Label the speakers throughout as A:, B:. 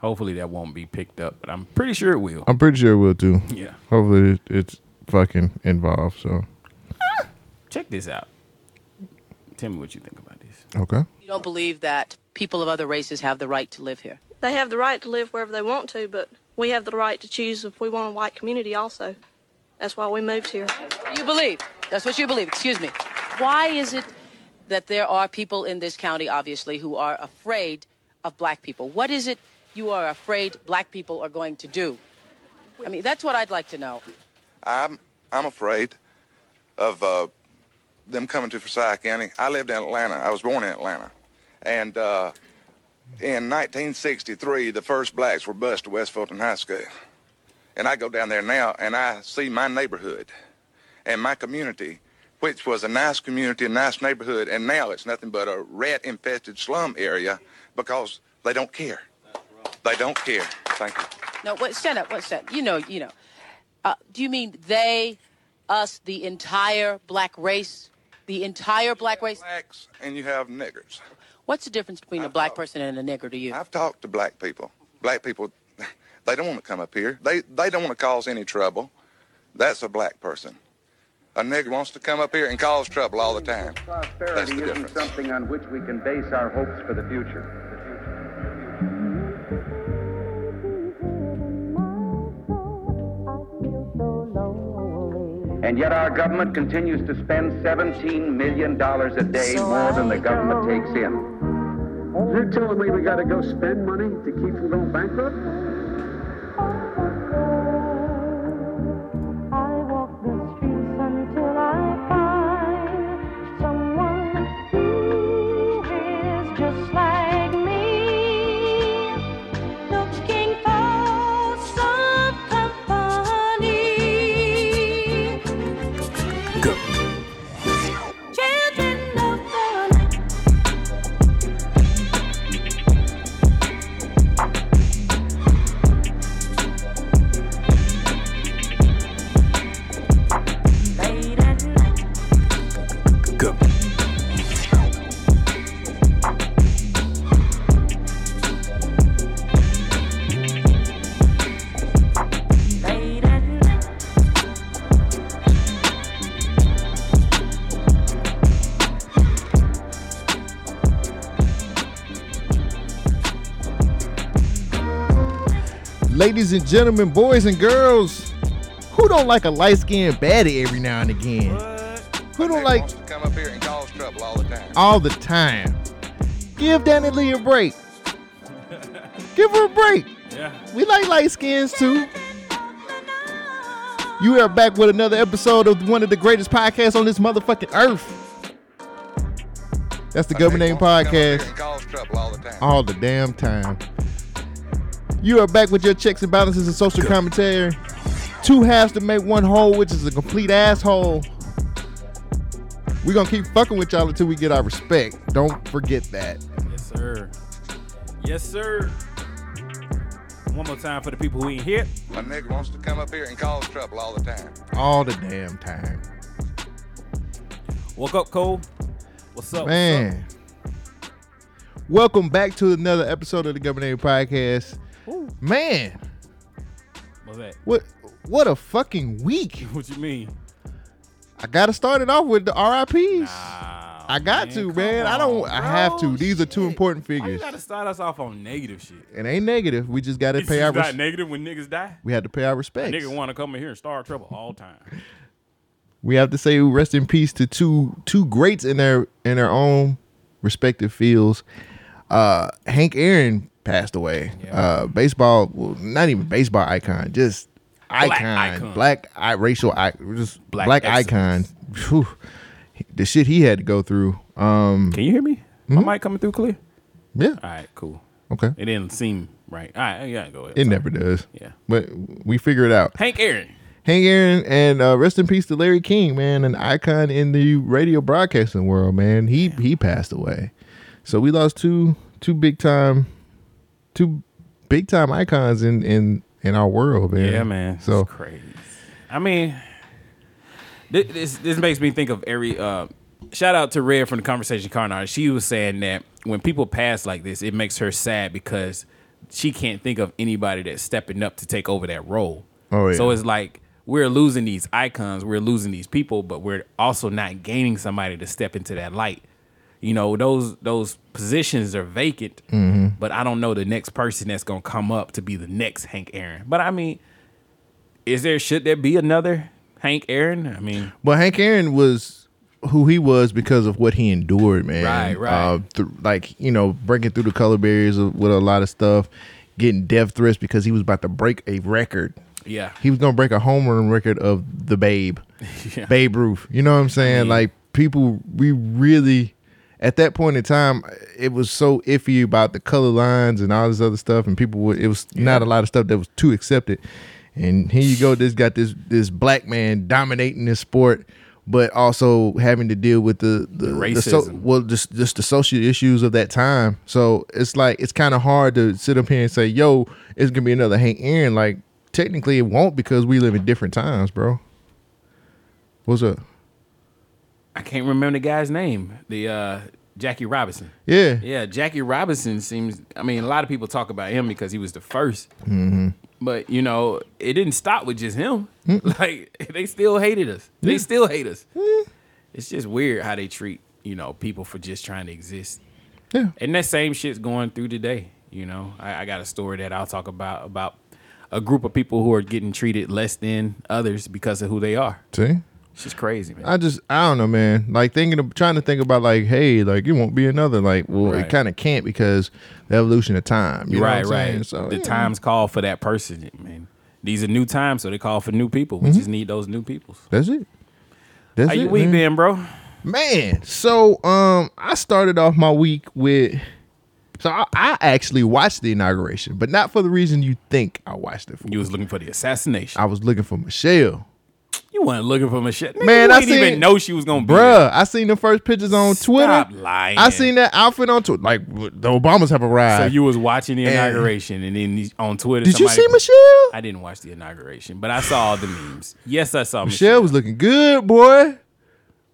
A: Hopefully that won't be picked up, but I'm pretty sure it will.
B: I'm pretty sure it will too.
A: Yeah.
B: Hopefully it- it's fucking involved. So
A: Check this out. Tell me what you think about this.
B: okay.
C: You don't believe that people of other races have the right to live here.
D: They have the right to live wherever they want to, but we have the right to choose if we want a white community also. That's why we moved here.
C: You believe. That's what you believe. Excuse me. Why is it that there are people in this county, obviously, who are afraid of black people? What is it you are afraid black people are going to do? I mean, that's what I'd like to know.
E: I'm I'm afraid of uh, them coming to Forsyth County. I lived in Atlanta. I was born in Atlanta, and uh, in 1963, the first blacks were bused to West Fulton High School. And I go down there now, and I see my neighborhood and my community, which was a nice community, a nice neighborhood, and now it's nothing but a rat-infested slum area because they don't care. They don't care. Thank you.
C: No, what, stand up. What stand? You know, you know. Uh, do you mean they, us, the entire black race, the entire black race?
E: Blacks and you have niggers.
C: What's the difference between a black person and a nigger to you?
E: I've talked to black people. Black people, they don't want to come up here. They they don't want to cause any trouble. That's a black person. A nigger wants to come up here and cause trouble all the time. That's
F: Prosperity
E: the
F: isn't
E: difference.
F: something on which we can base our hopes for the future. And yet our government continues to spend $17 million a day more than the government takes in.
G: You're telling me we got to go spend money to keep from going bankrupt?
B: Ladies and gentlemen, boys and girls, who don't like a light skinned baddie every now and again? Who
E: Nigger
B: don't like
E: wants to come up here and cause trouble all the time.
B: all the time? Give Danny Lee a break. Give her a break.
A: Yeah.
B: We like light skins too. You are back with another episode of one of the greatest podcasts on this motherfucking earth. That's the
E: A
B: Government Name
E: nigger wants to come up here
B: Podcast
E: and cause trouble all the time.
B: all the damn time. You are back with your checks and balances and social commentary. Two halves to make one whole, which is a complete asshole. We're gonna keep fucking with y'all until we get our respect. Don't forget that.
A: Yes, sir. Yes, sir. One more time for the people who ain't here.
E: A nigger wants to come up here and cause trouble all the time.
B: All the damn time.
A: Woke up, Cole. What's up? What's
B: Man. Welcome back to another episode of the Governor Podcast. Man,
A: up? What's that?
B: what what a fucking week.
A: What you mean?
B: I gotta start it off with the RIPs. I got
A: man,
B: to,
A: come
B: man. I don't
A: on,
B: I have
A: bro.
B: to. These are two
A: Shit.
B: important
A: Why you
B: figures.
A: gotta start us off on negative shit?
B: It ain't negative. We just gotta
A: It's
B: pay our
A: just not
B: res-
A: negative when niggas die.
B: we had to pay our respects.
A: Nigga want to come in here and start trouble all time.
B: Mm-hmm. we have to say rest in peace to two two greats in their in their own respective fields. Uh, Hank Aaron passed away. Uh, baseball, well, not even baseball icon, just icon,
A: icon.
B: black I, racial, I, just
A: Black
B: black, icon. Phew. The shit he had to go through. Um,
A: Can you hear me? My
B: Mm-hmm.
A: mic coming through clear?
B: yeah,
A: All right, cool.
B: okay.
A: It didn't seem right. All right, yeah, go ahead.
B: It never does.
A: Yeah.
B: but we figure it out.
A: Hank Aaron.
B: Hank Aaron and uh, rest in peace to Larry King, man, an icon in the radio broadcasting world, man. He he passed away, so we lost two two big time, two big time icons in in in our world, man.
A: Yeah, man. So
B: So
A: it's crazy. I mean, thi- this this makes me think of every. Uh, shout out to Red from the Conversation Carnage. She was saying that when people pass like this, it makes her sad because she can't think of anybody that's stepping up to take over that role.
B: Oh, yeah.
A: So it's like we're losing these icons, we're losing these people, but we're also not gaining somebody to step into that light. You know, those those positions are vacant, but I don't know the next person that's gonna come up to be the next Hank Aaron. But I mean, is there should there be another Hank Aaron? I mean,
B: But Hank Aaron was who he was because of what he endured, man.
A: Right, right.
B: Uh, th- like you know, breaking through the color barriers of- with a lot of stuff, getting death threats because he was about to break a record.
A: yeah.
B: He was gonna break a home run record of the Babe,
A: Yeah.
B: Babe Ruth. You know what I'm saying? like people, we really. At that point in time, it was so iffy about the color lines and all this other stuff, and people were, it was not a lot of stuff that was too accepted. And here you go, this got this this black man dominating this sport, but also having to deal with the the, the so-
A: racism.
B: well, just just the social issues of that time. So it's like it's kind of hard to sit up here and say, "Yo, it's gonna be another Hank Aaron." Like technically, it won't because we live in different times, bro. What's up?
A: I can't remember the guy's name. The uh, Jackie Robinson.
B: Yeah,
A: Yeah, Jackie Robinson seems. I mean, a lot of people talk about him because he was the 1st But you know, it didn't stop with just him. Like they still hated us. They still hate us. It's just weird how they treat you know people for just trying to exist.
B: Yeah.
A: And that same shit's going through today. You know, I, I got a story that I'll talk about about a group of people who are getting treated less than others because of who they are.
B: see,
A: It's just crazy, man.
B: I just I don't know, man. Like thinking, of, trying to think about like, hey, like it won't be another. Like, well,
A: Right.
B: it kind of can't because the evolution of time. You know
A: right,
B: what I'm saying?
A: right.
B: So
A: the
B: yeah.
A: times call for that person. I mean, these are new times, so they call for new people. We just need those new peoples.
B: That's it. Mm-hmm. That's
A: How you
B: it,
A: week
B: man.
A: been, bro?
B: Man, so um, I started off my week with. So I, I actually watched the inauguration, but not for the reason you think I watched it for.
A: You was looking for the assassination.
B: I was looking for Michelle,
A: you weren't looking for Michelle. Nigga,
B: Man,
A: you
B: I
A: didn't even
B: seen-
A: know she was gonna be. there.
B: bruh. I seen the first pictures on
A: Stop
B: Twitter.
A: lying.
B: I seen that outfit on Twitter. Like the Obamas have
A: So
B: arrived.
A: you was watching the
B: And-
A: inauguration, and then you- on Twitter,
B: Did you
A: somebody-
B: see Michelle?
A: I didn't watch the inauguration, but I saw all the memes. Yes, I saw
B: Michelle
A: Michelle.
B: was looking good, boy.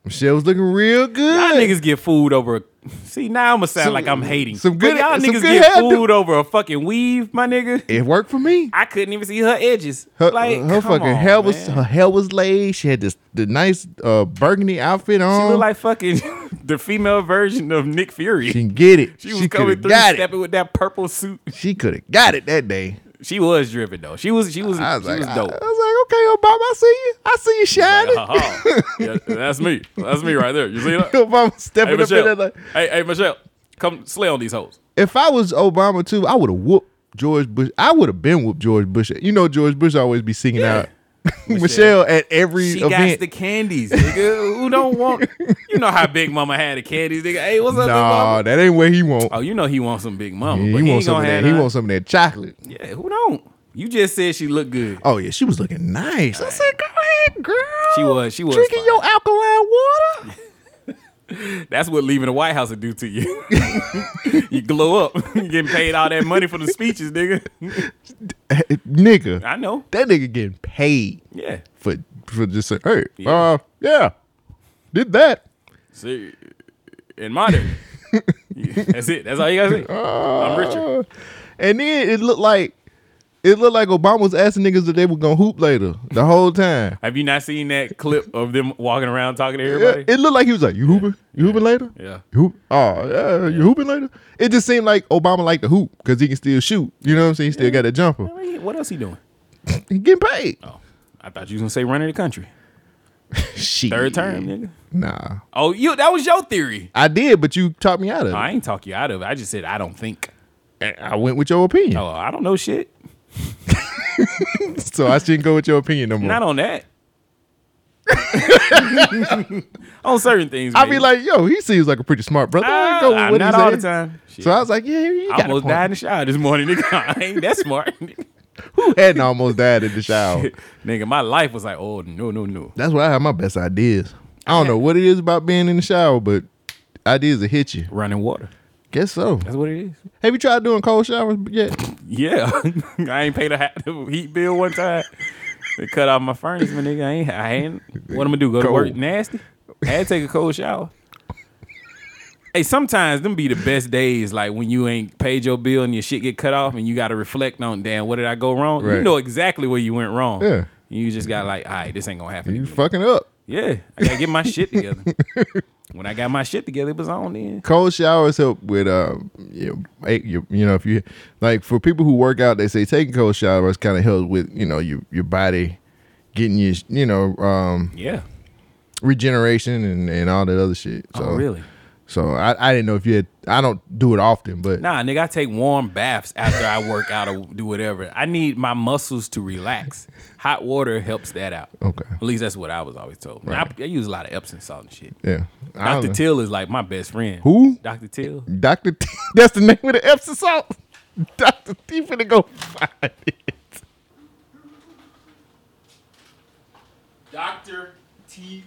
B: Michelle was looking real
A: Y'all
B: good.
A: niggas get fooled over. A, see, now I'm gonna sound
B: Some-
A: like I'm hating.
B: some good-
A: but y'all
B: some
A: niggas
B: good
A: get
B: hairdo.
A: fooled over a fucking weave, my nigga.
B: It worked for me.
A: I couldn't even see her edges.
B: Her, uh,
A: like
B: her
A: come
B: fucking
A: on,
B: hair was
A: man.
B: her hair was laid. She had this the nice uh, burgundy outfit on.
A: She looked like fucking the female version of Nick Fury.
B: She
A: She,
B: can get it.
A: was
B: coulda
A: coming through,
B: got it.
A: stepping with that purple suit.
B: She could have got it that day.
A: She was driven though. She was she was
B: I was
A: she
B: like, uh,
A: was
B: I,
A: dope.
B: I was like, okay, Obama, I see you. I see you shining.
A: Like, uh-huh. ha, ha. Yeah, that's me. That's me right there. You see that?
B: Obama
A: Hey
B: stepping up in
A: Michelle.
B: there like,
A: hey, hey Michelle, come slay on these hoes.
B: if I was Obama too, I would have whooped George Bush. I would have been whooped George Bush. You know, George Bush always be singing
A: Yeah.
B: out Michelle. at every
A: She got
B: event.
A: the candies, nigga. Who don't want? You know how Big Mama had the candies, nigga. Hey, what's up, Big
B: nah,
A: Mama?
B: that ain't what he want.
A: Oh, you know he wants some Big Mama.
B: Yeah,
A: but
B: he
A: he,
B: wants
A: ain't
B: some of
A: gonna have
B: that. He
A: none.
B: wants some of that chocolate.
A: Yeah, who don't? You just said she looked good.
B: Oh yeah, she was looking nice. I said, go ahead, girl.
A: She was- she was
B: drinking
A: fine.
B: your alkaline water.
A: That's what leaving the White House will do to you. you glow up. You getting paid all that money for the speeches, nigga.
B: nigga,
A: I know.
B: that nigga getting paid
A: Yeah.
B: for for just saying, hey,
A: Yeah.
B: uh, yeah, did that.
A: See, in my day. That's it. That's all you gotta say. I'm Richard.
B: And then it looked like it looked like Obama was asking niggas that they were gonna hoop later the whole time.
A: Have you not seen that clip of them walking around talking to
B: Yeah,
A: everybody?
B: it looked like he was like, "You hooping? You hooping later?
A: Yeah.
B: You hoop? Oh, yeah, you hooping later?" It just seemed like Obama liked to hoop because he can still shoot. You know what I'm saying? He still got a jumper.
A: What else he doing?
B: He getting paid.
A: Oh, I thought you was gonna say running the country.
B: Shit.
A: Third term, nigga.
B: Nah,
A: Oh, you that was your theory.
B: I did, but you talked me out of it.
A: I ain't talk you out of it. I just said I don't think.
B: I went with your opinion,
A: Oh, I don't know shit.
B: so I shouldn't go with your opinion no more.
A: Not on that. on certain things.
B: I'd be
A: maybe.
B: like, yo, he seems like a pretty smart brother. I ain't
A: Uh,
B: go with what
A: not
B: he
A: all
B: said.
A: the time. Shit.
B: So I was like, yeah, you
A: I
B: got Oh.
A: almost
B: almost
A: died in the shower this morning. Nigga, I ain't that smart.
B: Who hadn't almost died in the shower?
A: nigga, my life was like, oh no, no, no.
B: That's where I have my best ideas. I don't know what it is about being in the shower, but ideas will hit you.
A: Running water.
B: Guess so.
A: That's what it is.
B: Have you tried doing cold showers yet?
A: Yeah, I ain't paid a ha- the heat bill one time. they cut off my furnace, my nigga. I ain't. I ain't. What I'm gonna do? Go to
B: Cold.
A: work nasty. I had to take a cold shower. Hey, sometimes them be the best days, like when you ain't paid your bill and your shit get cut off, and you got to reflect on, damn, what did I go wrong? You
B: Right.
A: know exactly where you went wrong.
B: Yeah.
A: You just got like, all right, this ain't gonna happen.
B: You
A: again."
B: fucking up.
A: Yeah, I gotta get my shit together. when I got my shit together, it was on then.
B: Cold showers help with um, you know, ache- you, you know, if you like for people who work out, they say taking cold showers kind of helps with you know your your body getting your you know um
A: Yeah.
B: regeneration and and all that other shit. So
A: oh, really?
B: So I I didn't know if you had. I don't do it often, but
A: Nah, nigga, I take warm baths after I work out or do whatever. I need my muscles to relax. Hot water helps that out.
B: Okay.
A: At least that's what I was always told. I, I use a lot of Epsom salt and shit.
B: yeah. I don't
A: Dr.
B: know.
A: Till is like my best friend.
B: Who?
A: Dr. Till.
B: Dr. T. That's the name of the Epsom salt. Dr. T finna go find it.
A: Dr. T.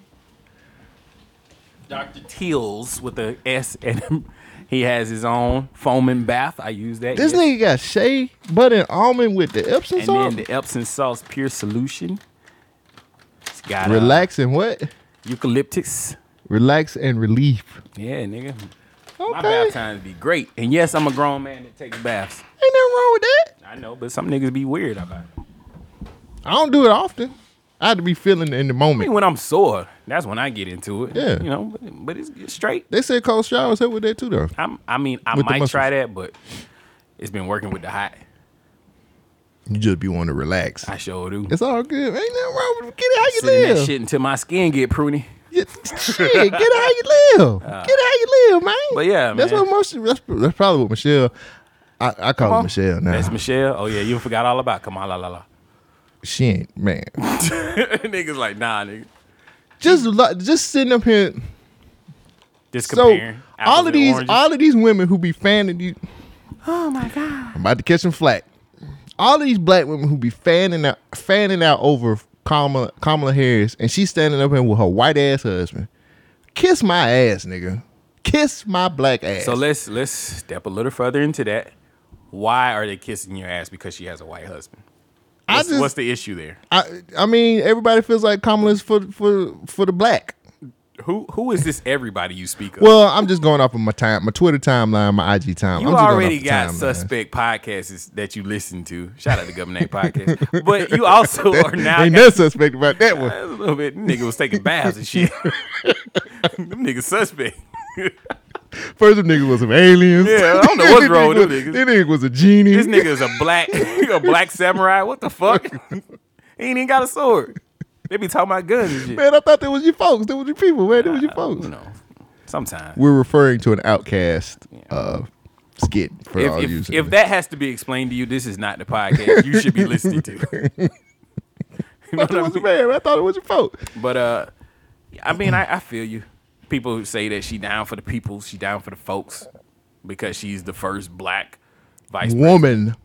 A: Dr. Tills with a S and he has his own foaming bath. I use that.
B: This
A: yes.
B: nigga got shea butter and almond with the Epsom
A: And
B: salt.
A: then the Epsom salts pure solution. It's got uh,
B: Relax and what?
A: eucalyptus.
B: Relax and relief.
A: Yeah, nigga. My
B: Okay.
A: bath
B: Ain't nothing
A: times be great. And yes, I'm a grown man that takes baths.
B: wrong with that.
A: I know, but some niggas be weird about it.
B: I don't do it often. I had to be feeling in
A: I
B: the
A: mean,
B: moment.
A: when I'm sore, that's when I get into it.
B: Yeah.
A: You know, but, but it's, it's straight.
B: They said cold showers help with that too, though.
A: I'm, I mean, I
B: With the
A: might try that, but it's been working with the hot.
B: You just be wanting to relax.
A: I sure do.
B: It's all good. Ain't nothing wrong with it. Get it how you
A: Sitting
B: live.
A: that shit until my skin get pruny.
B: Yeah, shit, get it how you live. get it how you live, man.
A: But yeah,
B: that's
A: man.
B: what most. That's, that's probably what Michelle. I, I call her Michelle now.
A: That's Michelle. Oh yeah, you forgot all about Kamala la la.
B: she ain't man.
A: Niggas like nah, nigga.
B: Just lo- just sitting up here.
A: Just
B: So
A: comparing. apples
B: all of
A: and
B: these,
A: oranges.
B: all of these women who be fanning these. Oh my god! I'm about to catch them flat. All of these black women who be fanning out, fanning out over Kamala, Kamala Harris, and she's standing up here with her white ass husband. Kiss my ass, nigga. Kiss my black ass.
A: So let's let's step a little further into that. Why are they kissing your ass because she has a white husband?
B: I
A: What's,
B: just-
A: what's the issue there?
B: I I mean, everybody feels like Kamala's for for for the black.
A: Who who is this everybody you speak of?
B: Well, I'm just going off of my time, my Twitter timeline, my IG timeline.
A: you
B: I'm just going
A: already
B: off the
A: got
B: timeline.
A: suspect podcasts that you listen to. Shout out to Government Podcast. But you also are now
B: Ain't nothing suspect about that one.
A: a little bit nigga was taking baths and shit. Them niggas suspect.
B: First, the nigga was some aliens.
A: Yeah, I don't know what's
B: This
A: wrong with
B: was-
A: them niggas.
B: This nigga was a genie.
A: This nigga is a black a black samurai. What the fuck? he ain't even got a sword. They be talking about guns and shit.
B: man, I thought that was your folks. That was your people, man. That was your
A: Uh,
B: folks.
A: You know, sometimes.
B: We're referring to an outcast uh, skit for all you.
A: if, if, if that has to be explained to you, this is not the podcast you should be listening to. You know
B: I
A: what
B: thought it
A: I
B: was,
A: mean?
B: man, I thought it was your folks.
A: But uh, I mean, I, I feel you. People who say that she down for the people, she down for the folks, because she's the first black vice.
B: Woman.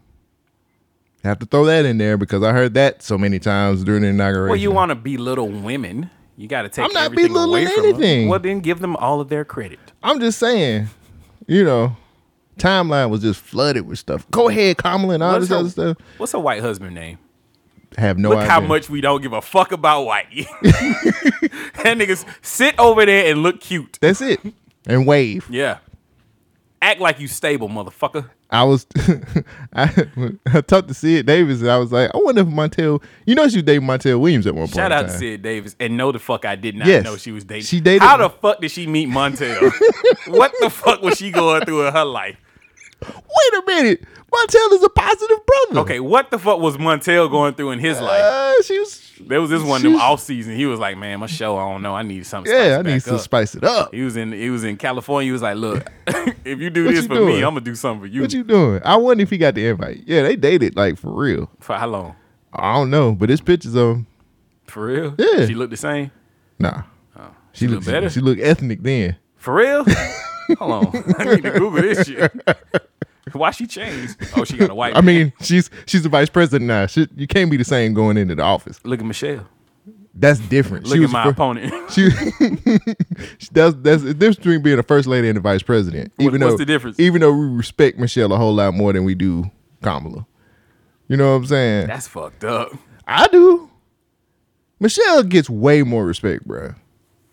B: Have to throw that in there because I heard that so many times during the inauguration.
A: Well, you want to belittle women. You got to take
B: I'm not
A: everything away
B: belittling
A: from
B: anything.
A: Them. Well, then give them all of their credit.
B: I'm just saying, you know, timeline was just flooded with stuff. Go ahead, Kamala, and all
A: What's
B: this
A: her-
B: other stuff.
A: What's her white husband name?
B: Have uh, no
A: Look
B: idea.
A: how much we don't give a fuck about white. that niggas sit over there and look cute.
B: That's it. And wave.
A: Yeah. Act like you stable, motherfucker.
B: I was, I, I talked to Sid Davis, and I was like, I wonder if Montel, you know, she was dating Montel Williams at one point.
A: Shout
B: in
A: out to
B: time.
A: Sid Davis. And no, the fuck, I did not
B: Yes.
A: know she was dating.
B: She dated
A: How
B: him.
A: the fuck did she meet Montel? what the fuck was she going through in her life?
B: Wait a minute, Montel is a positive brother.
A: Okay, what the fuck was Montel going through in his life?
B: Uh, she was.
A: There was this one them
B: she's-
A: off season. He was like, "Man, my show. I don't know. I need something.
B: Yeah, I
A: spiced
B: need
A: back
B: to
A: up."
B: spice it up.
A: He was in. He was in California. He was like, "Look, if you do
B: What
A: this
B: you
A: for me,
B: doing?
A: I'm gonna do something for you.
B: What you doing? I wonder if he got the invite. Yeah, they dated like for real.
A: For how long?
B: I don't know, but his pictures of him,
A: For real?
B: Yeah.
A: She looked the same.
B: nah. she,
A: Oh, look better?
B: She looked ethnic then.
A: For real? Hold on. I need to Google this shit. Why she changed? Oh, she got a white.
B: I mean, she's she's the vice president now. She, you can't be the same going into the office.
A: look at Michelle.
B: That's different.
A: Look
B: she
A: at my
B: fir-
A: opponent.
B: She, that's that's the difference between being a first lady and a vice president. Even
A: what's
B: though,
A: the difference?
B: Even though we respect Michelle a whole lot more than we do Kamala. You know what I'm saying?
A: That's fucked up.
B: I do. Michelle gets way more respect, bruh.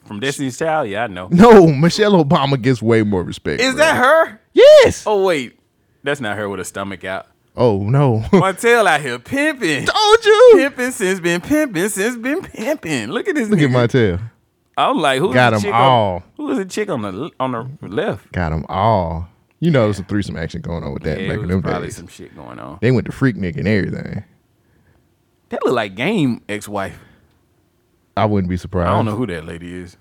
A: From Destiny's Child? Yeah, I know.
B: No, Michelle Obama gets way more respect.
A: Is
B: bro.
A: that her?
B: Yes. Oh,
A: Oh, wait. That's not her with a stomach out.
B: no.
A: Martell out here pimping.
B: Told you.
A: Pimping since been pimping since been pimping. Look at this.
B: Look at
A: nigga.
B: my tail.
A: I'm like, who's
B: Got
A: the
B: 'em
A: chick
B: all.
A: On, who was the chick on the on the left?
B: Got them all. You know, there's some threesome action going on with that
A: Yeah,
B: back
A: it
B: in
A: was
B: them
A: probably
B: days.
A: some shit going on.
B: They went to Freak Nick and everything.
A: That look like game ex-wife.
B: I wouldn't be surprised.
A: I don't know who that lady is.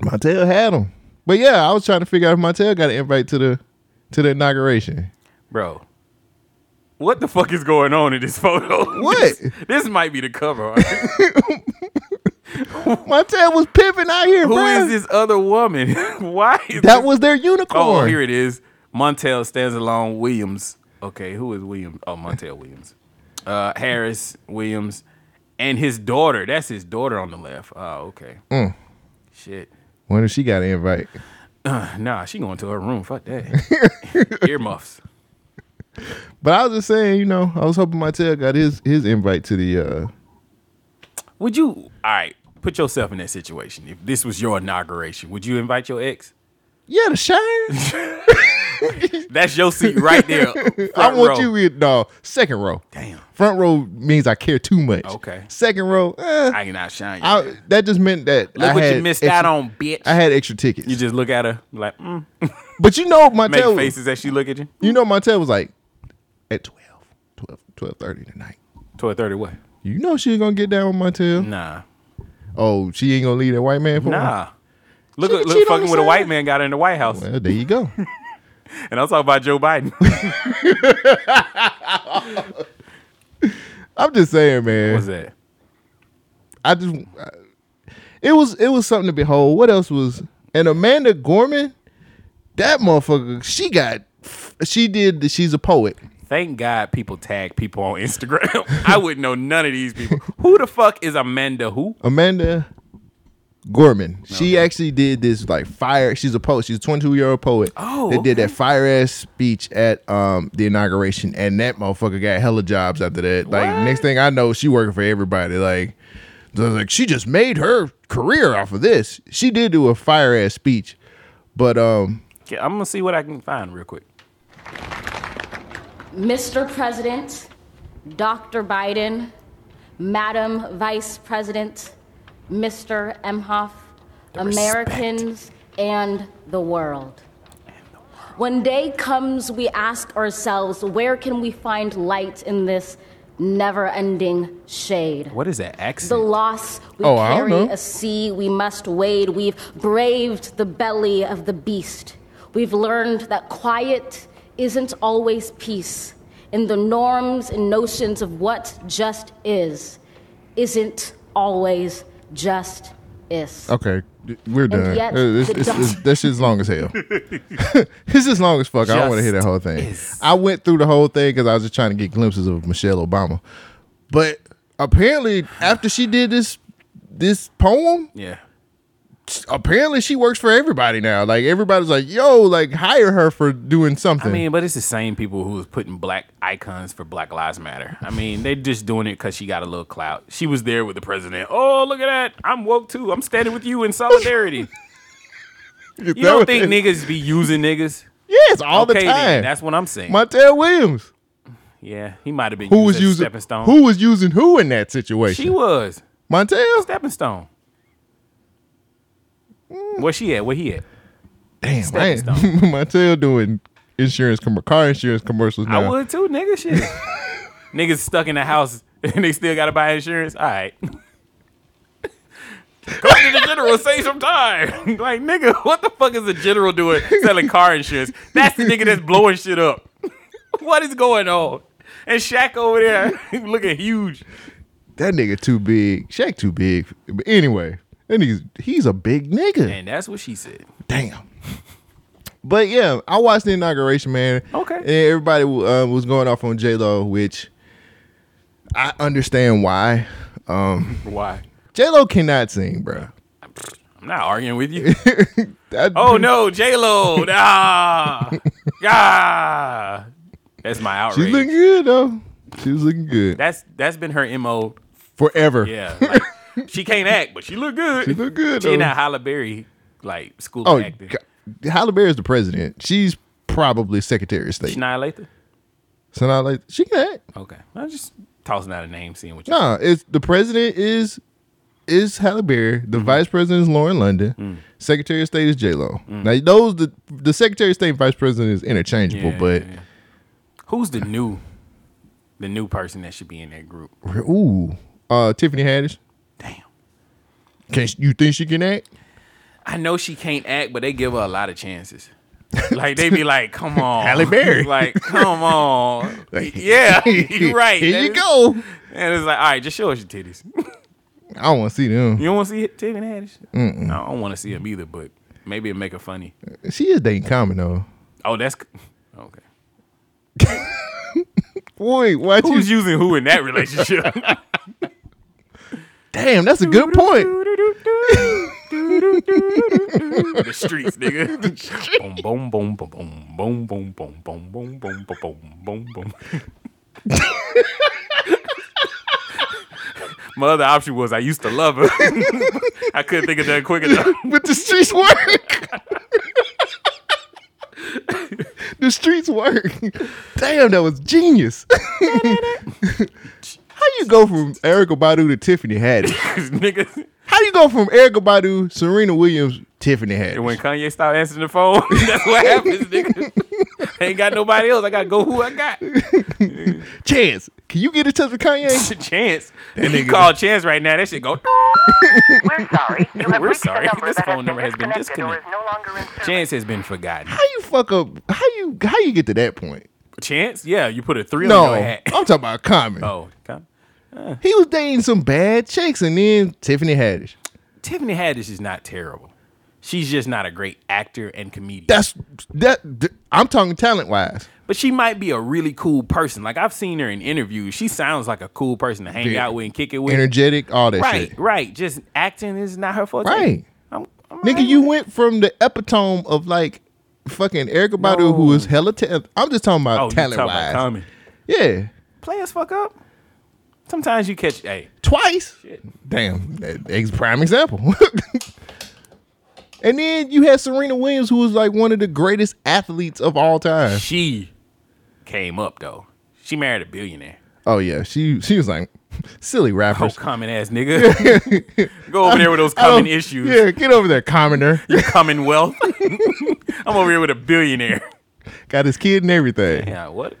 B: My tail had them. But yeah, I was trying to figure out if my tail got an invite to the to the inauguration.
A: Bro. What the fuck is going on in this photo?
B: What?
A: this, this might be the cover. art.
B: My tail was pimping out here,
A: Who
B: bruh.
A: is this other woman? Why is
B: That
A: this-
B: was their
A: Oh,
B: unicorn.
A: here it is. Montel stands alone. Williams. Okay, who is Williams? Oh, Montel Williams. Uh, Harris Williams and his daughter. That's his daughter on the left. Oh, okay.
B: Mm.
A: Shit.
B: Wonder if she got an invite.
A: Nah, she going to her room. Fuck that. Earmuffs.
B: But I was just saying, you know, I was hoping my tail got his his invite to the uh
A: Would you? All right. Put yourself in that situation. If this was your inauguration, would you invite your ex?
B: Yeah, the shine.
A: That's your seat right there.
B: I
A: front
B: want
A: row.
B: you in no second row.
A: Damn.
B: Front row means I care too much.
A: Okay.
B: Second row, eh,
A: I can outshine you.
B: I, that just meant that
A: Look
B: I
A: what
B: had
A: you missed
B: extra-
A: out on, bitch.
B: I had extra tickets.
A: you just look at her like, mm,
B: but you know my
A: make
B: tail was-
A: faces as she look at you.
B: you know my tail was like at 12, 12, 12.30 tonight.
A: Twelve thirty. What?
B: You know she ain't gonna get down with my tail.
A: Nah.
B: Oh, she ain't gonna leave that white man for me?
A: Nah. Look,
B: She can
A: look,
B: cheat on
A: fucking
B: the
A: with a
B: side.
A: white man got in the White House.
B: Well, there you go.
A: And I'm talking about Joe Biden.
B: I'm just saying, man.
A: What's that?
B: I just I- it was it was something to behold. What else was and Amanda Gorman? That motherfucker, she got she did the- she's a poet.
A: Thank God people tag people on Instagram. I wouldn't know none of these people. Who the fuck is Amanda who?
B: Amanda Gorman. She actually did this like fire. She's a poet. She's a 22 year old poet.
A: Oh,
B: that did that fire ass speech at um the inauguration, and that motherfucker got hella jobs after that. Like
A: What?
B: next thing I know, she working for everybody. Like, so it's like she just made her career off of this. She did do a fire ass speech, but um
A: Okay, I'm going to see what I can find real quick.
H: Mr. President, Dr. Biden, Madam Vice President, Mr. Emhoff, Americans and the world. When day comes, we ask ourselves, where can we find light in this never ending shade?
A: What is that accent?
H: The loss we
B: Oh, I don't
H: carry,
B: know.
H: a sea we must wade. We've braved the belly of the beast. We've learned that quiet isn't always peace. And the norms and notions of what just is isn't always just is.
B: okay, we're done.
H: yet
B: Uh, this,
H: the
B: this,
H: doc-
B: this, this shit's long as hell. this is long as fuck. I don't want to hear that whole thing.
A: is.
B: I went through the whole thing because I was just trying to get glimpses of Michelle Obama, but apparently after she did this this poem,
A: yeah.
B: apparently she works for everybody now. Like everybody's like, yo, like hire her for doing
A: I
B: something.
A: mean, but it's the same people who was putting black icons for Black Lives Matter. I mean, they just doing it because she got a little clout. She was there with the president. Oh, look at that. I'm woke too. I'm standing with you in solidarity. You don't think niggas be using niggas?
B: Yes, all the
A: okay,
B: time.
A: then. That's what I'm saying.
B: Montel Williams,
A: yeah, he might have been
B: who was
A: as a
B: using
A: stepping stone.
B: who was using who in that situation?
A: She was
B: Montel.
A: stepping stone.
B: Mm.
A: Where she at? Where he at?
B: Damn,
A: Stepping
B: man. Montel doing insurance com- car insurance commercials now.
A: I would too, nigga. Shit, niggas stuck in the house and they still gotta buy insurance. All right, go to the general, save some time. like, nigga, what the fuck is a general doing selling car insurance? That's the nigga that's blowing shit up. what is going on? And Shaq over there looking huge.
B: That nigga too big. Shaq too big. But anyway, and he's he's a big nigga.
A: And that's what she said.
B: Damn. But yeah, I watched the inauguration, man.
A: Okay.
B: And everybody uh, was going off on J Lo, which I understand why.
A: Why?
B: J Lo cannot sing, bro.
A: I'm not arguing with you. Oh no, J Lo. Ah, ah. That's my
B: she's
A: outrage.
B: looking good though. She's looking good
A: that's that's been her mo.
B: forever.
A: Yeah, like, she can't act, but she look good.
B: She look good,
A: She
B: though.
A: not Halle Berry like school
B: Oh,
A: of acting.
B: God. Halle Berry is the president. She's probably Secretary of State.
A: Shania Lathan.
B: So now, like, she can act.
A: Okay, I'm just tossing out a name, seeing what you.
B: No, it's the president is is Halle Berry. The vice president is Lauren London. Secretary of State is J Lo. Now those the the Secretary of State and vice president is interchangeable,
A: Yeah,
B: but
A: yeah. Who's the new, the new person that should be in that group?
B: ooh, uh, Tiffany Haddish.
A: Damn.
B: Can sh- you think she can act?
A: I know she can't act, but they give her a lot of chances. Like they be like, "Come on,
B: Halle Berry.
A: like, "Come on, yeah, you're right."
B: Here you
A: nigga.
B: go.
A: And it's like, all right, just show us your titties.
B: I don't want to see them.
A: You don't want to see Tiffany Haddish? No, I don't want to see him either, but maybe it'll make her funny.
B: She is dating Common though.
A: Oh, that's c- okay.
B: Wait, why you?
A: Who's using who in that relationship?
B: Damn, that's a good point.
A: the streets, nigga. boom, boom, boom, boom, boom, boom, boom, boom, boom, boom, boom, boom, boom, boom, boom. My other option was I used to love her. I couldn't think of that quick enough.
B: But the streets work. the streets work. Damn, that was genius. How you go from Erica Badu to Tiffany Haddish?
A: nigga,
B: How you go from Erica Badu, Serena Williams, Tiffany
A: And when
B: Haddish?
A: Kanye stopped answering the phone, that's what happens, nigga. I ain't got nobody else. I gotta go who I got.
B: Chance, can you get in touch with Kanye?
A: Chance. If you
B: nigga-
A: call Chance right now, that shit go.
I: We're sorry. You have
A: We're
I: reached
A: sorry.
I: The number
A: This
I: that
A: phone
I: has
A: number
I: been
A: has been
I: disconnected or is no longer in service.
A: Chance has been forgotten.
B: How you fuck up? How you how you get to that point?
A: Chance? Yeah, you put a three
B: No,
A: on your
B: I'm
A: hat.
B: talking about Common.
A: Oh, God.
B: He was dating some bad chicks, and then Tiffany Haddish.
A: Tiffany Haddish is not terrible. She's just not a great actor and comedian.
B: That's that. th- I'm talking talent wise.
A: but she might be a really cool person. Like I've seen her in interviews. She sounds like a cool person to hang
B: Very
A: out with and kick it with.
B: energetic, all that
A: right,
B: shit.
A: right. Just acting is not her forte.
B: Right.
A: I'm, I'm all
B: Nigga,
A: right
B: you went from the epitome of like fucking Erica Badu, who
A: No.
B: was hella ta- I'm just talking about
A: Oh, you
B: talent
A: talking about
B: wise.
A: Common.
B: Yeah.
A: Players fuck up. Sometimes you catch. Hey,
B: Twice. Damn. That ex- prime example. and then you had Serena Williams, who was like one of the greatest athletes of all time.
A: she came up though. She married a billionaire.
B: Oh yeah. She she was like silly
A: Oh,
B: rappers.
A: common ass nigga. Go over there with those
B: I don't-
A: common issues.
B: Yeah, get over there, commoner.
A: Commonwealth. I'm over here with a billionaire.
B: Got his kid and everything.
A: Yeah, what?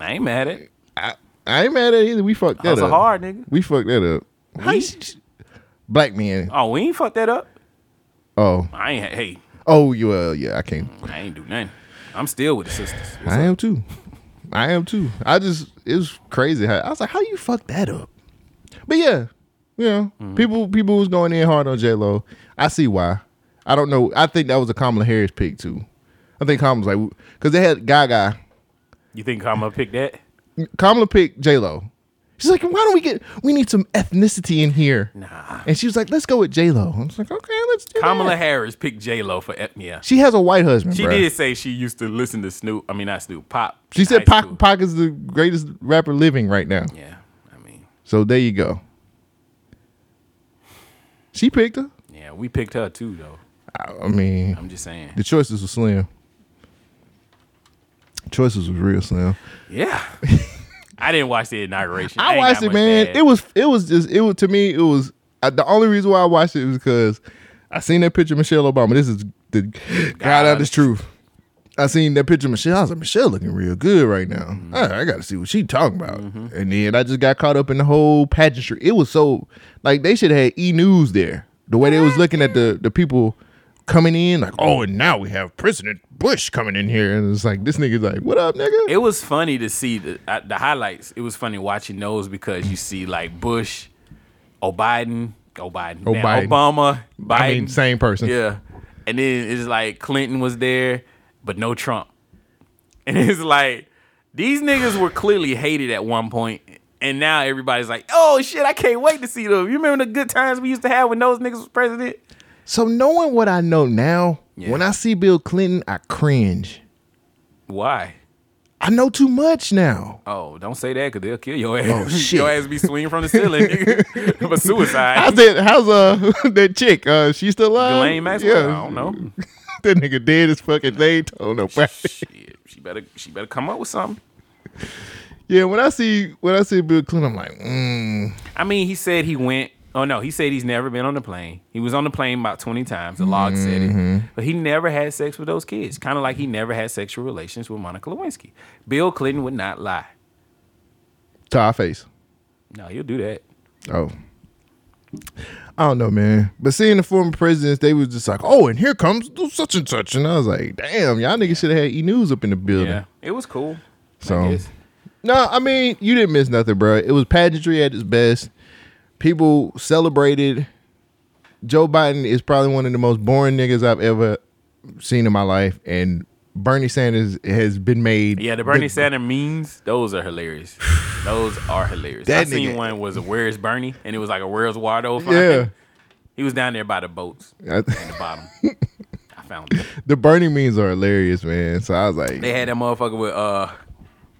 A: I ain't mad at it.
B: I, I ain't mad at it either. We fucked that
A: Hustle
B: up.
A: hard, nigga.
B: We fucked that up. How
A: We?
B: you, black man.
A: Oh, we ain't fucked that up.
B: Oh,
A: I ain't. Hey,
B: oh, you. Uh, yeah, I can't.
A: I ain't do nothing. I'm still with the sisters.
B: I am too. I am too. I just it was crazy. How, I was like, how you fuck that up? But yeah, you know,
A: Mm-hmm.
B: people people was going in hard on J Lo. I see why. I don't know. I think that was a Kamala Harris pick too. I think Kamala's like because they had Gaga.
A: You think I'm gonna pick that?
B: Kamala picked J Lo. She's like, why don't we get? We need some ethnicity in here.
A: Nah.
B: And she was like, let's go with J Lo. I was like, okay, let's do
A: Kamala
B: that.
A: Harris picked J Lo for F- yeah.
B: She has a white husband.
A: She
B: bruh.
A: did say she used to listen to Snoop. I mean, not Snoop. Pop.
B: She
A: in
B: said
A: high
B: Pac,
A: school.
B: Pac is the greatest rapper living right now.
A: Yeah. I mean,
B: So there you go. She picked her.
A: yeah. We picked her too, though.
B: I I mean,
A: I'm just saying.
B: the choices were slim. Choices was real slim.
A: Yeah. I didn't watch the inauguration.
B: I
A: ain't got
B: watched it,
A: much
B: man.
A: to add.
B: It was it was just it was to me it was uh, the only reason why I watched it was because I seen that picture of Michelle Obama. This is the God honest truth. I seen that picture of Michelle. I was like, Michelle looking real good right now.
A: Mm-hmm.
B: I, got to see what she talking about. And then I just got caught up in the whole pageantry. It was so like they should have had E News there. The way they was looking at the the people coming in, like, oh, and now we have President Bush coming in here, and it's like this nigga's like, what up, nigga?
A: It was funny to see the uh, the highlights. It was funny watching those because you see like Bush, O'Biden, O'Biden, man,
B: O'Biden.
A: Obama, Biden,
B: I mean, same person.
A: Yeah, and then it's like Clinton was there, but no Trump. And it's like these niggas were clearly hated at one point, and now everybody's like, "Oh shit, I can't wait to see them." You remember the good times we used to have when those niggas was president?
B: So knowing what I know now,
A: Yeah.
B: when I see Bill Clinton, I cringe.
A: Why?
B: I know too much now.
A: Oh, don't say that because they'll kill your ass.
B: Oh, shit.
A: your ass be swinging from the ceiling. nigga. but suicide.
B: How's that? How's uh that chick? Uh, she still alive?
A: Ghislaine Maxwell. I don't know.
B: that nigga dead as fuck. And they ain't told nobody.
A: Shit, she better she better come up with something.
B: yeah, when I see when I see Bill Clinton, I'm like, mm,
A: I mean, he said he went. Oh no, he said he's never been on a plane. He was on the plane about twenty times. The log said it,
B: Mm-hmm.
A: but he never had sex with those kids. Kind of like he never had sexual relations with Monica Lewinsky. Bill Clinton would not lie.
B: to our face.
A: No, he'll do that.
B: Oh. I don't know, man. But seeing the former presidents, they was just like, oh, and here comes such and such. And I was like, damn, y'all niggas should have had E News up in the building.
A: Yeah, it was cool.
B: So-
A: I guess.
B: No, I mean, you didn't miss nothing, bro. It was pageantry at its best. People celebrated. Joe Biden is probably one of the most boring niggas I've ever seen in my life. And Bernie Sanders has been made.
A: yeah, the Bernie Sanders memes, those are hilarious. Those are hilarious. I
B: That nigga-
A: seen one was a Where's Bernie, and it was like a Where's Waldo. finding.
B: Yeah.
A: he was down there by the boats,
B: I-
A: the bottom. I found it.
B: the Bernie memes are hilarious, man. So I was like,
A: They had that motherfucker with uh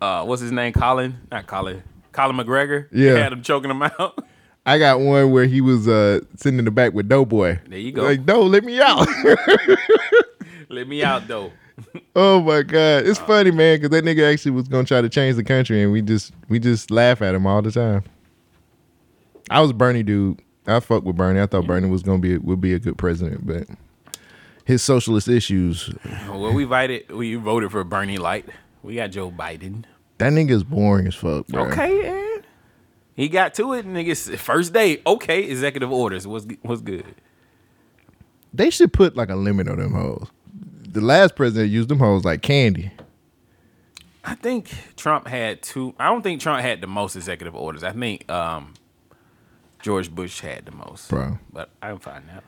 A: uh what's his name? Colin? Not Colin. Colin McGregor.
B: Yeah.
A: They had him choking him out.
B: I got one where he was uh, sitting in the back with Doughboy.
A: There you go.
B: Like, no, let me out.
A: Let me out though.
B: oh my god, it's funny, man, because that nigga actually was gonna try to change the country, and we just we just laugh at him all the time. I was a Bernie dude. I fuck with Bernie. I thought Bernie was gonna be would be a good president, but his socialist issues.
A: Well we voted we voted for Bernie Light. We got Joe Biden.
B: That nigga's boring as fuck, bro.
A: Okay, eh. He got to it, niggas. First day, okay. Executive orders. What's g- what's good?
B: They should put like a limit on them hoes. The last president used them hoes like candy.
A: I think Trump had two. I don't think Trump had the most executive orders. I think um, George Bush had the most.
B: Bro.
A: But I'm fine now.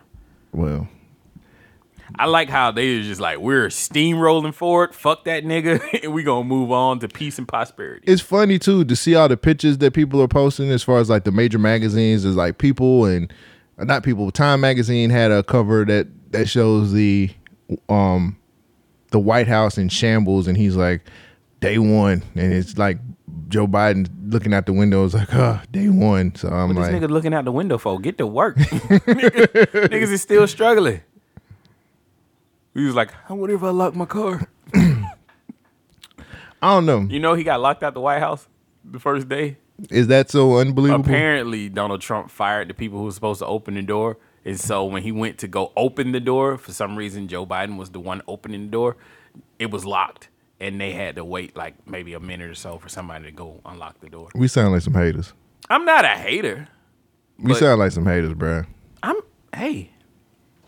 B: Well,
A: I like how they was just like we're steamrolling forward. Fuck that nigga, and we gonna move on to peace and prosperity.
B: it's funny too to see all the pictures that people are posting as far as like the major magazines is like people and uh, not people time magazine had a cover that that shows the um the white house in shambles and he's like day one and it's like joe biden looking out the window is like oh day one so i'm
A: What
B: like
A: this nigga looking out the window for? Get to work. Niggas- niggas is still struggling. He was like, I wonder if I locked my car.
B: i don't know
A: You know, he got locked out the White House the first day.
B: is that so unbelievable
A: Apparently, Donald Trump fired the people who were supposed to open the door. And so when he went to go open the door, for some reason, Joe Biden was the one opening the door. It was locked. And they had to wait like maybe a minute or so for somebody to go unlock the door.
B: we sound like some haters
A: I'm not a hater.
B: we
A: But-
B: sound like some haters bruh
A: I'm hey,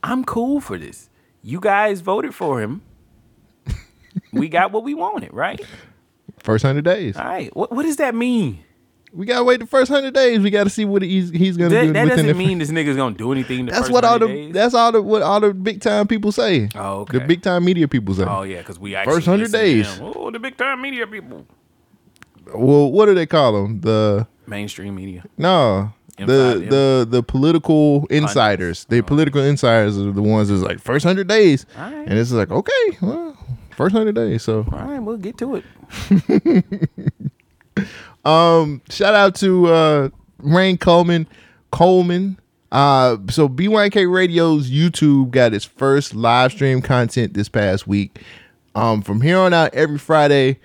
A: I'm cool for this. You guys voted for him. we got what we wanted, right?
B: first 100 days
A: All right. What what does that mean?
B: we gotta wait the first 100 days we gotta see what he's, he's gonna do
A: That, that
B: within the
A: doesn't mean this nigga's gonna do anything. The
B: That's
A: first
B: what all the
A: 100 days.
B: that's all the what all the big time people say.
A: Oh,
B: The
A: okay.
B: big time media people say.
A: Oh yeah, because we actually
B: First 100
A: listen to
B: days.
A: them. Oh, the big time media people.
B: Well, what do they call them? The
A: Mainstream media.
B: no, the
A: Inside, yeah. Oh.
B: the the political insiders. The political insiders are the ones that's like first hundred days,
A: Alright.
B: and it's like okay, well, first hundred days. So
A: All right, we'll get to it.
B: Um, shout out to uh Rain Coleman Coleman. Uh so BYK Radio's YouTube got its first live stream content this past week. Um from here on out every Friday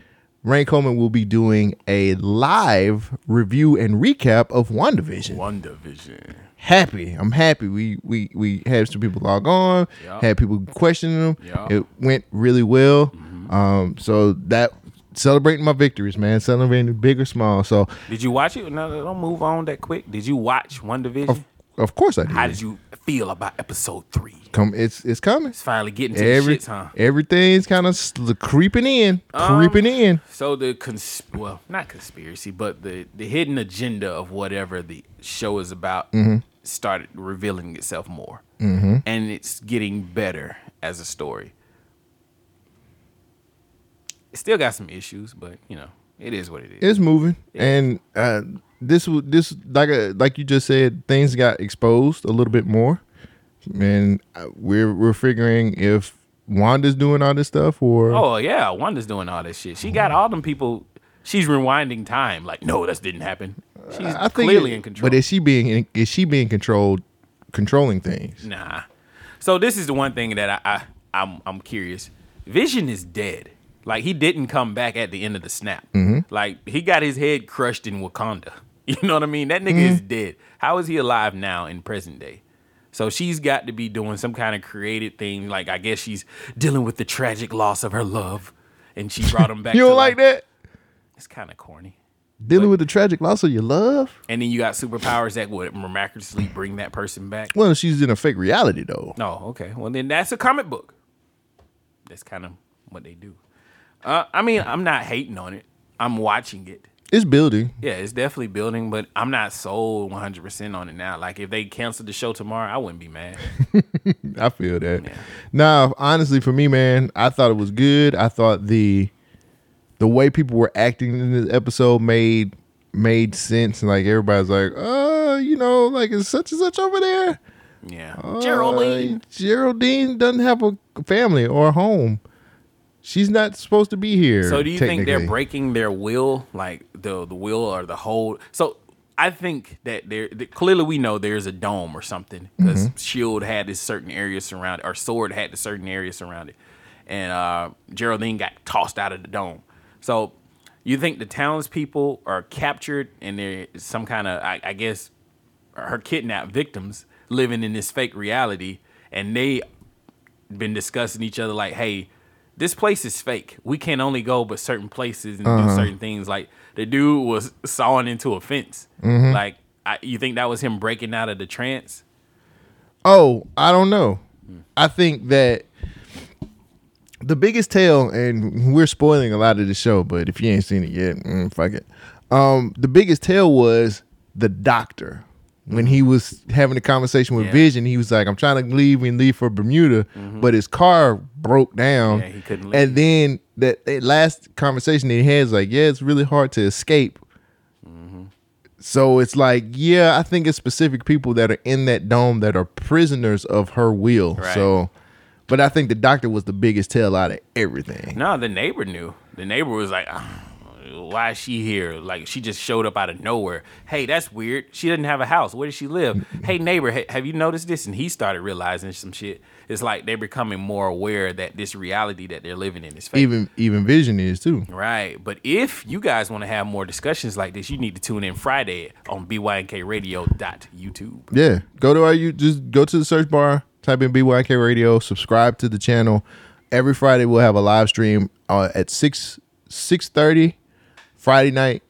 B: Rain Coleman will be doing a live review and recap of WandaVision.
A: One division.
B: Happy. I'm happy. We we we had some people log on,
A: Yeah.
B: had people questioning them.
A: Yeah. Mm-hmm.
B: It went really well. Um so that celebrating my victories, man. Celebrating big or small. So
A: Did you watch it? No, no, don't move on that quick. Did you watch One Division?
B: of, of course I did.
A: How did you feel about episode three?
B: Come, it's it's coming.
A: It's finally getting to
B: Every,
A: the shits, huh?
B: everything's kind of sl- creeping in,
A: Um,
B: creeping in.
A: So the cons well, not conspiracy, but the the hidden agenda of whatever the show is about
B: Mm-hmm.
A: started revealing itself more, mm-hmm. and it's getting better as a story. It still got some issues, but you know it is what it is.
B: It's moving, and uh, this w- this like uh like you just said, things got exposed a little bit more, and uh, we're we're figuring if Wanda's doing all this stuff, or
A: Oh yeah, Wanda's doing all this shit. She got all them people. She's rewinding time. Like, no, this didn't happen. She's
B: I think
A: clearly
B: it-
A: in control.
B: But is she being in, is she being controlled, controlling things?
A: Nah. So this is the one thing that I, I I'm I'm curious. Vision is dead. Like he didn't come back at the end of the snap.
B: Mm-hmm.
A: Like he got his head crushed in Wakanda. You know what I mean? That nigga is
B: Mm-hmm.
A: dead. How is he alive now in present day? So she's got to be doing some kind of creative thing. Like I guess she's dealing with the tragic loss of her love, and she brought him back.
B: You
A: to
B: don't like
A: life.
B: that?
A: It's kind of corny.
B: Dealing with the tragic loss of your love.
A: And then you got superpowers that would miraculously bring that person back.
B: Well, she's in a fake reality though.
A: No, Oh, okay. Well, then that's a comic book. That's kind of what they do. Uh, I mean, I'm not hating on it. I'm watching it.
B: It's building.
A: Yeah, it's definitely building, but I'm not sold 100% on it now. Like, if they canceled the show tomorrow, I wouldn't be mad.
B: I feel that. Now, honestly, for me, man, I thought it was good. I thought the the way people were acting in this episode made made sense. And like everybody's like, uh, you know, like it's such and such over there.
A: Yeah.
B: Geraldine. Geraldine doesn't have a family or a home. She's not supposed to be here.
A: So do you think they're
B: technically.
A: breaking their will, like the the will or the hold? So I think that there that clearly we know there's a dome or something because Shield E had this certain area surrounded, or Sword had this certain area surrounded, and uh, Geraldine got tossed out of the dome. So you think the townspeople are captured and there's some kind of, I, I guess, her kidnapped victims living in this fake reality, and they been discussing each other like, hey, this place is fake. We can only go but certain places and do certain things. Like the dude was sawing into a fence. Like I, you think that was him breaking out of the trance?
B: Oh, I don't know.
A: Hmm.
B: I think that the biggest tale, and we're spoiling a lot of the show, but if you ain't seen it yet, mm, fuck it. Um, the biggest tale was the doctor. When he was having a conversation with
A: Yeah. Mm-hmm.
B: Vision, he was like, I'm trying to leave and leave for Bermuda, but his car broke down.
A: Yeah, he couldn't leave.
B: And then that, that last conversation that he had is like, Yeah, it's really hard to escape. So it's like, yeah, I think it's specific people that are in that dome that are prisoners of her will.
A: Right.
B: So, but I think the doctor was the biggest tell out of everything.
A: No, the neighbor knew. The neighbor was like, "Ah, why is she here? Like she just showed up out of nowhere. Hey, that's weird. She doesn't have a house. Where does she live? hey, neighbor, ha- have you noticed this? And he started realizing some shit. It's like they're becoming more aware that this reality that they're living in is fake.
B: Even even Vision is too.
A: Right. But if you guys want to have more discussions like this, you need to tune in Friday on bynkradio.youtube.
B: Yeah, go to our you just go to the search bar, type in BYK Radio, subscribe to the channel. Every Friday we'll have a live stream uh, at six six thirty Friday night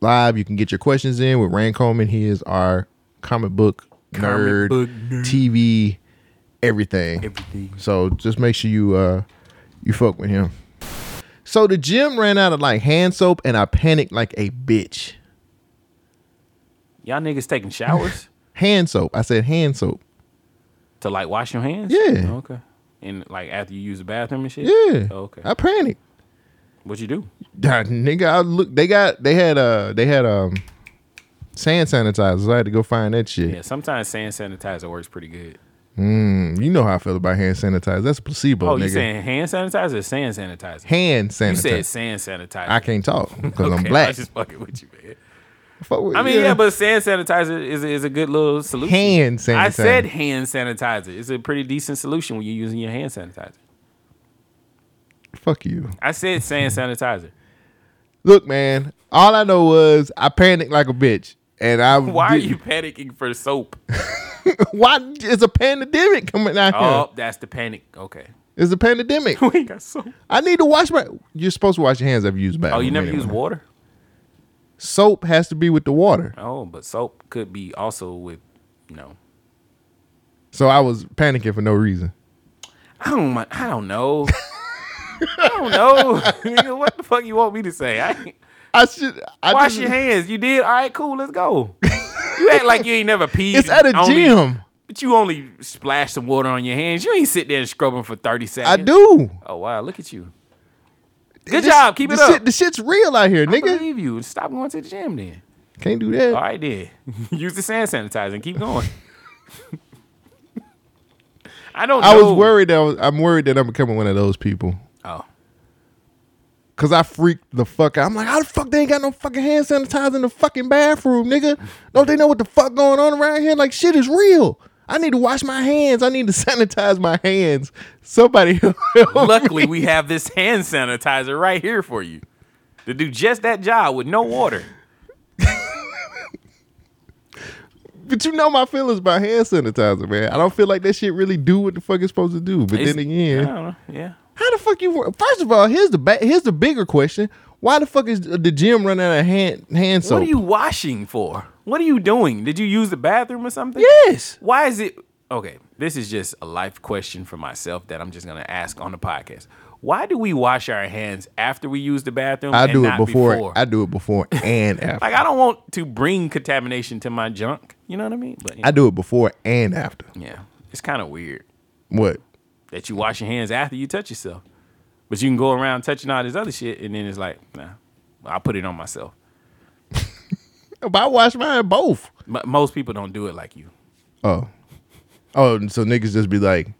B: live. You can get your questions in with Rand Coleman. He is our comic book nerd,
A: book
B: TV, everything.
A: Everything.
B: So just make sure you uh you fuck with him. So the gym ran out of like hand soap, and I panicked like a bitch.
A: Y'all niggas taking showers
B: Hand soap. I said hand soap.
A: to like wash your hands?
B: Yeah.
A: Okay. And like after you use the bathroom and shit?
B: Yeah.
A: Okay.
B: I panicked.
A: What you do?
B: Nah, nigga, I look. They got. They had. Uh. They had. Um. Sand sanitizers. I had to go find that shit.
A: Yeah, sometimes hand sanitizer works pretty good.
B: You know how I feel about hand sanitizer. That's placebo,
A: Oh,
B: nigga.
A: you saying hand sanitizer or sand sanitizer?
B: hand
A: you
B: sanitizer.
A: said sand sanitizer.
B: I can't talk because
A: okay,
B: I'm black.
A: I just fucking with you, man.
B: Fuck with-
A: I mean, yeah. but sand sanitizer is is a good little solution.
B: Hand sanitizer.
A: I said hand sanitizer. It's a pretty decent solution when you're using your hand sanitizer.
B: fuck you.
A: I said sand sanitizer.
B: Look, man. All I know was I panicked like a bitch, and I.
A: Why are you panicking for soap?
B: Why is a pandemic coming out
A: Oh,
B: here?
A: that's the panic. Okay.
B: It's a pandemic.
A: We ain't got soap.
B: I need to wash my. You're supposed to wash your hands after you use bathroom.
A: Oh, you never
B: anyway.
A: use water?
B: Soap has to be with the water.
A: Oh, but soap could be also with, you know.
B: So I was panicking for no reason.
A: I don't mi- I don't know. I don't know. Nigga, what the fuck you want me to say? I ain't-
B: I should. I
A: wash
B: just-
A: your hands. You did? All right, cool. Let's go. You act like you ain't never peed.
B: It's at a
A: only-
B: gym.
A: But you only splash some water on your hands. You ain't sit there and scrubbing for 30
B: I
A: seconds.
B: do.
A: Oh, wow. Look at you. Good
B: This-
A: job. Keep it
B: the
A: up.
B: Shit, the shit's real out here,
A: I
B: nigga.
A: believe you. Stop going to the gym then.
B: Can't do that.
A: All right, then. Use the sand sanitizer and keep going. I don't.
B: I
A: know.
B: was worried that I was, I'm worried that I'm becoming one of those people.
A: Oh,
B: Cause I freaked the fuck out. I'm like, how the fuck they ain't got no fucking hand sanitizer in the fucking bathroom, nigga? Don't they know what the fuck going on around here? Like shit is real. I need to wash my hands. I need to sanitize my hands. Somebody
A: luckily we have this hand sanitizer right here for you to do just that job with no water.
B: But you know my feelings about hand sanitizer, man. I don't feel like that shit really do what the fuck it's supposed to do. But
A: It's-
B: then
A: I
B: again,
A: don't know. Yeah.
B: How the fuck you? wor- First of all, here's the ba- here's the bigger question: Why the fuck is the gym running out of hand hand soap?
A: What are you washing for? What are you doing? Did you use the bathroom or something?
B: Yes.
A: Why is it okay? This is just a life question for myself that I'm just gonna ask on the podcast. Why do we wash our hands after we use the bathroom?
B: I
A: and
B: do it
A: not
B: before, I do it before and after.
A: like I don't want to bring contamination to my junk. You know what I mean? But
B: I do it before and after.
A: yeah, it's kind of weird
B: What?
A: that you wash your hands after you touch yourself, but you can go around touching all this other shit, and then it's like, nah, I put it on myself.
B: But I wash mine both.
A: But most people don't do it like you.
B: Oh, oh, and so niggas just be like,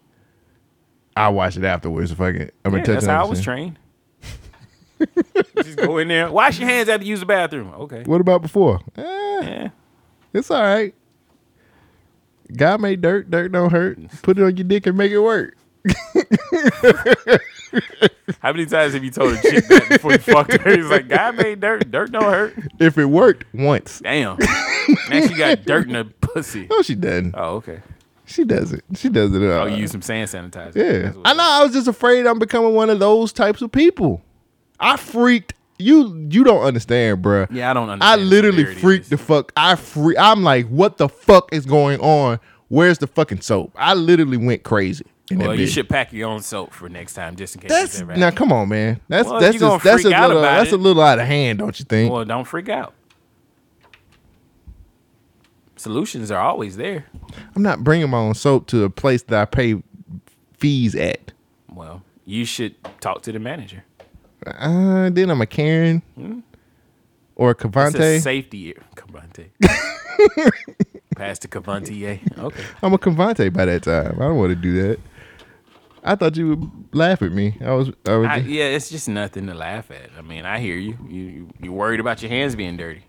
B: I wash it afterwards. If I can,
A: Yeah,
B: I'm gonna touch
A: that's
B: it
A: how I
B: after.
A: was trained. Just go in there, wash your hands after you use the bathroom. Okay.
B: What about before? Eh,
A: Yeah.
B: it's all right. God made dirt. Dirt don't hurt. Put it on your dick and make it work.
A: How many times have you told a chick that before you fucked her? He's like, God made dirt. Dirt don't hurt.
B: If it worked once,
A: Damn. now she got dirt in her pussy.
B: no, she doesn't.
A: Oh, okay.
B: She does it. She does it. uh,
A: Oh, you use some sand sanitizer.
B: Yeah.
A: That's what-
B: I know. I was just afraid I'm becoming one of those types of people. I freaked. You you don't understand, bruh.
A: Yeah, I don't
B: I
A: understand the
B: literally
A: severity of
B: freaked the
A: this.
B: fuck. I free. I'm like, what the fuck is going on? Where's the fucking soap? I literally went crazy. in that
A: Well, you
B: bitch.
A: should pack your own soap for next time, just in case.
B: That's
A: it's ever
B: now.
A: happened.
B: Come on, man. That's
A: Well, if
B: that's
A: you gonna
B: just, that's a
A: freak out
B: little
A: about
B: that's a
A: it-
B: little out of hand, don't you think?
A: Well, don't freak out. Solutions are always there.
B: I'm not bringing my own soap to a place that I pay fees at.
A: Well, you should talk to the manager.
B: Uh, then I'm a Karen or a
A: It's Hmm? a
B: Cavante.
A: safety Cavante. Pass to Cavante. E. Okay.
B: I'm a Cavante by that time. I don't want to do that. I thought you would laugh at me. I was. I was
A: I, yeah, it's just nothing to laugh at. I mean, I hear you. You you you're worried about your hands being dirty.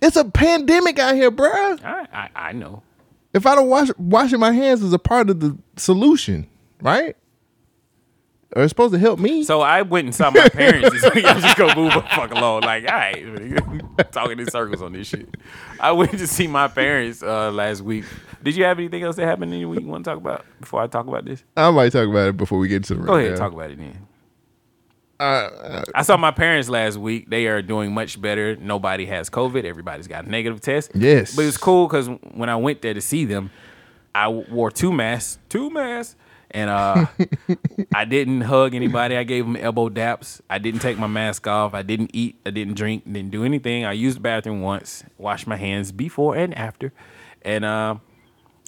B: it's a pandemic out here, bruh.
A: I I, I know.
B: If I don't wash washing my hands is a part of the solution, right? Or it's supposed to help me.
A: So I went and saw my parents this week. I just go move the fuck along. Like, all right, talking in circles on this shit. I went to see my parents uh, last week. Did you have anything else that happened in your week you want to talk about before I talk about this?
B: I might talk about it before we get to the
A: Go ahead,
B: rundown.
A: talk about it then. I saw my parents last week. They are doing much better. Nobody has COVID. Everybody's got a negative test.
B: Yes.
A: but it's cool because when I went there to see them, I w- wore two masks, two masks, and uh, I didn't hug anybody. I gave them elbow daps. I didn't take my mask off. I didn't eat. I didn't drink. Didn't do anything. I used the bathroom once. Washed my hands before and after, and uh,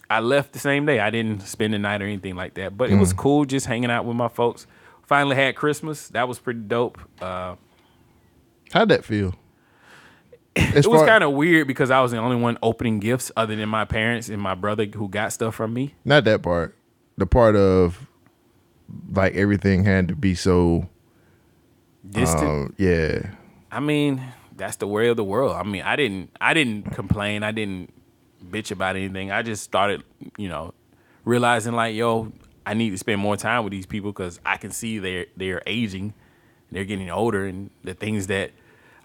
A: I left the same day. I didn't spend the night or anything like that. But it was cool just hanging out with my folks. Finally had Christmas. That was pretty dope. Uh,
B: How'd that feel?
A: it was kind of weird because I was the only one opening gifts other than my parents and my brother who got stuff from me.
B: not that part. The part of like everything had to be so.
A: Distant.
B: Um, yeah,
A: I mean, that's the way of the world. I mean, I didn't I didn't complain. I didn't bitch about anything. I just started, you know, realizing like, yo, I need to spend more time with these people cuz I can see they're they're aging. They're getting older and the things that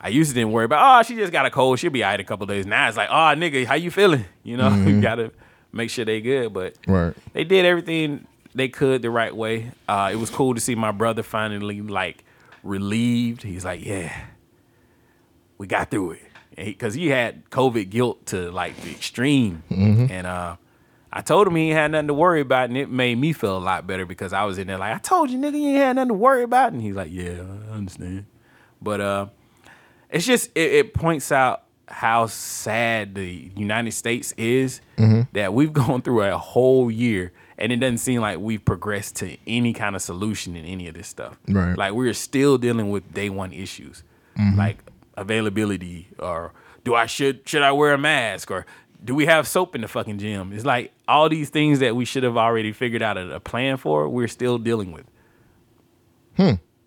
A: I used to didn't worry about, oh, she just got a cold. She'll be all right in a couple of days. Now it's like, oh, nigga, how you feeling? You know, you got to make sure they good, but
B: right.
A: they did everything they could the right way. Uh, it was cool to see my brother finally like relieved. He's like, yeah, we got through it because he, had COVID guilt to like the extreme, and uh, I told him he ain't had nothing to worry about, and it made me feel a lot better because I was in there like, I told you, nigga, you ain't had nothing to worry about, and he's like, yeah, I understand, but uh, it's just it, it points out how sad the United States is that we've gone through a whole year and it doesn't seem like we've progressed to any kind of solution in any of this stuff.
B: Right.
A: Like we're still dealing with day one issues, like availability or do I should should I wear a mask or do we have soap in the fucking gym? It's like all these things that we should have already figured out a, a plan for, we're still dealing with. Hmm.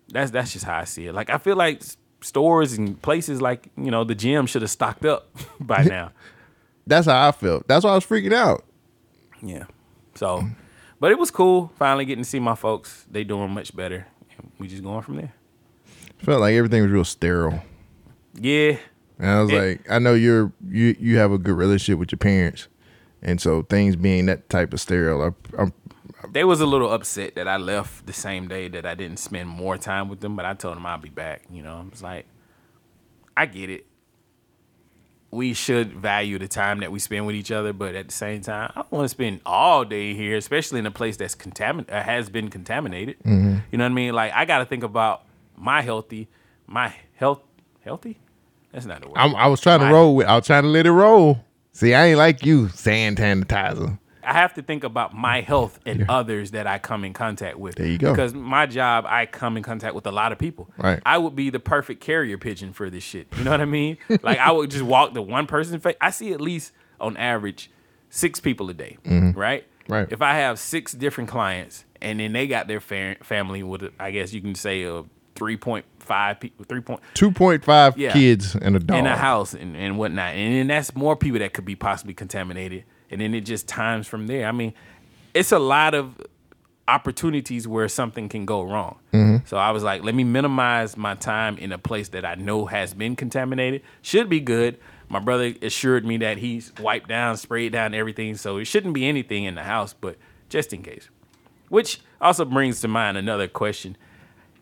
A: That's that's just how I see it. Like I feel like s- stores and places like you know the gym should have stocked up by now.
B: That's how I felt. That's why I was freaking out.
A: Yeah. So, but it was cool finally getting to see my folks. They doing much better. We just going from there.
B: Felt like everything was real sterile.
A: Yeah.
B: And I was
A: It-
B: like, I know you're you you have a good relationship with your parents, and so things being that type of sterile, I, I'm
A: They was a little upset that I left the same day that I didn't spend more time with them, but I told them I'll be back. You know, I was like, I get it. We should value the time that we spend with each other, but at the same time, I don't want to spend all day here, especially in a place that's contamin- uh, has been contaminated. You know what I mean? Like I got to think about my healthy, my health, healthy. That's not the word.
B: I'm, I was trying to
A: My-
B: roll with. I was trying to let it roll. See, I ain't like you, sand sanitizer.
A: I have to think about my health and others that I come in contact with.
B: There you go.
A: Because my job, I come in contact with a lot of people.
B: Right.
A: I would be the perfect carrier pigeon for this shit. You know what I mean? like I would just walk the one person. Face. I see at least on average six people a day. Right.
B: Mm-hmm. Right.
A: If I have six different clients and then they got their fa- family with, I guess you can say a three point five people, three point
B: Two point five
A: Yeah.
B: kids and a dog.
A: in a house and, and whatnot. And then that's more people that could be possibly contaminated. And then it just times from there. I mean, it's a lot of opportunities where something can go wrong. So I was like, let me minimize my time in a place that I know has been contaminated. Should be good. My brother assured me that he's wiped down, sprayed down everything. So it shouldn't be anything in the house, but just in case. Which also brings to mind another question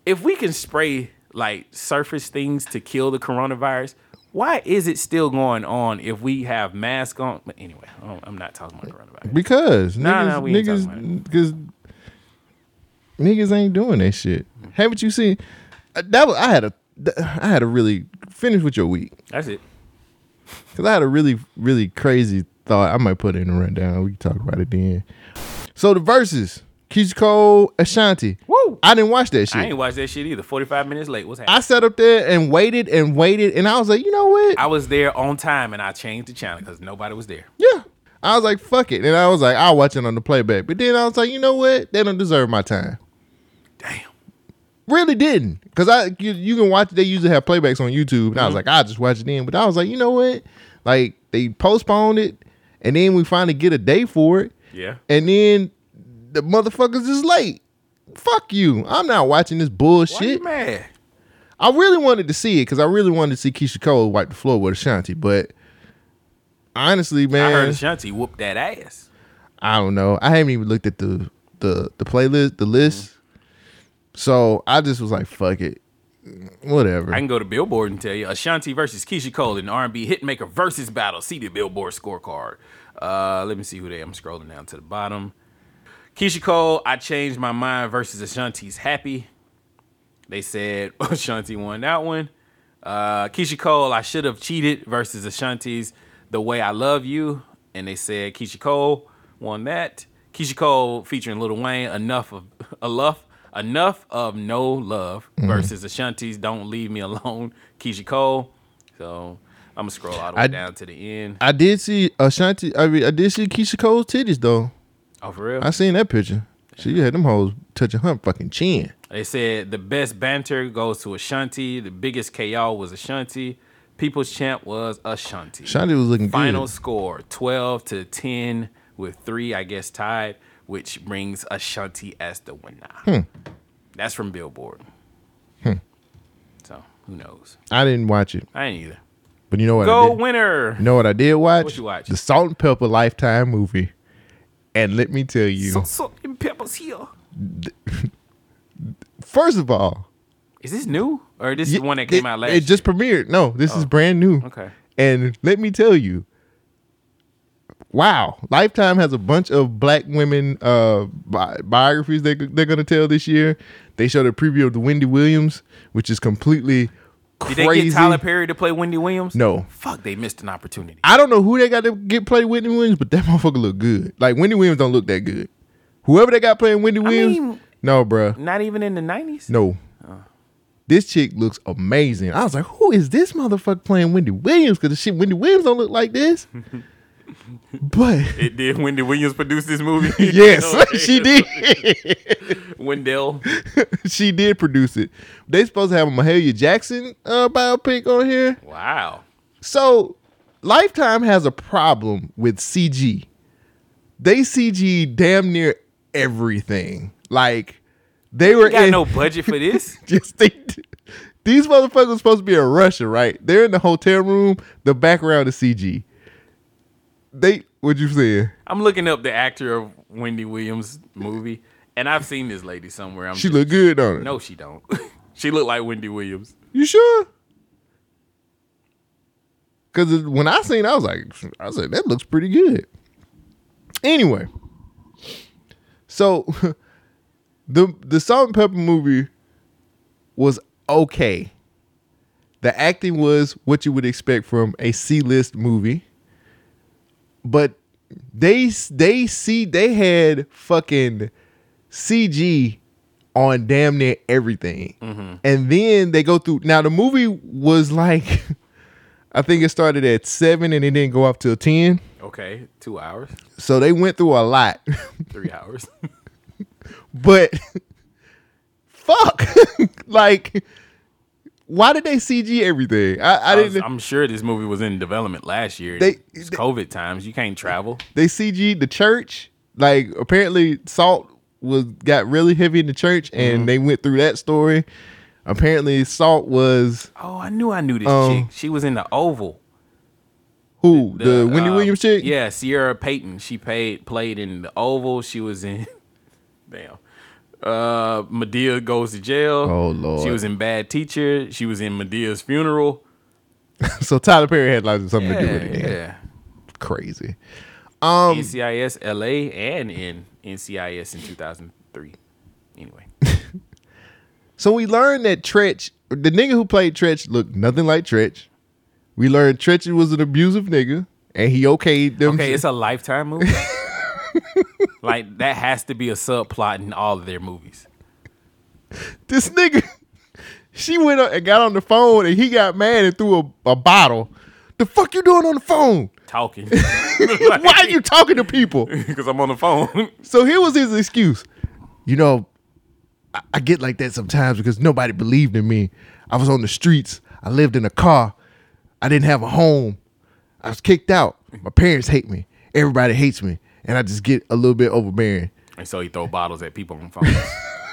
A: if we can spray like surface things to kill the coronavirus, why is it still going on if we have masks on? But anyway, I don't- I'm not talking about coronavirus.
B: Because
A: Nah,
B: niggas,
A: nah, we ain't talking
B: niggas, because niggas ain't doing that shit. Haven't you seen? uh, That was, I had a th- I had a really finish with your week
A: That's it.
B: because I had a really really crazy thought. I might put it in a rundown. We can talk about it then. So the verses, Keisha Cole, Ashanti.
A: Woo!
B: I didn't watch that shit.
A: I ain't watched that shit either. 45 minutes late. What's happening?
B: I sat up there and waited and waited, and I was like, you know what?
A: I, was there on time and I changed the channel because nobody was there.
B: yeah. I was like, fuck it. And I was like, I'll watch it on the playback. But then I was like, you know what? They don't deserve my time.
A: Damn.
B: Really didn't. Because I you, you can watch, they usually have playbacks on YouTube. And I
A: Mm-hmm.
B: was like, I'll just watch it then. But I was like, you know what? Like, they postponed it, and then we finally get a day for it.
A: Yeah.
B: And then the motherfuckers is late. Fuck you. I'm not watching this bullshit.
A: Why you mad?
B: I really wanted to see it because I really wanted to see Keisha Cole wipe the floor with Ashanti, but honestly,
A: I heard
B: man,
A: Ashanti whoop that ass.
B: I, don't know. I haven't even looked at the the the playlist, the list. So I just was like, fuck it, whatever.
A: I can go to Billboard and tell you Ashanti versus Keisha Cole in R&B hitmaker versus battle. See the Billboard scorecard. Uh, let me see who they. I'm scrolling down to the bottom. Keisha Cole, I changed my mind versus Ashanti's happy. They said Ashanti won that one. Uh, Keisha Cole, I should have cheated versus Ashanti's The Way I Love You. And they said Keisha Cole won that. Keisha Cole featuring Lil Wayne, Enough of Enough, Enough of No Love
B: Mm-hmm.
A: versus Ashanti's Don't Leave Me Alone, Keisha Cole. So I'm gonna scroll all the way
B: I-
A: down to the end.
B: I did see Ashanti. I mean, I did see Keisha Cole's titties though.
A: Oh, for real?
B: I seen that picture. She had them hoes touching her fucking chin.
A: They said the best banter goes to Ashanti. The biggest KO was Ashanti. People's champ was Ashanti.
B: Ashanti was looking
A: Final
B: good.
A: score 12 to 10 with three, I guess, tied, which brings Ashanti as the winner.
B: Hmm.
A: That's from Billboard. So who knows?
B: I didn't watch it,
A: I ain't either.
B: but you know what? I
A: Go
B: did?
A: winner.
B: You know what I did watch?
A: What you watch?
B: The Salt and Pepper Lifetime movie. And let me tell you,
A: So, so, and Pepper's here.
B: first of all,
A: Is this new or this is
B: y-
A: the one that came
B: it,
A: out last? Oh,
B: It just premiered. No, this is brand new.
A: Okay.
B: And let me tell you, wow, Lifetime has a bunch of black women uh, bi- biographies they, they're going to tell this year. They showed a preview of the Wendy Williams, which is completely
A: year? Did they
B: crazy.
A: get Tyler Perry to play Wendy Williams?
B: No.
A: Fuck, they missed an opportunity.
B: I don't know who they got to get play Whitney Williams, but that motherfucker look good. Like Wendy Williams don't look that good. Whoever they got playing Wendy Williams,
A: mean- uh.
B: no, bruh.
A: Not even in the 90s?
B: No. This chick looks amazing. I was like, who is this motherfucker playing Wendy Williams? Because the shit Wendy Williams don't look like this. But
A: It did. Wendy Williams produced this movie.
B: yes,
A: Okay.
B: she did.
A: Wendell.
B: she did produce it. They supposed to have a Mahalia Jackson uh, biopic on here.
A: Wow.
B: So Lifetime has a problem with CG. They CG damn near everything. Like they were
A: Got
B: in
A: no budget for this.
B: just they, these motherfuckers were supposed to be in Russia, right? They're in the hotel room. The background is CG. They what you saying?
A: I'm looking up the actor of Wendy Williams movie, and I've seen this lady somewhere. I'm
B: She
A: just-
B: look good on it.
A: No, she don't. she look like Wendy Williams.
B: You sure? Because when I seen, it, I was like, I said that looks pretty good. Anyway, so the the Salt and Pepper movie was okay. The acting was what you would expect from a C list movie, but they they see they had fucking CG on damn near everything. And then they go through. Now the movie was like, I think it started at seven and it didn't go up till ten.
A: Okay, two hours,
B: So they went through a lot,
A: three hours.
B: but fuck, like, why did they CG everything? I, I
A: I was,
B: didn't.
A: I'm sure this movie was in development last year.
B: They-
A: it's
B: they-
A: COVID times. You can't travel.
B: they CG the church. Like apparently salt was got really heavy in the church, and they went through that story. Apparently salt was
A: Oh, I knew I knew this
B: Um,
A: chick. She was in the Oval.
B: who the, Wendy
A: um,
B: Williams chick.
A: Yeah, Sierra Payton. She paid played in the Oval. She was in damn. Uh Medea goes to jail.
B: Oh, Lord.
A: She was in Bad Teacher. She was in Medea's funeral.
B: So Tyler Perry had like something to do
A: Yeah,
B: with it.
A: yeah.
B: Crazy.
A: Hmm. NCIS LA and in NCIS in 2003. Anyway,
B: So we learned that Tretch, the nigga who played Tretch, looked nothing like Tretch. We learned Tretch was an abusive nigga, and he okayed them.
A: okay, it's a lifetime movie. like that has to be a subplot in all of their movies.
B: this nigga, she went up and got on the phone, and he got mad and threw a, a bottle. The fuck you doing on the phone?
A: Talking
B: Why are you talking to people?
A: because I'm on the phone.
B: So here was his excuse. You know, I, I get like that sometimes because nobody believed in me. I was on the streets. I lived in a car. I didn't have a home. I was kicked out. My parents hate me. Everybody hates me. And I just get a little bit overbearing.
A: and so he throw bottles at people on phones.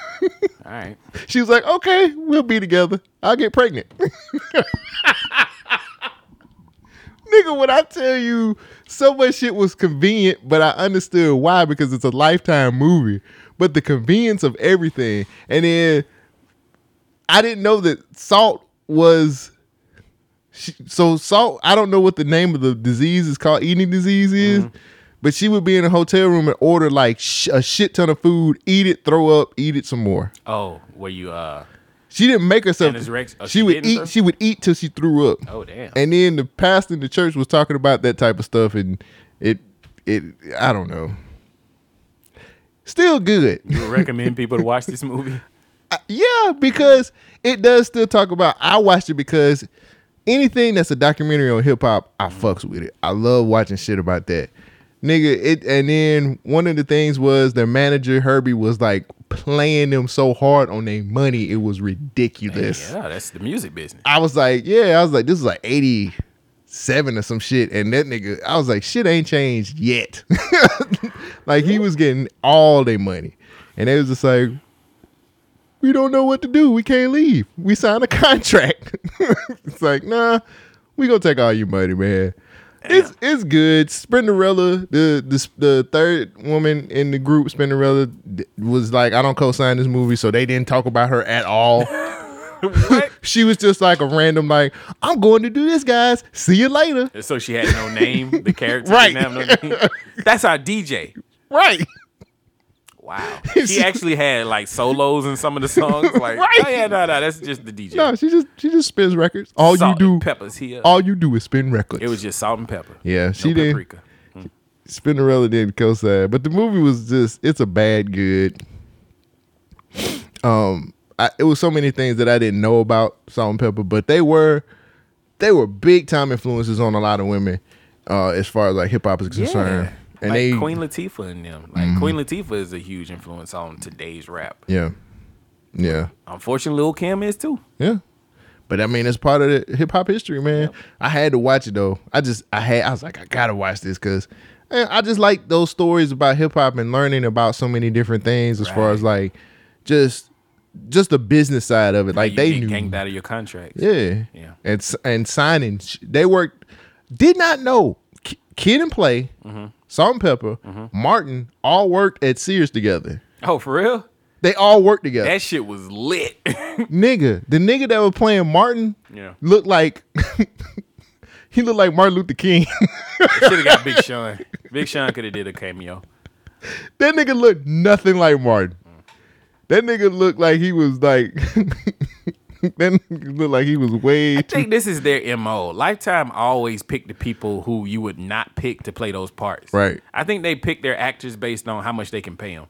A: all right.
B: She was like, okay, we'll be together. I'll get pregnant. Nigga, when I tell you so much shit was convenient, but I understood why because it's a lifetime movie. But the convenience of everything. And then I didn't know that salt was. She, so salt, I don't know what the name of the disease is called, eating disease is, but she would be in a hotel room and order like sh- a shit ton of food, eat it, throw up, eat it some more.
A: Oh, were you? uh
B: She didn't make herself.
A: Anorexia- oh,
B: she
A: she
B: would
A: didn't,
B: eat.
A: sir?
B: She would eat till she threw up.
A: Oh, damn.
B: And then the pastor in the church was talking about that type of stuff, and it, it, I don't know. Still good,
A: You would recommend people to watch this movie?
B: yeah, because it does still talk about. I watched it because anything that's a documentary on hip hop, I fucks with it. I love watching shit about that, nigga. It and then one of the things was their manager Herbie was like playing them so hard on their money, it was ridiculous.
A: Yeah, that's the music business.
B: I was like, yeah, I was like, this is like 87 or some shit. And that nigga, I was like, shit ain't changed yet. like he was getting all their money. And they was just like, we don't know what to do. We can't leave. We signed a contract. it's like, nah, we gonna take all your money, man. It's it's good. Spinderella, the the the third woman in the group, Spinderella, d- was like, I don't co-sign this movie, so they didn't talk about her at all. she was just like a random, like, I'm going to do this, guys. See you later.
A: And So she had no name. The character
B: Right.
A: didn't have no name. That's our DJ.
B: Right.
A: Wow. She actually had like solos in some of the songs. Like,
B: Right.
A: oh yeah, no, no, that's just the DJ.
B: No, she just she just spins records. All
A: Salt and
B: you do,
A: peppers here.
B: all you do is spin records.
A: it was just salt and pepper.
B: Yeah,
A: no
B: she did.
A: paprika.
B: Spinnerella didn't co-sign, but the movie was just—it's a bad good. Um, I, it was so many things that I didn't know about Salt and Pepper, but they were, they were big time influences on a lot of women. uh, as far as like hip hop is concerned. And
A: like
B: they, Mm-hmm.
A: Queen Latifah and them. Like Queen Latifah is a huge influence on today's rap.
B: yeah, yeah,
A: Unfortunately, Lil Kim is too.
B: yeah. But I mean, it's part of the hip hop history, man. I had to watch it though. I just, I had, I was like, I gotta watch this because I just like those stories about hip hop and learning about so many different things as far as like just, just the business side of it. Like
A: you
B: they
A: get
B: knew
A: ganked out of your contracts.
B: Yeah.
A: Yeah.
B: And s- and signing, sh- they worked. Did not know K- Kid and Play,
A: Mm-hmm.
B: Salt and Pepper, Martin all worked at Sears together.
A: Oh, for real?
B: They all worked together.
A: That shit was lit.
B: nigga, the nigga that was playing Martin,
A: Yeah.
B: looked like he looked like Martin Luther King.
A: Should have got Big Sean. Big Sean could have did a cameo.
B: that nigga looked nothing like Martin. That nigga looked like he was like. that nigga looked like he was way.
A: I think this is their MO. Lifetime always picked the people who you would not pick to play those parts.
B: Right.
A: I think they pick their actors based on how much they can pay them.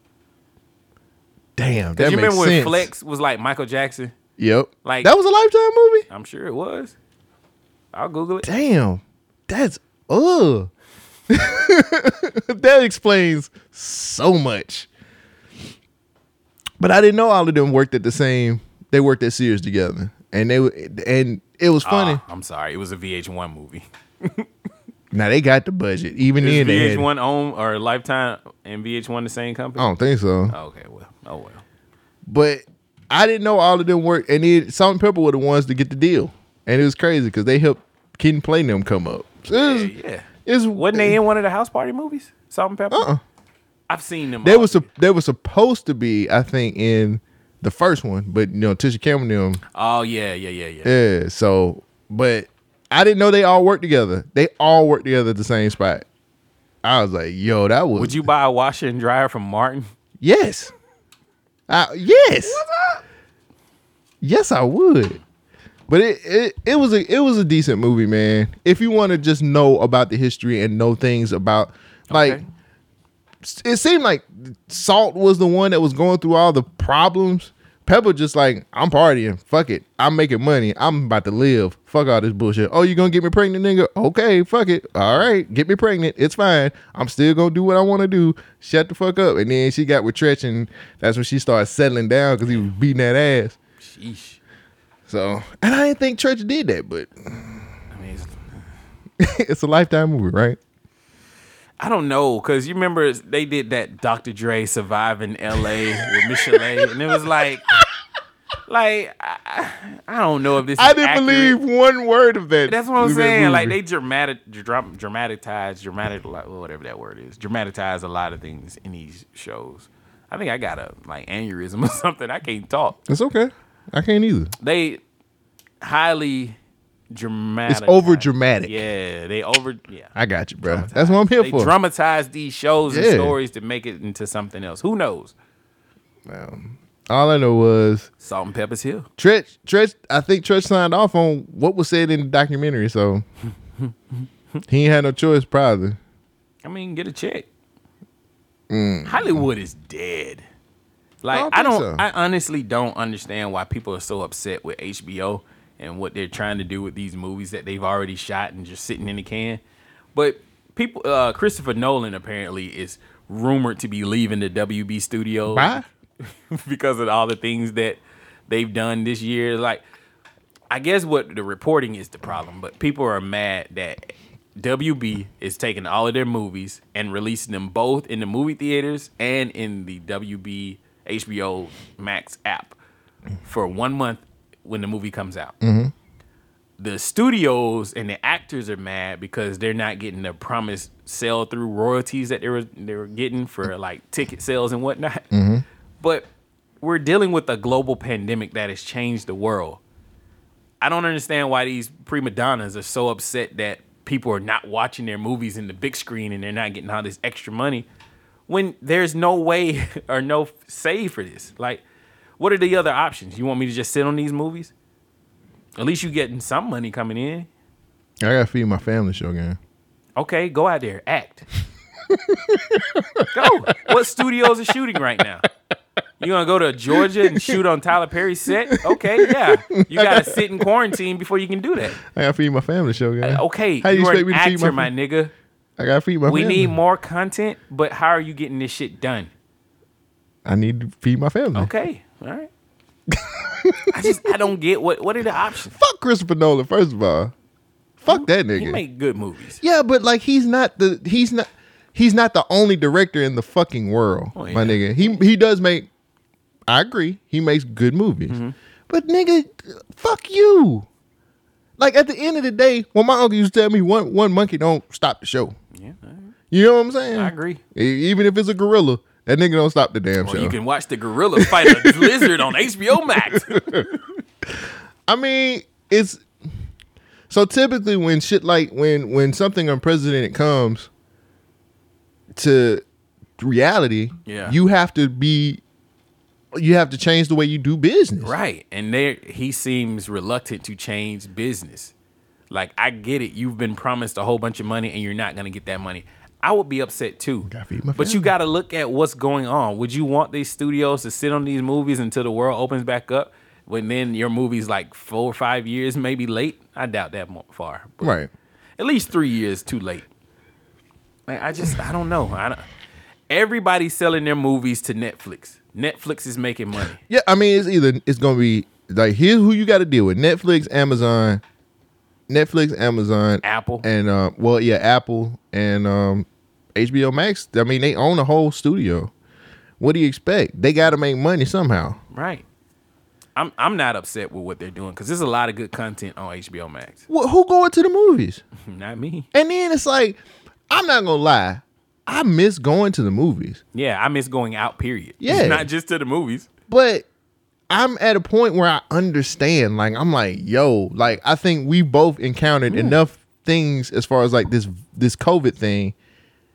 B: Damn, that
A: Because you
B: makes
A: remember when
B: sense.
A: Flex was like Michael Jackson?
B: Yep,
A: Like-
B: that was a lifetime movie.
A: I'm sure it was. I'll Google it.
B: damn, that's ugh. that explains so much. But I didn't know all of them worked at the same. They worked at Sears together, and they w- and it was funny.
A: Ah, I'm sorry. It was a VH1 movie.
B: now they got the budget. Even
A: Is
B: then, they had, I
A: VH1 own or Lifetime and VH1 the same company?
B: don't think so.
A: Okay, well, oh well.
B: But I didn't know all of them worked. And it, Salt and Pepper were the ones to get the deal, and it was crazy because they helped Kid and Play them come up. So it was-
A: Yeah.
B: it's-
A: Wasn't they in one of the house party movies? Salt and Pepper?
B: Uh-uh.
A: I've seen them.
B: They
A: all.
B: was sup- they were supposed to be, I think, in the first one, but you know, Tisha Cameron and them.
A: Oh, yeah, yeah, yeah, yeah.
B: Yeah, so but I didn't know they all worked together. They all worked together at the same spot. I was like, yo, that was
A: Would you buy a washer and dryer from Martin?
B: Yes. I, yes. Yes, I would. But it, it it was a it was a decent movie, man. If you want to just know about the history and know things about like
A: Okay.
B: s- it seemed like Salt was the one that was going through all the problems. Pepper just like, I'm partying. Fuck it. I'm making money. I'm about to live. Fuck all this bullshit. Oh, you gonna get me pregnant, nigga? Okay, fuck it. All right, get me pregnant. It's fine. I'm still gonna do what I want to do. Shut the fuck up. And then she got with Tretch, and that's when she started settling down because he was beating that ass.
A: Sheesh.
B: So, and I didn't think Tretch did that, but
A: I mean, it's-
B: it's a lifetime movie, right?
A: I don't know, cause you remember they did that Dr. Dre surviving L.A. with Michelet, and it was like, like I, I don't know if this.
B: I
A: is
B: didn't
A: accurate.
B: believe one word of that.
A: That's what I'm
B: that
A: saying. Like
B: movie.
A: they dramatic, dram- dramatize, dramatic, like, well, whatever that word is, dramatize a lot of things in these shows. I think I got a like aneurysm or something. I can't talk.
B: it's okay. I can't either.
A: They highly dramatic.
B: over dramatic.
A: Yeah, they over. Yeah,
B: I got you, bro. That's what I'm here
A: they
B: for.
A: dramatize these shows
B: Yeah.
A: and stories to make it into something else. Who knows?
B: All I know was
A: Salt and Pepper's Hill.
B: Tretch. Tretch. I think Tretch signed off on what was said in the documentary, so he ain't had no choice, probably.
A: I mean, get a check. Hollywood is dead. Like
B: Mm. don't
A: I
B: think
A: don't, I,
B: so.
A: honestly don't understand why people are so upset with HBO and what they're trying to do with these movies that they've already shot and just sitting in the can. But people, uh, Christopher Nolan apparently is rumored to be leaving the WB studio
B: Bye.
A: because of all the things that they've done this year. Like, I guess what the reporting is the problem, but people are mad that WB is taking all of their movies and releasing them both in the movie theaters and in the WB HBO Max app for one month when the movie comes out. The studios and the actors are mad because they're not getting the promised sell through royalties that they were they were getting for like ticket sales and whatnot. But we're dealing with a global pandemic that has changed the world. I don't understand why these prima donnas are so upset that people are not watching their movies in the big screen and they're not getting all this extra money when there's no way or no f- save for this. Like, what are the other options? You want me to just sit on these movies? At least you getting some money coming in.
B: I gotta feed my family, Shogun.
A: Okay, go out there, act. go. What studios are shooting right now? You gonna go to Georgia and shoot on Tyler Perry's set? Okay, yeah. You gotta sit in quarantine before you can do that.
B: I gotta feed my family show, guy.
A: Uh, Okay,
B: How you
A: are
B: expect
A: an
B: me to feed
A: actor,
B: my?
A: my nigga.
B: I gotta feed my
A: We
B: family.
A: need more content, but how are you getting this shit done?
B: I need to feed my family.
A: Okay, all right. I just I don't get what what are the options?
B: Fuck Christopher Nolan. First of all, fuck that
A: He
B: nigga.
A: make good movies.
B: Yeah, but like he's not the he's not he's not the only director in the fucking world,
A: Oh,
B: my
A: yeah.
B: nigga. He he does make. I agree. He makes good movies,
A: Mm-hmm.
B: but nigga, fuck you. Like at the end of the day, when my uncle used to tell me one one monkey don't stop the show.
A: Yeah, all right.
B: You know what I'm saying?
A: I agree.
B: E- Even if it's a gorilla, that nigga don't stop the damn
A: Well,
B: show.
A: you can watch the gorilla fight a lizard on HBO Max.
B: I mean, it's so typically when shit like when when something unprecedented comes to reality,
A: Yeah.
B: you have to be you have to change the way you do business.
A: Right. And there he seems reluctant to change business. Like I get it. You've been promised a whole bunch of money and you're not going to get that money. I would be upset too.
B: Gotta feed my
A: But you
B: family.
A: got to look at what's going on. Would you want these studios to sit on these movies until the world opens back up? When then your movie's like four or five years, maybe late. I doubt that mo- far. but
B: Right.
A: At least three years too late. Like I just I don't know. I don't, everybody's selling their movies to Netflix. Netflix is making money.
B: Yeah, I mean it's either it's gonna be like here's who you gotta deal with. Netflix, Amazon, Netflix, Amazon,
A: Apple.
B: and uh well yeah, Apple and um HBO Max. I mean they own a whole studio. What do you expect? They gotta make money somehow.
A: Right. I'm I'm not upset with what they're doing because there's a lot of good content on HBO Max.
B: Wh- who going to the movies?
A: Not me.
B: And then it's like, I'm not gonna lie, I miss going to the movies,
A: Yeah, I miss going out. Period.
B: Yeah.
A: Not just to the movies.
B: but I'm at a point where I understand. Like, I'm like, yo, like I think we both encountered
A: Mm.
B: enough things as far as like this this COVID thing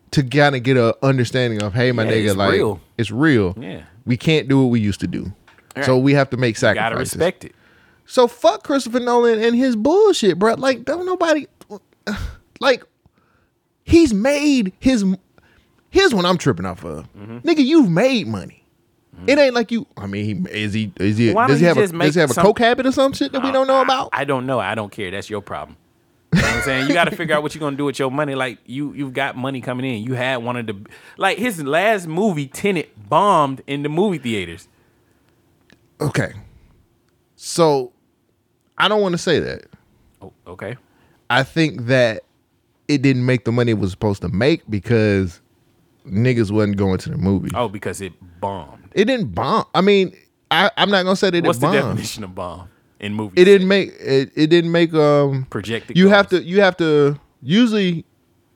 B: to kind of get a understanding of, hey, my
A: Yeah,
B: nigga,
A: it's
B: like
A: real.
B: it's real.
A: Yeah.
B: we can't do what we used to do. So we have to make sacrifices.
A: Gotta respect it.
B: So fuck Christopher Nolan and his bullshit, bro. Like, don't nobody like he's made his here's what I'm tripping off of.
A: Mm-hmm.
B: Nigga, you've made money. It ain't like you. I mean, he, is he? Is he?
A: Why
B: does
A: don't
B: he
A: you
B: have a
A: just make
B: does he have a
A: some-
B: coke habit or some shit that we don't know about?
A: I don't know. I don't care. That's your problem. You know what I'm saying you got to figure out what you're gonna do with your money. Like you, you've got money coming in. You had one of the like his last movie, Tenet, bombed in the movie theaters.
B: okay, so I don't want to say that.
A: Oh, okay.
B: I think that it didn't make the money it was supposed to make because niggas wasn't going to the movie.
A: Oh, because it bombed.
B: It didn't bomb. I mean, I, I'm not gonna say that it
A: What's
B: bombed.
A: the definition of bomb in movies?
B: it didn't make it, it didn't make um
A: Projected
B: you have
A: goals.
B: to you have to usually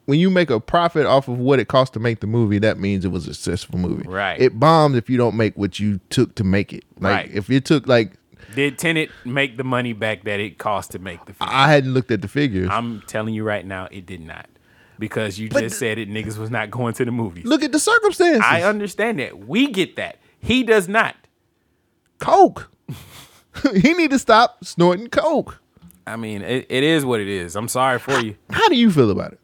B: when you make a profit off of what it cost to make the movie that means it was a successful movie
A: Right.
B: it bombs if you don't make what you took to make it like
A: Right.
B: if it took like
A: Did Tenet make the money back that it cost to make the film?
B: i hadn't looked at the figures
A: I'm telling you right now, it did not. Because you just said it, niggas was not going to the movies.
B: look at the circumstances
A: I understand that. We get that. He does not.
B: coke he need to stop snorting coke
A: I mean, it, it is what it is. I'm sorry for you.
B: how do you feel about it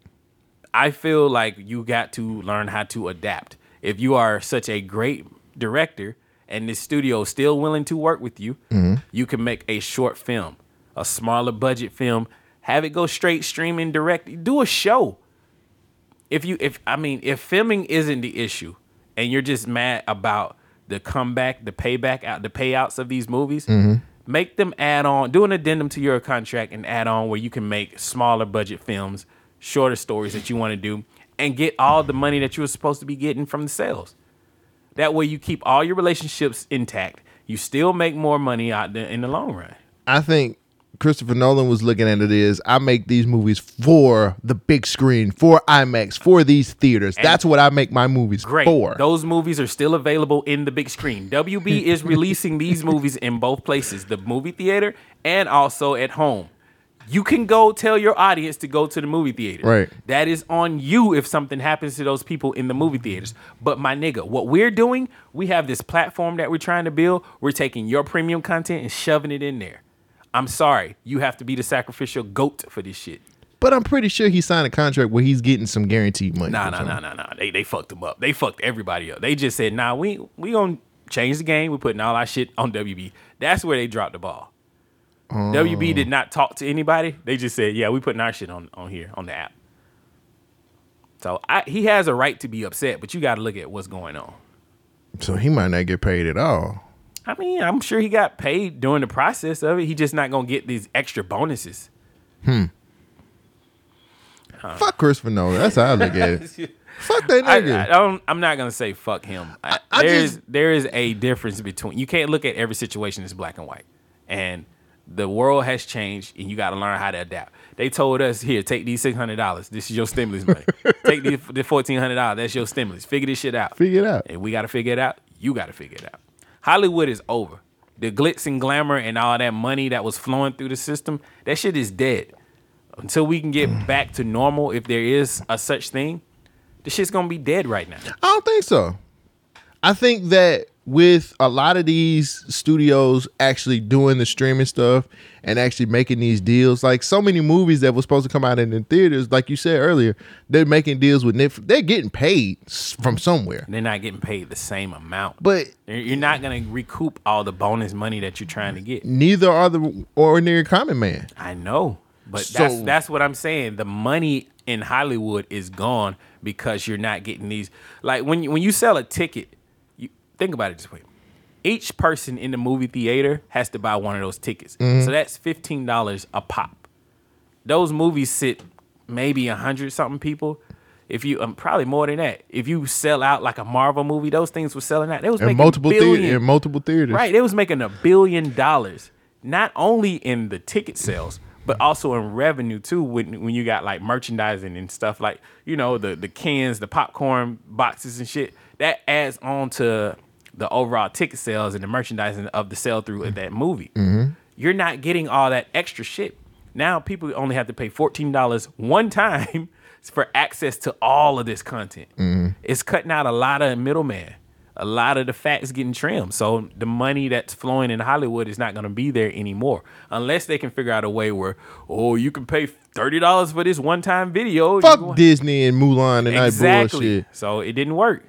A: I feel like you got to learn how to adapt. If you are such a great director and this studio is still willing to work with you, you can make a short film, a smaller budget film, have it go straight streaming direct, do a show. If you if I mean if filming isn't the issue and you're just mad about the comeback, the payback out the payouts of these movies, make them add on, do an addendum to your contract and add on where you can make smaller budget films, shorter stories that you want to do, and get all the money that you were supposed to be getting from the sales. That way you keep all your relationships intact. You still make more money out there in the long run.
B: i think Christopher Nolan was looking at it is I make these movies for the big screen, for IMAX, for these theaters. That's what I make my movies
A: Great.
B: for.
A: Those movies are still available in the big screen. WB is releasing these movies in both places, the movie theater and also at home. You can go tell your audience to go to the movie theater.
B: Right.
A: That is on you if something happens to those people in the movie theaters. But my nigga, what we're doing, we have this platform that we're trying to build. We're taking your premium content and shoving it in there. I'm sorry, you have to be the sacrificial goat for this shit.
B: But I'm pretty sure he signed a contract where he's getting some guaranteed money.
A: Nah,
B: from
A: nah,
B: something.
A: nah, nah, nah. They they fucked them up. They fucked everybody up. They just said, nah, we we gonna Change the game. We're putting all our shit on WB. That's where they dropped the ball. WB did not talk to anybody. They just said, "Yeah, we putting our shit on on here on the app." So I, he has a right to be upset, but you got to look at what's going on.
B: So he might not get paid at all.
A: I mean, I'm sure he got paid during the process of it. He just not gonna get these extra bonuses.
B: Fuck Christopher Nolan. That's how I look at it. Fuck that
A: Uh. I,
B: nigga.
A: I don't. I'm not gonna say fuck him. I,
B: I
A: there is
B: just-
A: there is a difference between you can't look at every situation as black and white, and the world has changed, and you got to learn how to adapt. They told us here, take these six hundred dollars. This is your stimulus money. take the, the fourteen hundred dollars. That's your stimulus. Figure this shit out.
B: Figure it out.
A: And we got to figure it out. You got to figure it out. Hollywood is over. The glitz and glamour and all that money that was flowing through the system, that shit is dead. Until we can
B: Mm.
A: get back to normal, if there is a such thing, this shit's gonna be dead right now.
B: I don't think so. I think that with a lot of these studios actually doing the streaming stuff and actually making these deals, like so many movies that were supposed to come out in the theaters, like you said earlier, they're making deals with Netflix. They're getting paid s- from somewhere.
A: They're not getting paid the same amount.
B: But
A: You're- you're not gonna recoup all the bonus money that you're trying to get.
B: neither are the ordinary common man.
A: I know, but that's
B: So-
A: that's what I'm saying. The money in Hollywood is gone because you're not getting these. Like when you, when you sell a ticket, you think about it this way: each person in the movie theater has to buy one of those tickets,
B: Mm-hmm.
A: so that's fifteen dollars a pop. Those movies sit maybe a hundred something people. If you um, probably more than that. If you sell out like a Marvel movie, those things were selling out. They was
B: In
A: making
B: multiple,
A: billion.
B: theater, in multiple theaters.
A: Right. They was making a billion dollars, not only in the ticket sales, but also in revenue too. When when you got like merchandising and stuff like you know the the cans, the popcorn boxes and shit, that adds on to the overall ticket sales and the merchandising of the sell through of that movie. You're not getting all that extra shit. Now people only have to pay fourteen dollars one time for access to all of this content. It's cutting out a lot of middleman. A lot of the fat is getting trimmed. So the money that's flowing in Hollywood is not going to be there anymore unless they can figure out a way where, oh, you can pay thirty dollars for this one time video. You
B: Fuck
A: want-
B: Disney and Mulan and that bullshit.
A: So it didn't work.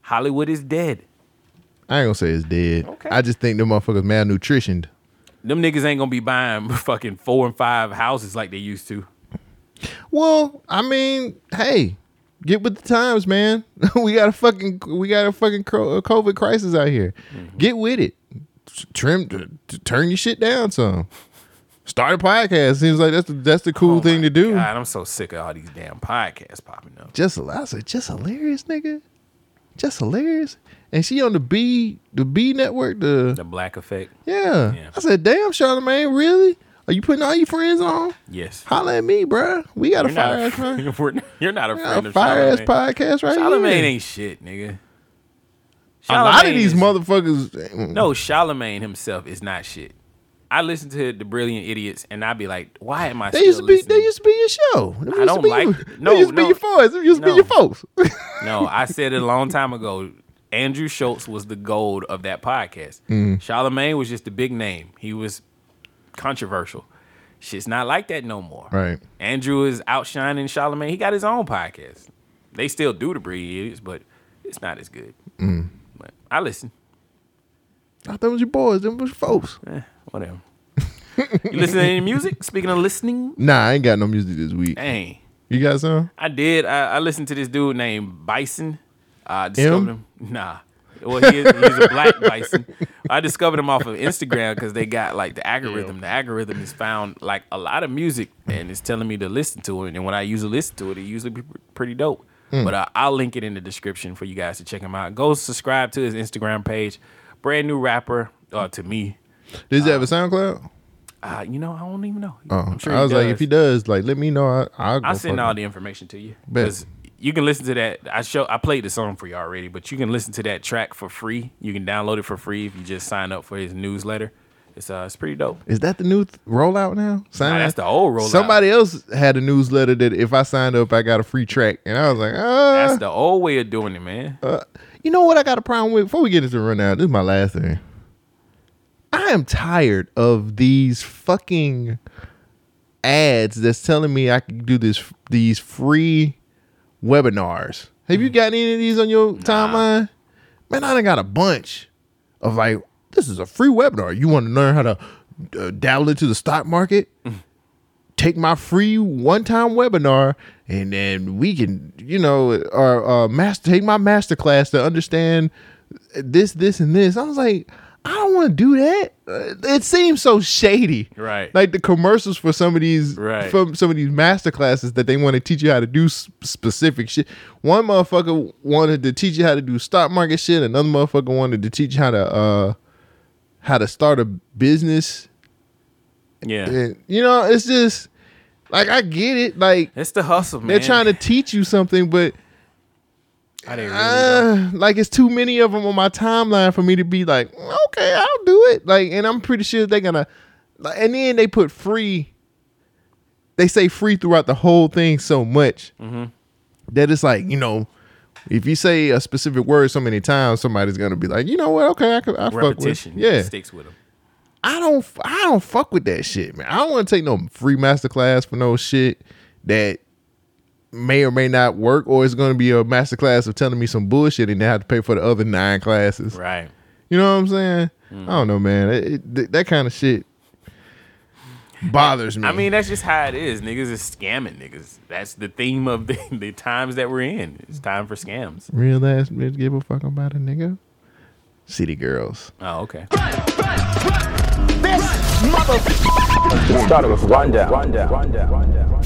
A: Hollywood is dead.
B: I ain't gonna say it's dead.
A: Okay.
B: I just think them motherfuckers malnutritioned.
A: Them niggas ain't gonna be buying fucking four and five houses like they used to.
B: Well, I mean, hey, get with the times, man. we got a fucking we got a fucking cro- a COVID crisis out here.
A: Mm-hmm.
B: Get with it. S- Trim, t- turn your shit down some. Start a podcast. Seems like that's the, that's the cool
A: Oh
B: thing
A: my
B: to do.
A: God, I'm so sick of all these damn podcasts popping up.
B: Just I was like, just hilarious, nigga. Just hilarious. And she on the B the B network. The,
A: The black effect.
B: yeah.
A: Yeah.
B: I said, damn, Charlemagne, really? Are you putting all your friends on?
A: Yes.
B: Holla at me, bruh. We got
A: You're
B: a
A: not
B: fire
A: a,
B: ass man.
A: we're not- you're not a
B: We
A: friend
B: got a
A: of
B: fire ass
A: Charlemagne.
B: podcast right
A: Charlemagne
B: here.
A: ain't shit, nigga.
B: a lot of
A: Charlemagne
B: these
A: is-
B: motherfuckers.
A: No, Charlemagne himself is not shit. I listen to the Brilliant Idiots, and I be like, why am I?
B: They
A: still
B: used to be. They
A: listening?
B: used to be your show. They used to
A: don't
B: be,
A: like-
B: They
A: no,
B: used to be
A: no.
B: your boys. They used to be
A: No.
B: your folks.
A: No, I said it a long time ago. Andrew Schultz was the gold of that podcast.
B: Mm.
A: Charlemagne was just a big name. He was controversial. Shit's not like that no more.
B: Right.
A: Andrew is outshining Charlemagne. He got his own podcast. They still do the Brilliant Idiots, but it's not as good.
B: Mm.
A: But I listen.
B: I thought it was your boys. Them was your folks.
A: Eh, whatever. you listen to any music? Speaking of listening,
B: Nah, I ain't got no music this week.
A: dang.
B: You got some?
A: I did. I, I listened to this dude named Bison. I discovered
B: M?
A: him. Nah. Well, he is, he's a black bison. I discovered him off of Instagram because they got like the algorithm. The algorithm has found like a lot of music and it's telling me to listen to it. And when I usually listen to it, it usually be pr- pretty dope.
B: Hmm.
A: But uh, I'll link it in the description for you guys to check him out. Go subscribe to his Instagram page. Brand new rapper uh, to me.
B: Does he have a SoundCloud?
A: Uh, you know, I don't even know.
B: Oh, I was like, if he does, like, let me know. I, I'll go.
A: I'll send
B: fuck
A: all
B: him.
A: the information to you
B: Bet.
A: because you can listen to that. I show I played the song for you already, but you can listen to that track for free. You can download it for free if you just sign up for his newsletter. It's uh, it's pretty dope.
B: Is that the new th- rollout now? Sign
A: Nah, that's the old rollout.
B: Somebody else had a newsletter that if I signed up, I got a free track, and I was like, ah.
A: That's the old way of doing it, man.
B: uh, You know what I got a problem with? Before we get into the rundown, this is my last thing. I am tired of these fucking ads that's telling me I can do this these free webinars. Have you gotten any of these on your timeline? Man, I done got a bunch of like, this is a free webinar. You want to learn how to uh, dabble into the stock market? Take my free one-time webinar, and then we can, you know, or uh, master take my master class to understand this, this, and this. I was like, I don't want to do that. Uh, It seems so shady,
A: Right.
B: Like the commercials for some of these,
A: Right.
B: from some of these master classes that they want to teach you how to do s- specific shit. One motherfucker wanted to teach you how to do stock market shit. Another motherfucker wanted to teach you how to uh how to start a business.
A: Yeah.
B: And, you know, it's just like I get it. Like
A: It's the hustle, man.
B: they're trying to teach you something, but
A: I didn't really know.
B: uh, like it's too many of them on my timeline for me to be like, okay, I'll do it. Like, and I'm pretty sure they're gonna. Like, and then they put free. They say free throughout the whole thing so much that it's like you know, if you say a specific word so many times, somebody's gonna be like, you know what? Okay, I could I fuck with.
A: repetition.
B: Yeah,
A: sticks with them.
B: I don't I don't fuck with that shit, man. I don't want to take no free masterclass for no shit that may or may not work, or it's gonna be a masterclass of telling me some bullshit and then I have to pay for the other nine classes.
A: Right. Mm.
B: You know what I'm saying? I don't know, man. It, it- th- that kind of shit bothers me.
A: I mean, that's just how it is. Niggas is scamming niggas. That's the theme of the, the times that we're in. It's time for scams.
B: real ass bitch give a fuck about a nigga. City girls.
A: Oh, okay.
J: Started with one down. One down. One down. One down.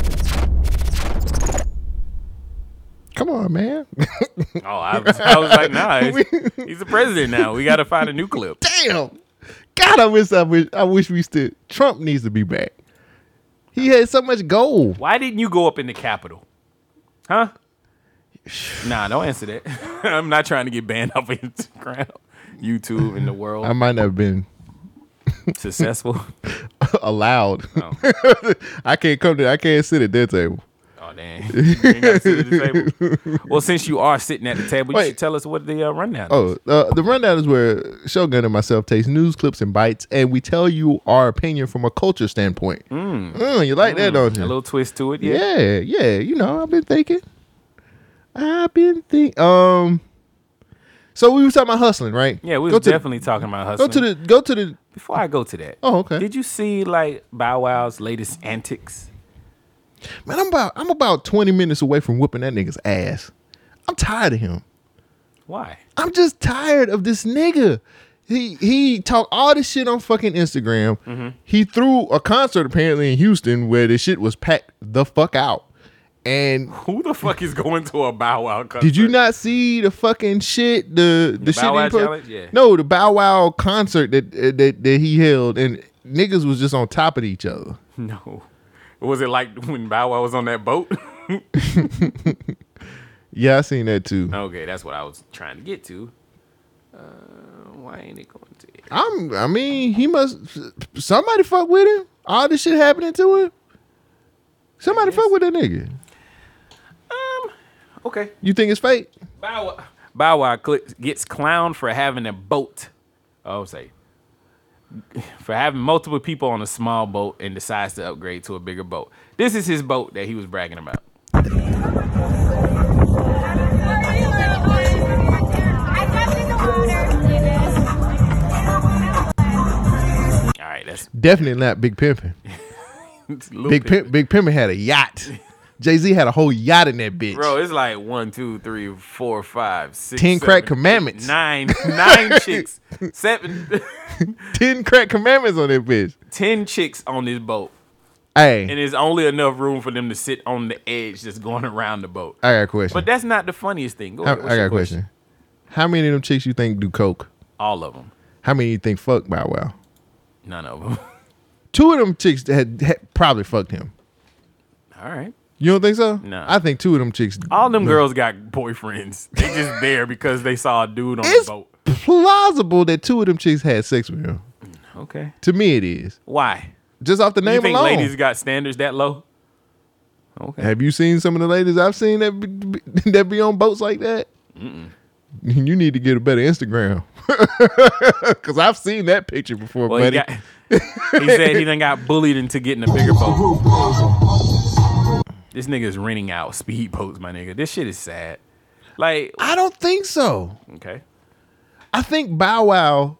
B: Come on, man.
A: Oh, I was, I was like, nah, he's, he's the president now. We got to find a new clip.
B: Damn. God, I wish I wish I wish we still Trump needs to be back. He had so much gold.
A: Why didn't you go up in the Capitol? Huh? Nah, don't answer that. I'm not trying to get banned off of Instagram, YouTube, and the world.
B: I might not have been
A: Successful.
B: allowed.
A: Oh.
B: I can't come to. I can't sit at that table.
A: Oh damn! You ain't gotta sit at the table. Well, since you are sitting at the table, you
B: Wait.
A: should tell us what the uh, rundown. is.
B: Oh, uh, the rundown is where Shogun and myself taste news clips and bites, and we tell you our opinion from a culture standpoint. Mm. you like that, don't
A: a
B: you?
A: little twist to it. Yeah.
B: Yeah, yeah. You know, I've been thinking. I've been think. Um. So we were talking about hustling, right?
A: Yeah, we
B: Go
A: was
B: to-
A: definitely talking about
B: Go
A: hustling.
B: to the. Go to the.
A: Before I go to that,
B: Oh, okay.
A: Did you see like Bow Wow's latest antics?
B: Man, I'm about. I'm about twenty minutes away from whooping that nigga's ass. I'm tired of him.
A: Why?
B: I'm just tired of this nigga. He he talked all this shit on fucking Instagram.
A: Mm-hmm.
B: He threw a concert apparently in Houston where the shit was packed the fuck out. And
A: Who the fuck is going to a Bow Wow concert?
B: did you not see the fucking shit? The the, shit
A: Bow Wow
B: he put-
A: challenge? Yeah.
B: No, the Bow Wow concert that, that that he held and niggas was just on top of each other.
A: No. Was it like when Bow Wow was on that boat?
B: Yeah, I seen that too.
A: okay, that's what I was trying to get to. Uh, why ain't it going to? air?
B: I'm I mean, he must somebody fuck with him. All this shit happening to him. Somebody fuck with that nigga.
A: Okay.
B: You think it's fake?
A: Bow Wow, Bow wow cl- gets clowned for having a boat. Oh, say. For having multiple people on a small boat and decides to upgrade to a bigger boat. This is his boat that he was bragging about. All right, that's
B: Definitely not Big Pimpin.
A: it's Lil
B: Big
A: Pimp.
B: Pimp, Big Pimpin had a yacht. Jay Z had a whole yacht in that bitch.
A: Bro, it's like one, two, three, four, five, six,
B: Ten crack
A: seven,
B: commandments.
A: eight, nine, nine chicks, seven,
B: Ten crack commandments on that bitch.
A: ten chicks on this boat, and
B: Hey,
A: there's only enough room for them to sit on the edge that's going around the boat.
B: I got a question.
A: But that's not the funniest thing. Go
B: I, I
A: ahead,
B: got
A: what's your
B: a question. How many of them chicks you think do coke?
A: All of them,
B: How many you think fuck Bow Wow?
A: none of them.
B: Two of them chicks had, had probably fucked him.
A: All right,
B: You don't think so?
A: No.
B: I think two of them chicks.
A: all them girls got boyfriends. They just there because they saw a dude on
B: It's
A: the boat.
B: plausible that two of them chicks had sex with him.
A: Okay,
B: To me, it is
A: why?
B: just off the name
A: you think
B: alone.
A: ladies got standards that low? Okay.
B: Have you seen some of the ladies I've seen that be, that be on boats like that? You need to get a better Instagram, cause I've seen that picture before,
A: Well, he,
B: buddy.
A: got, he said he done got bullied into getting a bigger boat. This nigga is renting out speedboats, my nigga. This shit is sad. Like,
B: I don't think so.
A: okay,
B: I think Bow Wow,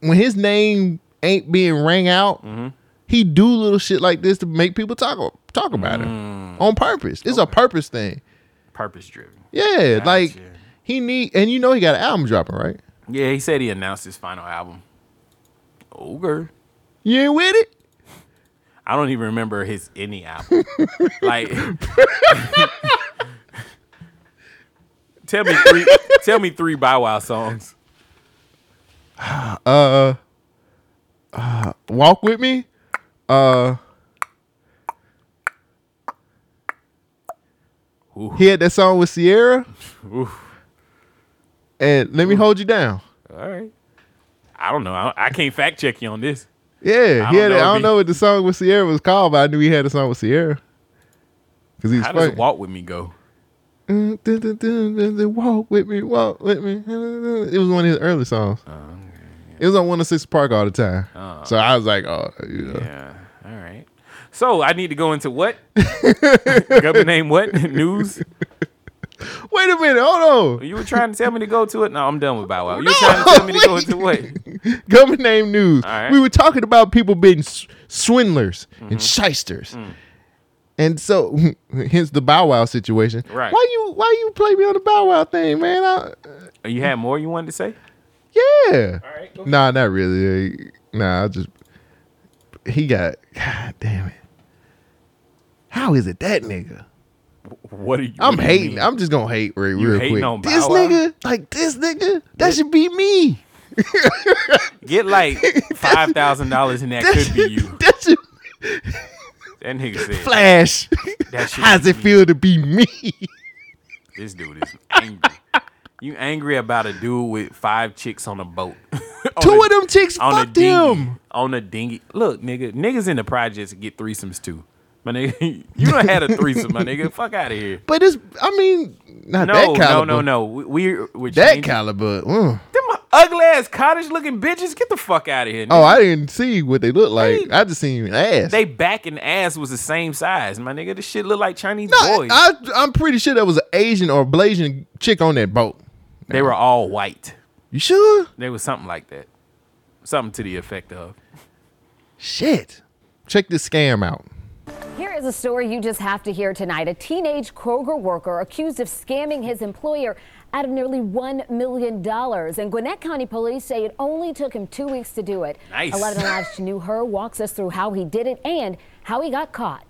B: when his name ain't being rang out,
A: Mm-hmm.
B: he do little shit like this to make people talk a- talk about
A: Mm.
B: him on purpose. It's a purpose thing.
A: Purpose driven.
B: Yeah, like
A: Gotcha.
B: he need, and you know he got an album dropping, right?
A: Yeah, he said he announced his final album. Ogre.
B: You ain't with it?
A: I don't even remember his any album. like, tell me three. tell me three Bow Wow songs.
B: Uh, uh, walk with me. Uh, he had that song with Sierra. And let me hold you down.
A: All right. I don't know. I, I can't fact check you on this.
B: Yeah,
A: I don't
B: he had.
A: know
B: I
A: if
B: don't
A: he-
B: know what the song with Sierra was called, but I knew he had a song with Sierra. Cause he's
A: How does
B: funny.
A: Walk with Me go?
B: Mm, dun, dun, dun, dun, dun, Walk with me, walk with me. It was one of his early songs.
A: Oh,
B: It was on 106 Park all the time. So I was like, oh, you know.
A: Yeah. All right. So I need to go into what? Government name what? News?
B: Wait a minute, hold
A: You were trying to tell me to go to it. No, I'm done with Bow Wow. You were trying to tell me to go into what?
B: on. Government name news.
A: right.
B: We were talking about people being s- swindlers
A: Mm-hmm.
B: and shysters.
A: Mm.
B: And so, hence the Bow Wow situation.
A: Right.
B: Why you Why you play me on the Bow Wow thing, man? I,
A: You had more you wanted to say?
B: yeah.
A: All right, go ahead.
B: Nah, not really. Nah, I just he got. God damn it! How is it that nigga?
A: What are you? what
B: I'm
A: do you
B: hating.
A: mean?
B: I'm just gonna hate real,
A: You
B: real
A: hating
B: quick.
A: on Bow
B: this
A: Wow?
B: nigga, like this nigga, that should be me.
A: Get like five thousand dollars, and that
B: That
A: could be
B: should-
A: you.
B: That should
A: That nigga said,
B: flash.
A: That should
B: How's
A: be
B: it
A: me.
B: feel to be me?
A: "This dude is angry. You angry about a dude with five chicks on a boat? On
B: Two
A: a-
B: of them chicks
A: on a
B: fucked
A: dinghy.
B: him.
A: On a dinghy. Look, nigga, niggas in the projects get threesomes too. My nigga, you done had a threesome, my nigga. Fuck out of here.
B: But it's, I mean, not
A: No,
B: that
A: no,
B: caliber.
A: no, no. We, we're we're
B: That
A: changing-
B: caliber. mm.
A: Them ugly ass cottage looking bitches. Get the fuck out of here.
B: Oh,
A: nigga.
B: I didn't see what they looked like.
A: They-
B: I just seen ass.
A: They back and ass was the same size, my nigga. This shit look like Chinese
B: No,
A: boys.
B: I, I'm pretty sure that was an Asian or Blasian chick on that boat.
A: they were all white.
B: You sure?
A: They was something like that. Something to the effect of.
B: Shit. Check this scam out.
K: Here is a story you just have to hear tonight. A teenage Kroger worker accused of scamming his employer out of nearly $1 million. And Gwinnett County police say it only took him two weeks to do it.
A: Nice.
K: 11 Lives She Knew Her walks us through how he did it and how he got caught.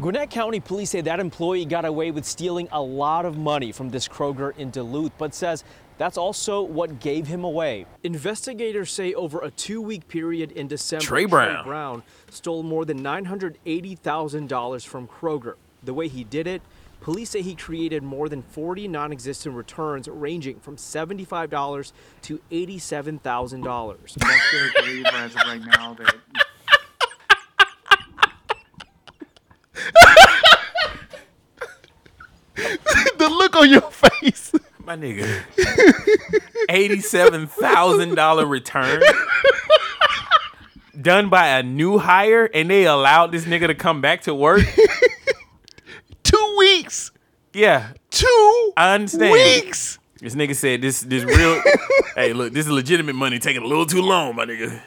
L: Gwinnett County police say that employee got away with stealing a lot of money from this Kroger in Duluth, but says that's also what gave him away. Investigators say over a two week period in December,
A: Trey Brown.
L: stole more than $980,000 from Kroger. The way he did it, police say he created more than 40 non existent returns ranging from $75 to $87,000.
B: the look on your face.
A: My nigga. Eighty-seven thousand dollar return done by a new hire, and they allowed this nigga to come back to work.
B: Two weeks.
A: Yeah,
B: Two
A: I understand.
B: weeks.
A: This nigga said this this real hey look, this is legitimate money taking a little too long, my nigga.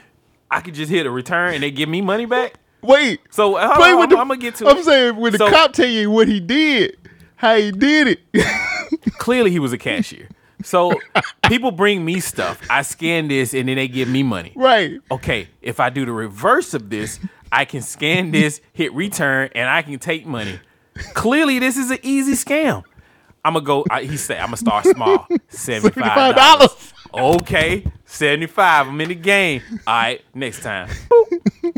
A: I could just hit a return and they give me money back.
B: Wait.
A: So uh,
B: Play
A: I'm,
B: with the,
A: gonna get to
B: I'm
A: it.
B: saying when
A: So-
B: the cop tell you what he did, how he did it.
A: Clearly he was a cashier. So people bring me stuff. I scan this and then they give me money.
B: right.
A: Okay, if I do the reverse of this, I can scan this, hit return, and I can take money. Clearly, this is an easy scam. I'm gonna go. I, he said, "I'm gonna start small, seventy-five dollars."
B: $75.
A: Okay, 75. I'm in the game. All right, next time. $87,000.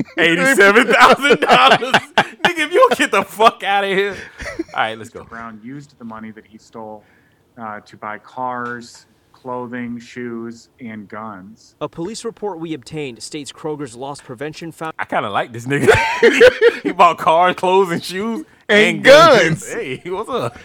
A: Nigga, if you don't get the fuck out of here. All right, let's go.
M: Brown used the money that he stole uh, to buy cars, clothing, shoes, and guns.
L: A police report we obtained states Kroger's loss prevention found.
A: I kind of like this nigga. he bought cars, clothes, and shoes.
B: And guns.
A: Hey, what's up?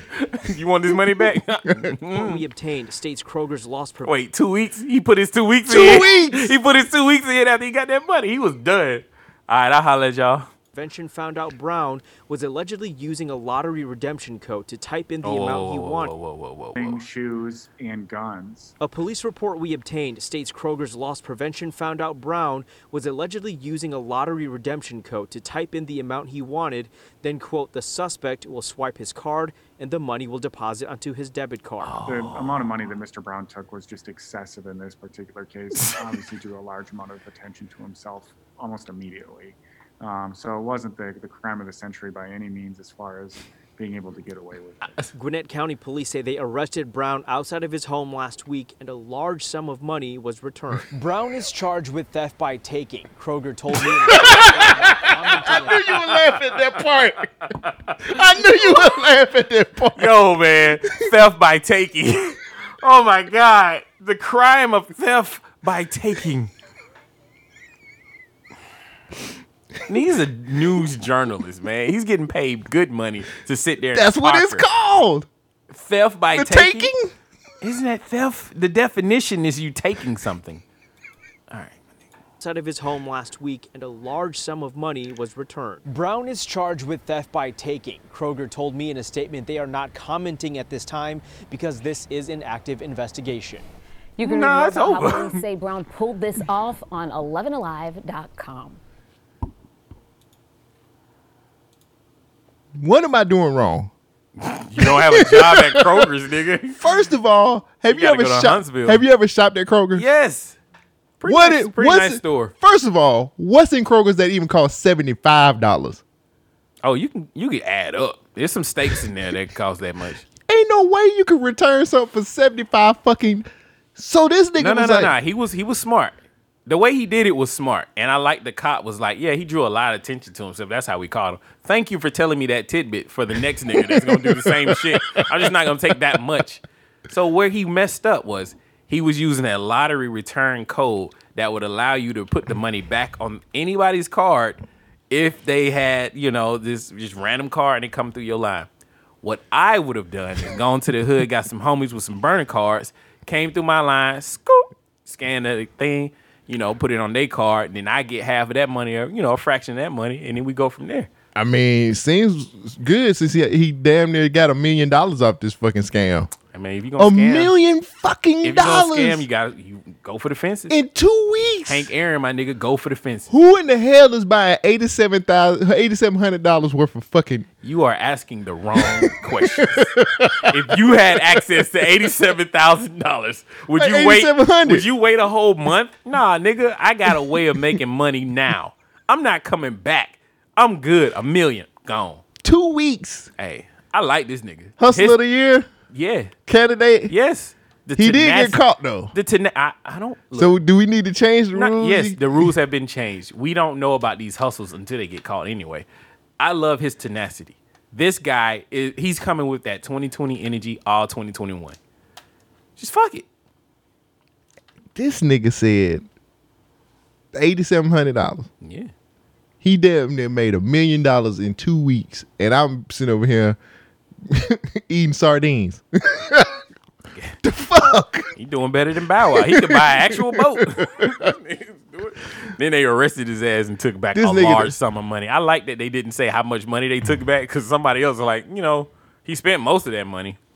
A: You want this money back?
L: report we obtained states Kroger's loss prevention.
A: Wait, two weeks? He put his two weeks
B: Two
A: in.
B: weeks!
A: He put his two weeks in after he got that money. He was done. All right, I'll holler at y'all.
L: intervention found out Brown was allegedly using a lottery redemption code to type in the
M: Oh,
L: amount he
M: whoa, whoa,
L: wanted.
M: whoa, Shoes and guns.
L: A police report we obtained states Kroger's loss prevention found out Brown was allegedly using a lottery redemption code to type in the amount he wanted, then, quote, the suspect will swipe his card and the money will deposit onto his debit card.
M: The amount of money that Mr. Brown took was just excessive in this particular case. Obviously, drew a large amount of attention to himself almost immediately. Um, so it wasn't the, the crime of the century by any means, as far as being able to get away with it.
L: Gwinnett County police say they arrested Brown outside of his home last week and a large sum of money was returned. Brown is charged with theft by taking, Kroger told me. I
B: knew you were laughing at that part. I knew you were laughing at that part.
A: Yo, man, theft by taking. oh my God, the crime of theft by taking. And he's a news journalist, man. He's getting paid good money to sit there. and
B: That's what it's
A: talk.
B: called.
A: Theft by
B: The
A: taking?
B: taking?
A: Isn't that theft? The definition is you taking something.
L: outside of his home last week and a large sum of money was returned. Brown is charged with theft by taking. Kroger told me in a statement they are not commenting at this time because this is an active investigation.
K: You can
L: Nah,
K: read more
L: it's
K: about
L: over.
K: how police say Brown pulled this off on 11alive.com.
B: What am I doing wrong?
A: You don't have a job at Kroger's, nigga.
B: First of all, have you,
A: You gotta
B: ever
A: go to
B: shopped?
A: Huntsville.
B: Have you ever shopped at Kroger?
A: Yes. Pretty
B: what
A: nice-
B: it-
A: pretty
B: what's
A: nice
B: it-
A: store.
B: First of all, what's in Kroger's that even costs seventy five dollars?
A: Oh, you can you can add up. There's some steaks in there that cost that much.
B: Ain't no way you can return something for seventy five fucking. So this nigga
A: No, no,
B: was
A: no,
B: like,
A: no. He was he was smart. The way he did it was smart, and I like the cop was like, yeah, he drew a lot of attention to himself. That's how we caught him. Thank you for telling me that tidbit for the next nigga that's gonna do the same shit. I'm just not gonna take that much. So where he messed up was he was using a lottery return code that would allow you to put the money back on anybody's card if they had, you know, this just random card and it come through your line. What I would have done is gone to the hood, got some homies with some burner cards, came through my line, scoop, scan the thing, you know, put it on their card, and then I get half of that money, or you know, a fraction of that money, and then we go from there.
B: I mean, seems good since he, he damn near got a million dollars off this fucking scam.
A: I mean, if you gonna
B: A
A: scam,
B: million fucking
A: if you
B: dollars
A: gonna scam, you got to you go for the fences.
B: in two weeks.
A: Hank Aaron, my nigga, go for the fences.
B: Who in the hell is buying eighty seven thousand eighty seven hundred dollars worth of fucking?
A: You are asking the wrong questions. if you had access to eighty-seven thousand dollars, would
B: Like
A: you wait?
B: $8,700.
A: Would you wait a whole month? Nah, nigga, I got a way of making money now. I'm not coming back. I'm good. A million gone.
B: Two weeks.
A: Hey, I like this nigga.
B: Hustle
A: His-
B: of the year
A: yeah,
B: candidate.
A: yes. The
B: He did get
A: tenacity-
B: caught, though.
A: The tena- I, I don't.
B: So do we need to change the
A: Not-
B: rules?
A: yes, the rules have been changed. We don't know about these hustles until they get caught anyway. I love his tenacity. This guy is he's coming with that 2020 energy all 2021. Just fuck it.
B: This nigga said eighty seven hundred dollars.
A: Yeah.
B: He damn near made a million dollars in two weeks, and I'm sitting over here eating sardines.
A: He doing better than Bow Wow. He could buy an actual boat. then they arrested his ass and took back
B: This
A: a
B: nigga-
A: large sum of money. I like that they didn't say how much money they took back because somebody else was like, you know, he spent most of that money.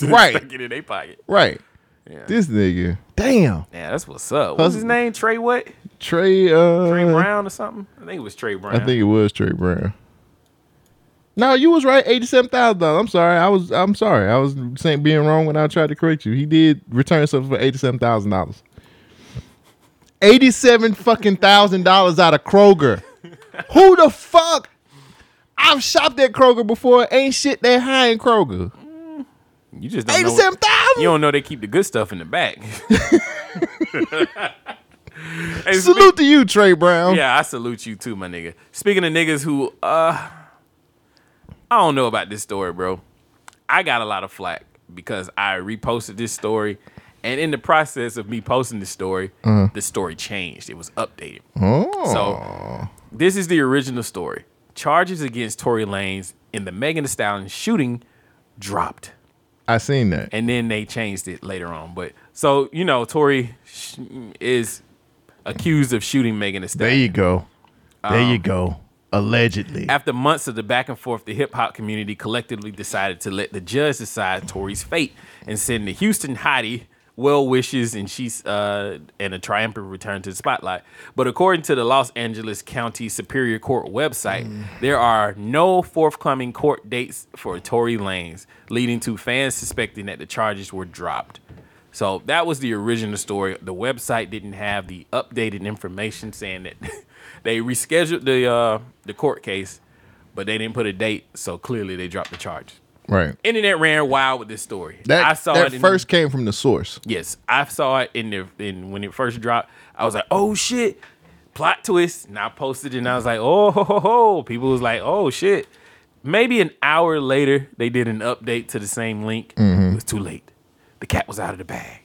B: Right.
A: Stuck it in their pocket.
B: right.
A: Yeah.
B: This nigga. Damn.
A: Yeah, that's what's up. What's his
B: Hustle-
A: name? Trey what?
B: Trey uh
A: Trey Brown or something? I think it was Trey Brown.
B: I think it was Trey Brown. No, you was right. Eighty-seven thousand dollars. I'm sorry. I was. I'm sorry. I was saying being wrong when I tried to correct you. He did return something for eighty-seven thousand dollars. Eighty-seven fucking thousand dollars out of Kroger. Who the fuck? I've shopped at Kroger before. Ain't shit that high in Kroger.
A: You just don't know what-
B: Eighty-seven thousand.
A: You don't know they keep the good stuff in the back. Hey,
B: Salute to you, Trey Brown.
A: Yeah, I salute you too, my nigga. Speaking of niggas who, uh, I don't know about this story, bro. I got a lot of flack because I reposted this story, and in the process of me posting this story,
B: Uh-huh.
A: the story changed. It was updated.
B: Oh.
A: So this is the original story. Charges against Tory Lanez in the Megan Thee Stallion shooting dropped
B: I seen that.
A: and then they changed it later on. But so you know, Tory sh- is accused of shooting Megan Thee
B: There you
A: Stallion.
B: go. There
A: Um,
B: you go. Allegedly.
A: After months of the back and forth, the hip hop community collectively decided to let the judge decide Tory's fate and send the Houston hottie well wishes and she's uh, and a triumphant return to the spotlight. But according to the Los Angeles County Superior Court website, there are no forthcoming court dates for Tory Lanez, leading to fans suspecting that the charges were dropped. So that was the original story. The website didn't have the updated information saying that they rescheduled the uh, the court case, but they didn't put a date. So clearly they dropped the charges.
B: Right.
A: Internet ran wild with this story.
B: That
A: I saw
B: that
A: it in-
B: first came from the source.
A: Yes, I saw it in the in when it first dropped. I was like, "Oh shit!" Plot twist, and I posted it, and I was like, "Oh ho ho ho!" People was like, "Oh shit!" Maybe an hour later, they did an update to the same link.
N: Mhm.
B: Mm-hmm.
A: It was too late. The cat was out of the bag.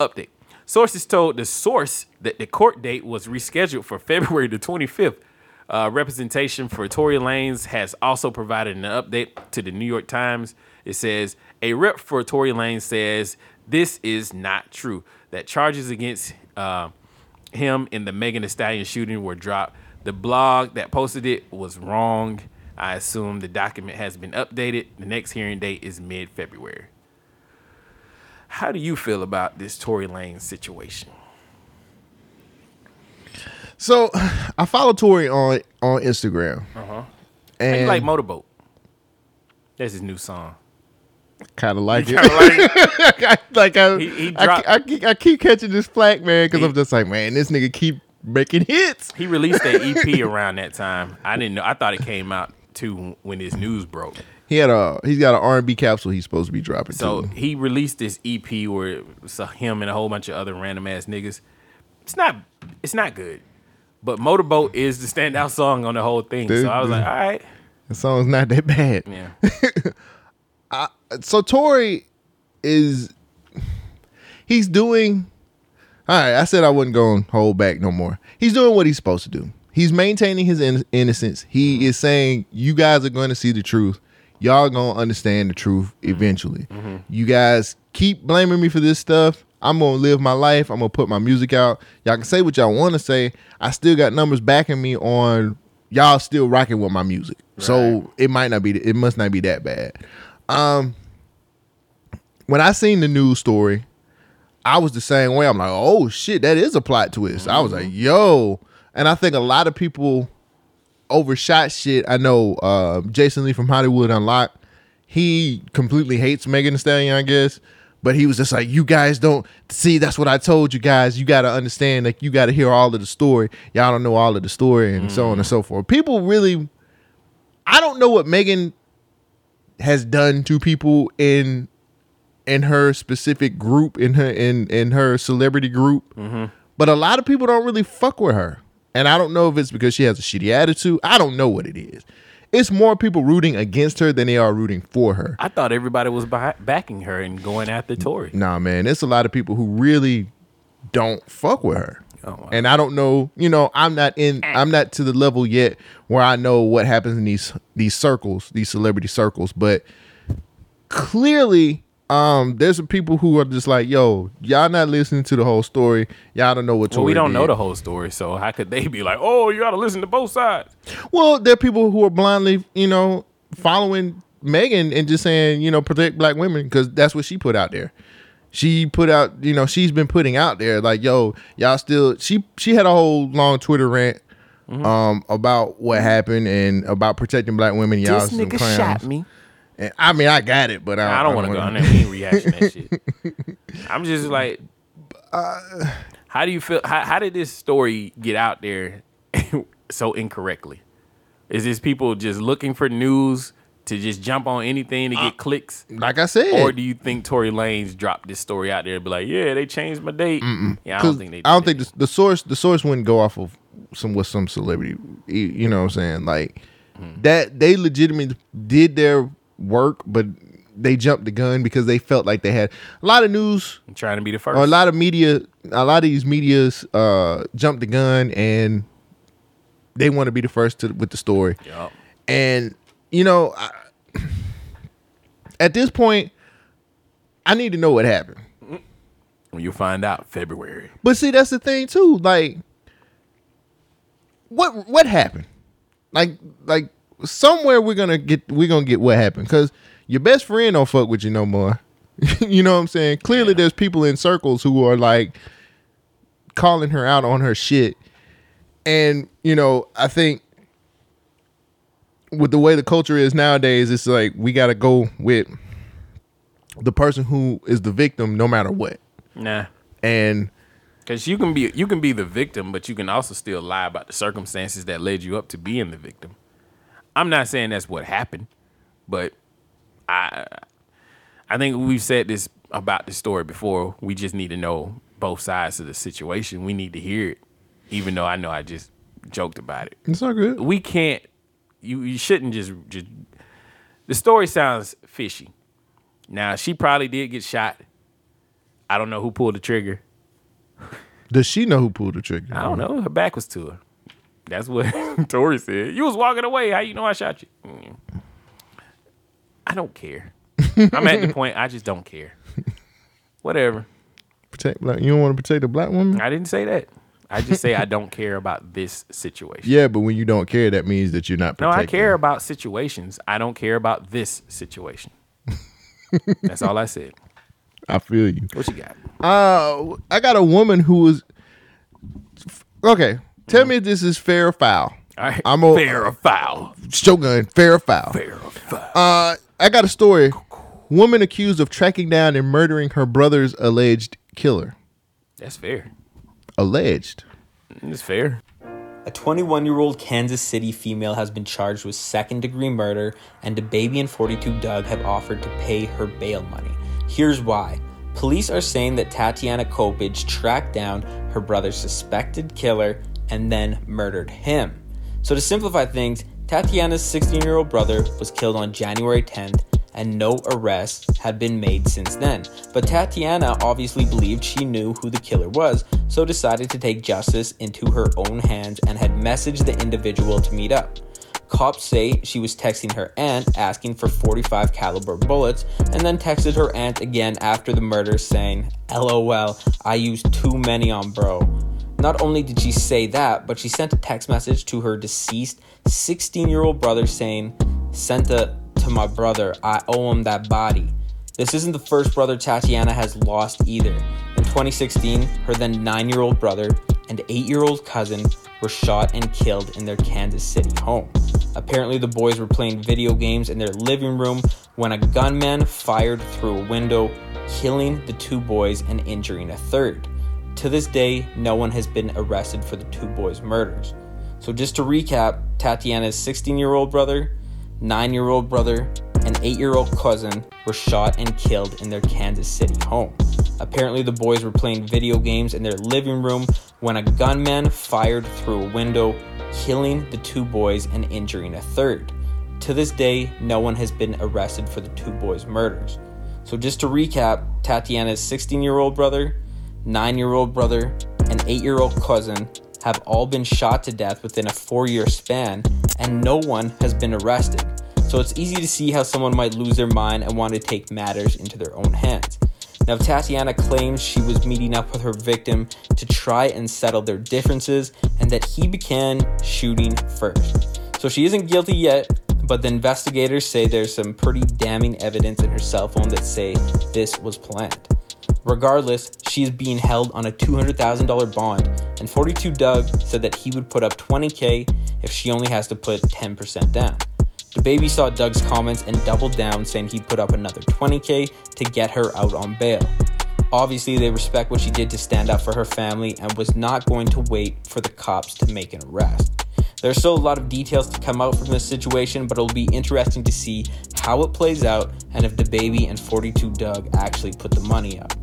A: Update. Sources told the source that the court date was rescheduled for February the 25th. Uh, representation for Tory Lanez has also provided an update to the New York Times. It says a rep for Tory Lanez says this is not true. That charges against uh, him in the Megan Thee Stallion shooting were dropped. The blog that posted it was wrong. I assume the document has been updated. The next hearing date is mid-February. How do you feel about this Tory Lane situation?
B: So I follow Tori on on Instagram.
A: Uh huh.
B: And
A: you like Motorboat? That's his new song.
B: Kind of like
A: You
B: it.
A: kinda like
B: I- like I,
A: He- he
B: I,
A: dropped-
B: ke- I, keep, I keep catching this flack, man, because I'm just like, man, this nigga keep making hits.
A: He released that EP around that time. I didn't know. I thought it came out too when his news broke.
B: He had a he's got an R&B capsule he's supposed to be dropping.
A: So
B: too.
A: he released this EP where it was him and a whole bunch of other random ass niggas. It's not. It's not good. But Motorboat is the standout song on the whole thing.
B: Dude,
A: so I was
B: dude.
A: like, all right.
B: The song's not that bad.
A: Yeah.
B: I, so Tory is he's doing all right, I said I wasn't going to hold back no more. He's doing what he's supposed to do. He's maintaining his in- innocence. He is saying you guys are going to see the truth. Y'all going to understand the truth eventually. You guys keep blaming me for this stuff. I'm going to live my life. I'm going to put my music out. Y'all can say what y'all want to say. I still got numbers backing me on y'all still rocking with my music. So it might not be it must not be that bad. Um when I seen the news story, I was the same way. I'm like, oh shit, that is a plot twist. I was like, yo. And I think a lot of people overshot shit. I know uh, Jason Lee from Hollywood Unlocked, he completely hates Megan Thee Stallion, I guess. But he was just like, you guys don't see. That's what I told you guys. You got to understand. Like, you got to hear all of the story. Y'all don't know all of the story, and so on and so forth. People really, I don't know what Megan has done to people in in her specific group in her in in her celebrity group but a lot of people don't really fuck with her and i don't know if it's because she has a shitty attitude i don't know what it is it's more people rooting against her than they are rooting for her
A: I thought everybody was behind, backing her and going after Tory.
B: Nah, man, it's a lot of people who really don't fuck with her.
A: Oh,
B: And I don't know, you know, I'm not in, I'm not to the level yet where I know what happens in these these circles, these celebrity circles. But clearly, um, there's some people who are just like, yo, y'all not listening to the whole story. Y'all don't know what.
A: Well, we
B: Tory
A: don't know
B: did."
A: the whole story, so how could they be like, "Oh, you gotta listen to both sides"?
B: Well, there are people who are blindly, you know, following Megan and just saying, you know, protect black women because that's what she put out there. She put out, you know, she's been putting out there like, yo, y'all still. She she had a whole long Twitter rant
A: Mm-hmm.
B: um about what happened and about protecting black women. Y'all
A: This
B: some
A: nigga
B: clowns.
A: shot me.
B: And, I mean, I got it, but I,
A: I don't want to go on there. We ain't reaction to that shit. I'm just like,
B: Uh,
A: how do you feel? How, how did this story get out there so incorrectly? Is this people just looking for news to just jump on anything to
B: Uh,
A: get clicks?
B: Like I said,
A: or do you think Tory Lanez dropped this story out there and be like, yeah, they changed my date? Yeah, I
B: 'Cause
A: don't think they.
B: I don't think the, the source the source wouldn't go off of some with some celebrity. You you know what I'm saying? Like
A: Mm-hmm.
B: that they legitimately did their work, but they jumped the gun because they felt like they had a lot of news
A: trying to be the first.
B: or a lot of media. A lot of these medias uh, jumped the gun and they want to be the first to with the story.
A: Yup.
B: And you know, I, at this point, I need to know what happened.
A: When you find out February.
B: But see, that's the thing too. Like, what what happened? like like somewhere we're gonna get we're gonna get what happened because your best friend don't fuck with you no more. you know what I'm saying? Clearly, there's people in circles who are like calling her out on her shit, and you know I think with the way the culture is nowadays, it's like we gotta go with the person who is the victim no matter what.
A: Nah.
B: And
A: Cause you can be you can be the victim, but you can also still lie about the circumstances that led you up to being the victim. I'm not saying that's what happened, but I I think we've said this about the story before. We just need to know both sides of the situation. We need to hear it, even though I know I just joked about it.
B: it's not good.
A: We can't. You you shouldn't just just. The story sounds fishy. Now she probably did get shot. I don't know who pulled the trigger.
B: Does she know who pulled the trigger?
A: I don't know. Her back was to her. That's what Tori said. You was walking away. How you know I shot you? Mm. I don't care. I'm at the point I just don't care. Whatever.
B: Protect black. You don't want to protect a black woman.
A: I didn't say that. I just say I don't care about this situation.
B: Yeah, but when you don't care, that means that you're not.
A: No,
B: Protecting.
A: I care about situations. I don't care about this situation. That's all I said.
B: I feel you.
A: What you got?
B: Uh, I got a woman who was okay. Tell me if this is fair or foul.
A: All right.
B: I'm a
A: fair or foul.
B: Shogun, fair or foul? Fair or foul. Uh, I got a story. Woman accused of tracking down and murdering her brother's alleged killer.
A: That's fair.
B: Alleged.
A: It's fair.
N: A 21 year old Kansas City female has been charged with second degree murder, and the baby and 42 Doug have offered to pay her bail money. Here's why. Police are saying that Tatiana Kopich tracked down her brother's suspected killer and then murdered him. So, to simplify things, Tatiana's 16 year old brother was killed on January 10th, and no arrests had been made since then. But Tatiana obviously believed she knew who the killer was, so decided to take justice into her own hands and had messaged the individual to meet up. Cops say she was texting her aunt asking for 45 caliber bullets and then texted her aunt again after the murder saying, "LOL, I used too many on bro." Not only did she say that, but she sent a text message to her deceased 16 year old brother saying, Sent it to my brother. I owe him that body. This isn't the first brother Tatiana has lost either. In 2016, her then 9 year old brother and 8 year old cousin were shot and killed in their Kansas City home. Apparently, the boys were playing video games in their living room when a gunman fired through a window, killing the two boys and injuring a third. To this day, no one has been arrested for the two boys' murders. So, just to recap Tatiana's 16 year old brother, 9 year old brother, and 8 year old cousin were shot and killed in their Kansas City home. Apparently, the boys were playing video games in their living room when a gunman fired through a window, killing the two boys and injuring a third. To this day, no one has been arrested for the two boys' murders. So, just to recap Tatiana's 16 year old brother, nine year old brother, and eight year old cousin have all been shot to death within a four year span, and no one has been arrested. So it's easy to see how someone might lose their mind and want to take matters into their own hands. Now, Tatiana claims she was meeting up with her victim to try and settle their differences and that he began shooting first. So she isn't guilty yet, but the investigators say there's some pretty damning evidence in her cell phone that say this was planned. Regardless, she is being held on a $200,000 bond, and 42 Doug said that he would put up 20K if she only has to put 10% down. The baby saw Doug's comments and doubled down, saying he'd put up another 20K to get her out on bail. Obviously, they respect what she did to stand up for her family and was not going to wait for the cops to make an arrest. There's still a lot of details to come out from this situation, but it'll be interesting to see how it plays out and if the baby and 42 Doug actually put the money up.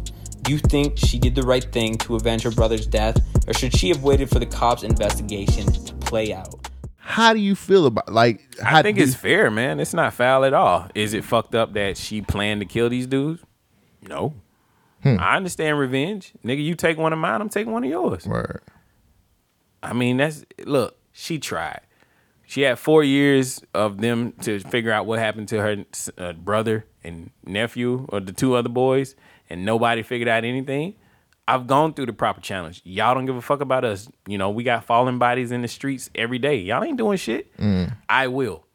N: Do you think she did the right thing to avenge her brother's death, or should she have waited for the cops' investigation to play out?
B: How do you feel about like? How
A: I think
B: do
A: it's fair, man. It's not foul at all. Is it fucked up that she planned to kill these dudes? No.
B: Hmm.
A: I understand revenge. Nigga, you take one of mine, I'm taking one of yours.
B: Right.
A: I mean, that's look, she tried. She had four years of them to figure out what happened to her uh, brother and nephew or the two other boys, and nobody figured out anything. I've gone through the proper challenge. Y'all don't give a fuck about us. You know, we got fallen bodies in the streets every day. Y'all ain't doing shit.
B: Mm.
A: I will.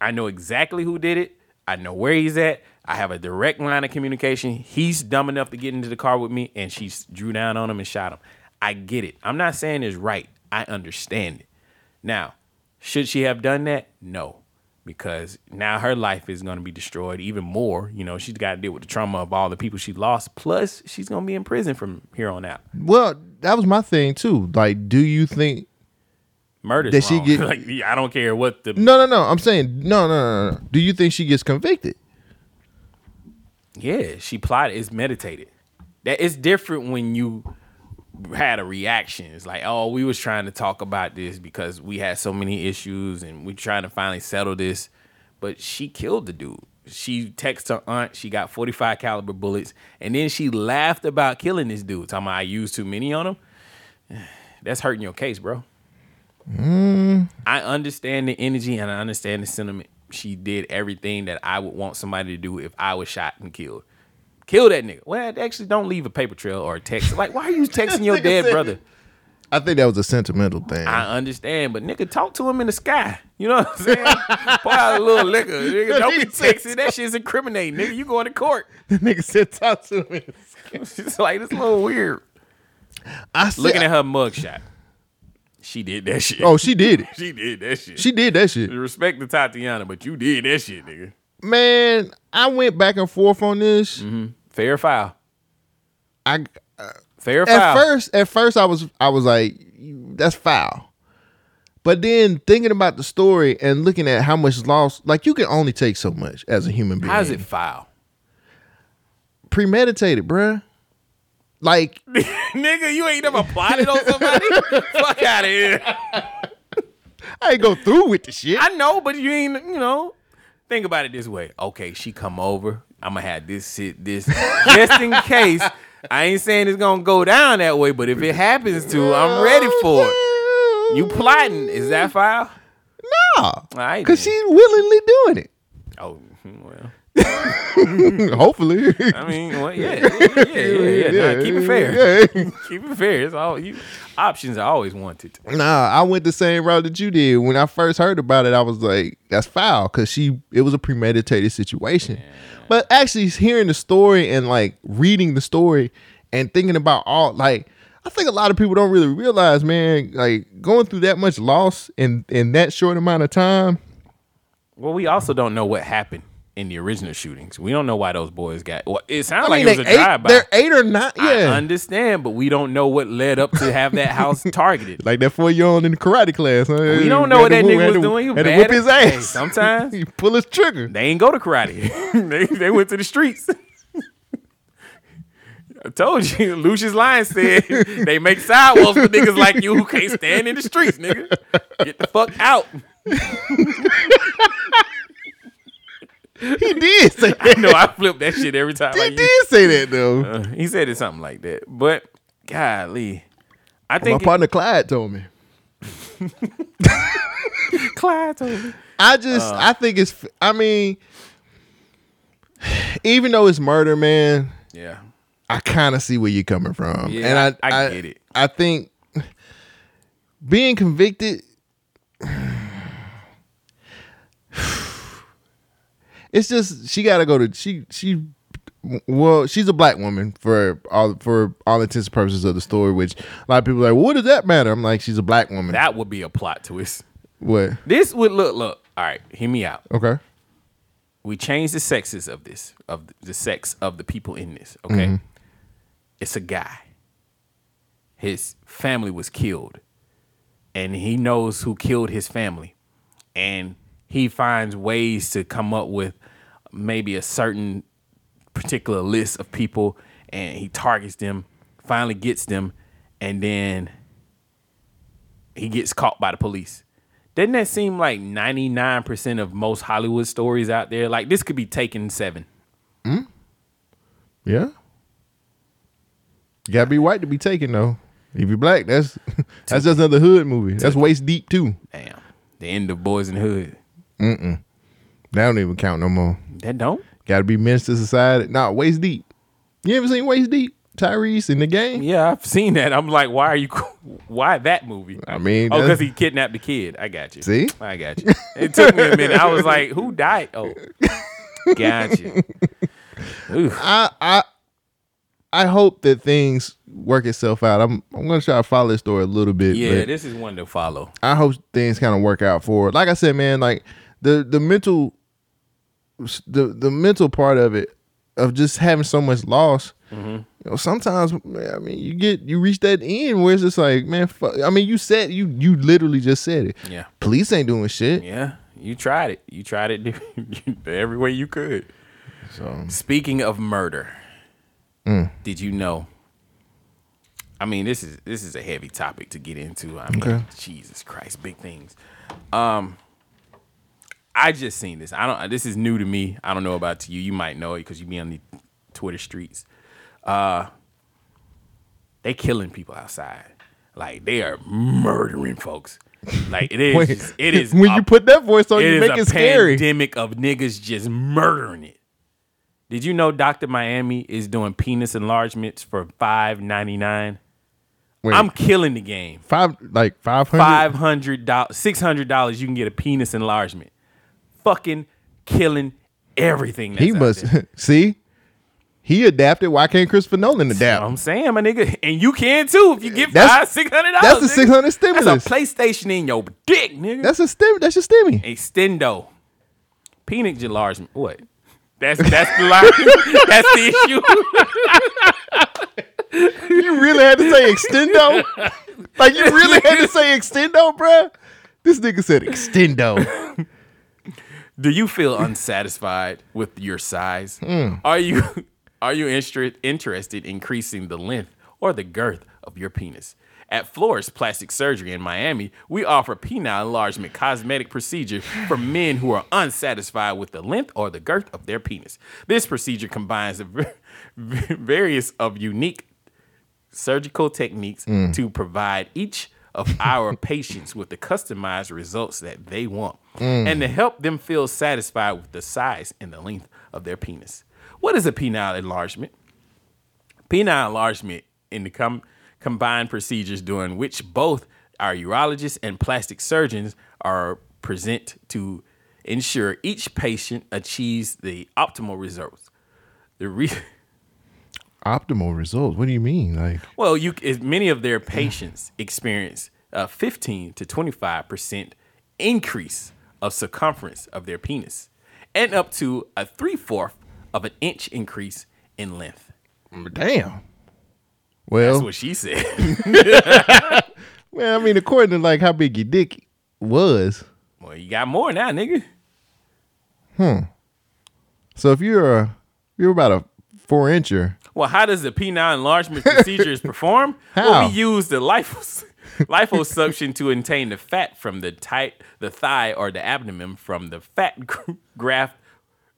A: I know exactly who did it. I know where he's at. I have a direct line of communication. He's dumb enough to get into the car with me, and she s- drew down on him and shot him. I get it. I'm not saying it's right. I understand it. Now, should she have done that? No, because now her life is going to be destroyed even more. You know, she's got to deal with the trauma of all the people she lost. Plus, she's going to be in prison from here on out.
B: Well, that was my thing too. Like, do you think
A: Murder.
B: Did she get-
A: like? I don't care what the
B: No, no, no. I'm saying no, no, no, no. Do you think she gets convicted?
A: Yeah, she plotted. It's meditated. That it's different when you had a reaction. It's like, oh, we was trying to talk about this because we had so many issues and we trying to finally settle this. But she killed the dude. She texted her aunt. She got 45 caliber bullets, and then she laughed about killing this dude. Talking about I used too many on him. That's hurting your case, bro.
B: Mm,
A: I understand the energy and I understand the sentiment. She did everything that I would want somebody to do if I was shot and killed. Kill that nigga. Well, actually, don't leave a paper trail or a text. Like, why are you texting your
B: Nigga
A: dead
B: said-
A: brother?
B: I think that was a sentimental thing.
A: I understand, but nigga, talk to him in the sky. You know what I'm saying? Pour out a little liquor. Nigga, don't be texting. That shit's incriminating, nigga. You going to court.
B: the nigga said, "Talk to me."
A: It's like, it's a little weird.
B: I said-
A: Looking at her mugshot. She did that shit.
B: Oh, she did it.
A: she did that shit.
B: She did that shit.
A: Respect to Tatiana, but you did that shit, nigga.
B: Man, I went back and forth on this.
A: Mm-hmm. Fair foul.
B: I uh,
A: fair
B: at
A: foul.
B: first. At first, I was I was like, "That's foul," but then thinking about the story and looking at how much is lost, like you can only take so much as a human being.
A: How's it foul?
B: premeditated, bruh. Like
A: nigga, you ain't never plotted on somebody? Fuck out of here.
B: I ain't go through with the shit.
A: I know, but you ain't, you know. Think about it this way. Okay, she come over. I'ma have this shit, this just in case. I ain't saying it's gonna go down that way, but if it happens to, I'm ready for it. You plotting. Is that foul?
B: No.
A: right,
B: Cause she's willingly doing it.
A: Oh well.
B: Hopefully.
A: I mean, well, yeah, yeah, yeah, yeah. yeah. Nah, keep it fair.
B: Yeah.
A: keep it fair. It's all you options are always wanted.
B: Nah, I went the same route that you did. When I first heard about it, I was like, that's foul because she it was a premeditated situation. But actually hearing the story and like reading the story and thinking about all like I think a lot of people don't really realize, man, like going through that much loss in in that short amount of time.
A: Well, we also don't know what happened in the original shootings. We don't know why those boys got. Well, it sounds
B: I
A: like
B: mean,
A: it was
B: they
A: a
B: eight-
A: drive by.
B: they're eight or nine. Yeah.
A: I understand, but we don't know what led up to have that house targeted.
B: Like that four year old in the karate class. Huh?
A: We don't know
B: Had
A: what
B: to
A: that
B: whoop-
A: nigga
B: had
A: was
B: to-
A: doing. You
B: Had to
A: bad
B: whip his
A: at-
B: ass.
A: Hey, sometimes
B: he pull his trigger.
A: They ain't go to karate. they, they went to the streets. I told you, Lucius Lyon said they make sidewalks for niggas like you who can't stand in the streets, nigga. Get the fuck out.
B: He did say that.
A: I know I flip that shit every time. I
B: He
A: use-
B: did say that though.
A: Uh, he said it something like that. But golly, I
B: My
A: think it-
B: partner Clyde told me.
A: Clyde told me.
B: I just I think it's I mean even though it's murder, man,
A: Yeah.
B: I kind of see where you're coming from.
A: Yeah,
B: and I,
A: I- I
B: I
A: get it.
B: I think being convicted It's just she got to go to she she well, she's a black woman for all for all intents and purposes of the story, which a lot of people are like, well, what does that matter? I'm like, she's a black woman.
A: That would be a plot twist.
B: what?
A: This would look look. All right, hear me out.
B: Okay.
A: We change the sexes of this of the sex of the people in this. Okay,
B: Mhm.
A: it's a guy. His family was killed, and he knows who killed his family, and he finds ways to come up with maybe a certain particular list of people, and he targets them. Finally, gets them, and then he gets caught by the police. Doesn't that seem like 99% of most Hollywood stories out there? Like this could be taken seven.
B: Yeah. You gotta be white to be taken though. If you're black, that's that's just another hood movie. That's waist deep too.
A: Damn. The end of Boys in the Hood.
B: Mm-mm. That don't even count no more.
A: That don't?
B: Gotta be men's to society. Nah, waist deep. You ever seen waist deep? Tyrese in the game?
A: Yeah, I've seen that. I'm like, why are you? Why that movie?
B: I mean,
A: oh,
B: that's-
A: because he kidnapped the kid. I got you.
B: See?
A: I got you. It took me a minute. I was like, who died? Oh, got you.
B: I I I hope that things work itself out. I'm I'm gonna try to follow this story a little bit.
A: Yeah,
B: but
A: this is one to follow.
B: I hope things kind of work out for. it. Like I said, man, like the the mental the the mental part of it of just having so much loss.
A: Mm-hmm.
B: You know, sometimes man, I mean, you get you reach that end where it's just like, man, fuck. I mean, you said you you literally just said it.
A: Yeah.
B: police ain't doing shit.
A: Yeah, you tried it. You tried it di- every way you could.
B: So
A: speaking of murder,
B: Mm.
A: did you know? I mean, this is this is a heavy topic to get into. I mean,
B: Okay.
A: Jesus Christ, big things. Um, I just seen this. I don't. This is new to me. I don't know about to you. You might know it because you be on the Twitter streets. Uh, they killing people outside. Like they are murdering folks. Like it is.
B: Wait,
A: just- it is.
B: when you put that voice on,
A: It
B: you
A: is
B: make
A: a
B: it scary.
A: Pandemic of niggas just murdering it. Did you know Doctor Miami is doing penis enlargements for five ninety nine?
B: Wait.
A: I'm killing the game.
B: Five like five hundred.
A: Five hundred dollars, six hundred dollars. You can get a penis enlargement. Fucking killing everything. That's
B: He
A: out
B: must
A: there.
B: see. He adapted. Why can't Christopher Nolan adapt?
A: I'm saying, my nigga, and you can too if you get
B: That's-
A: five, six hundred dollars.
B: that's a $600 stimulus.
A: That's a PlayStation in your dick, nigga.
B: That's a stim. That's your stimmy.
A: extendo, penis enlargement. What? That's that's the line. that's the issue.
B: You really had to say extendo. like you really had to say extendo, bruh. This nigga said extendo.
A: Do you feel unsatisfied with your size?
B: Mm.
A: Are you are you interested interested in increasing the length or the girth of your penis? At Flores Plastic Surgery in Miami, we offer penile enlargement cosmetic procedure for men who are unsatisfied with the length or the girth of their penis. This procedure combines the v- various of unique surgical techniques
B: Mm.
A: to provide each of our patients with the customized results that they want
B: Mm.
A: and to help them feel satisfied with the size and the length of their penis. What is a penile enlargement? Penile enlargement in the com- combined procedures during which both our urologists and plastic surgeons are present to ensure each patient achieves the optimal results. The re-
B: Optimal results. What do you mean? Like
A: Well, you is- many of their patients experience a 15 to 25 percent increase of circumference of their penis, and up to a three fourth of an inch increase in length.
B: damn. Well,
A: That's what she said.
B: man. I mean, according to like how big your dick was.
A: well, you got more now, nigga.
B: Hmm. So if you're a, you're about a four incher.
A: Well, how does the penile enlargement procedure is performed?
B: How?
A: Well, we use the lipos- liposuction to obtain the fat from the tight, the thigh or the abdomen from the fat gr- graft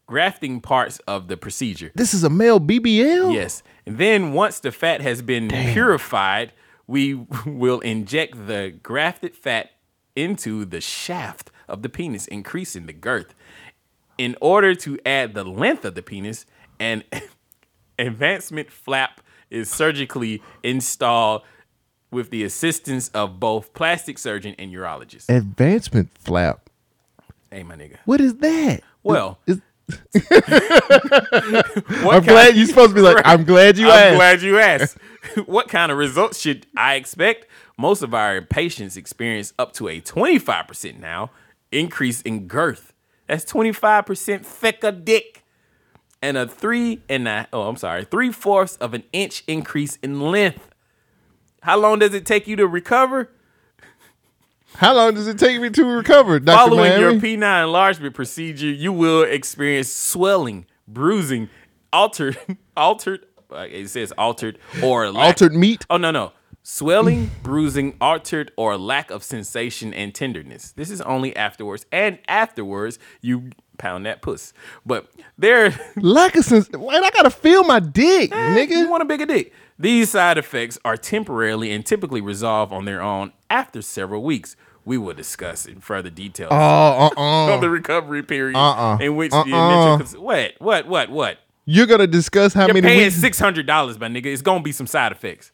A: grafting parts of the procedure.
B: This is a male BBL.
A: Yes. And then once the fat has been purified, we will inject the grafted fat into the shaft of the penis, increasing the girth. In order to add the length of the penis, an advancement flap is surgically installed with the assistance of both plastic surgeon and urologist.
B: Advancement flap.
A: Hey, my nigga.
B: What is that?
A: Well,
B: I'm glad you're supposed to be like. I'm glad you
A: I'm
B: asked.
A: glad you asked. what kind of results should I expect? Most of our patients experience up to a 25% now increase in girth. That's 25% thicker dick. And a three and a, oh, I'm sorry, three fourths of an inch increase in length. How long does it take you to recover?
B: How long does it take me to recover, Doctor
A: Following your
B: Miami?
A: P9 enlargement procedure, you will experience swelling, bruising, altered, altered. uh, It says altered or lack,
B: Altered meat?
A: Oh no no, swelling, bruising, altered or lack of sensation and tenderness. This is only afterwards, and afterwards you pound that puss. But there,
B: Lack of sense. Wait, I gotta feel my dick, nigga.
A: Eh, you want a bigger dick. These side effects are temporarily and typically resolve on their own after several weeks. We will discuss in further detail
B: Oh, uh-uh.
A: of the recovery period
B: Uh-uh.
A: in which the
B: Uh-uh.
A: initial cons- what what what what
B: You're gonna discuss how
A: You're
B: many
A: paying
B: weeks.
A: six hundred dollars, my nigga. It's gonna be some side effects.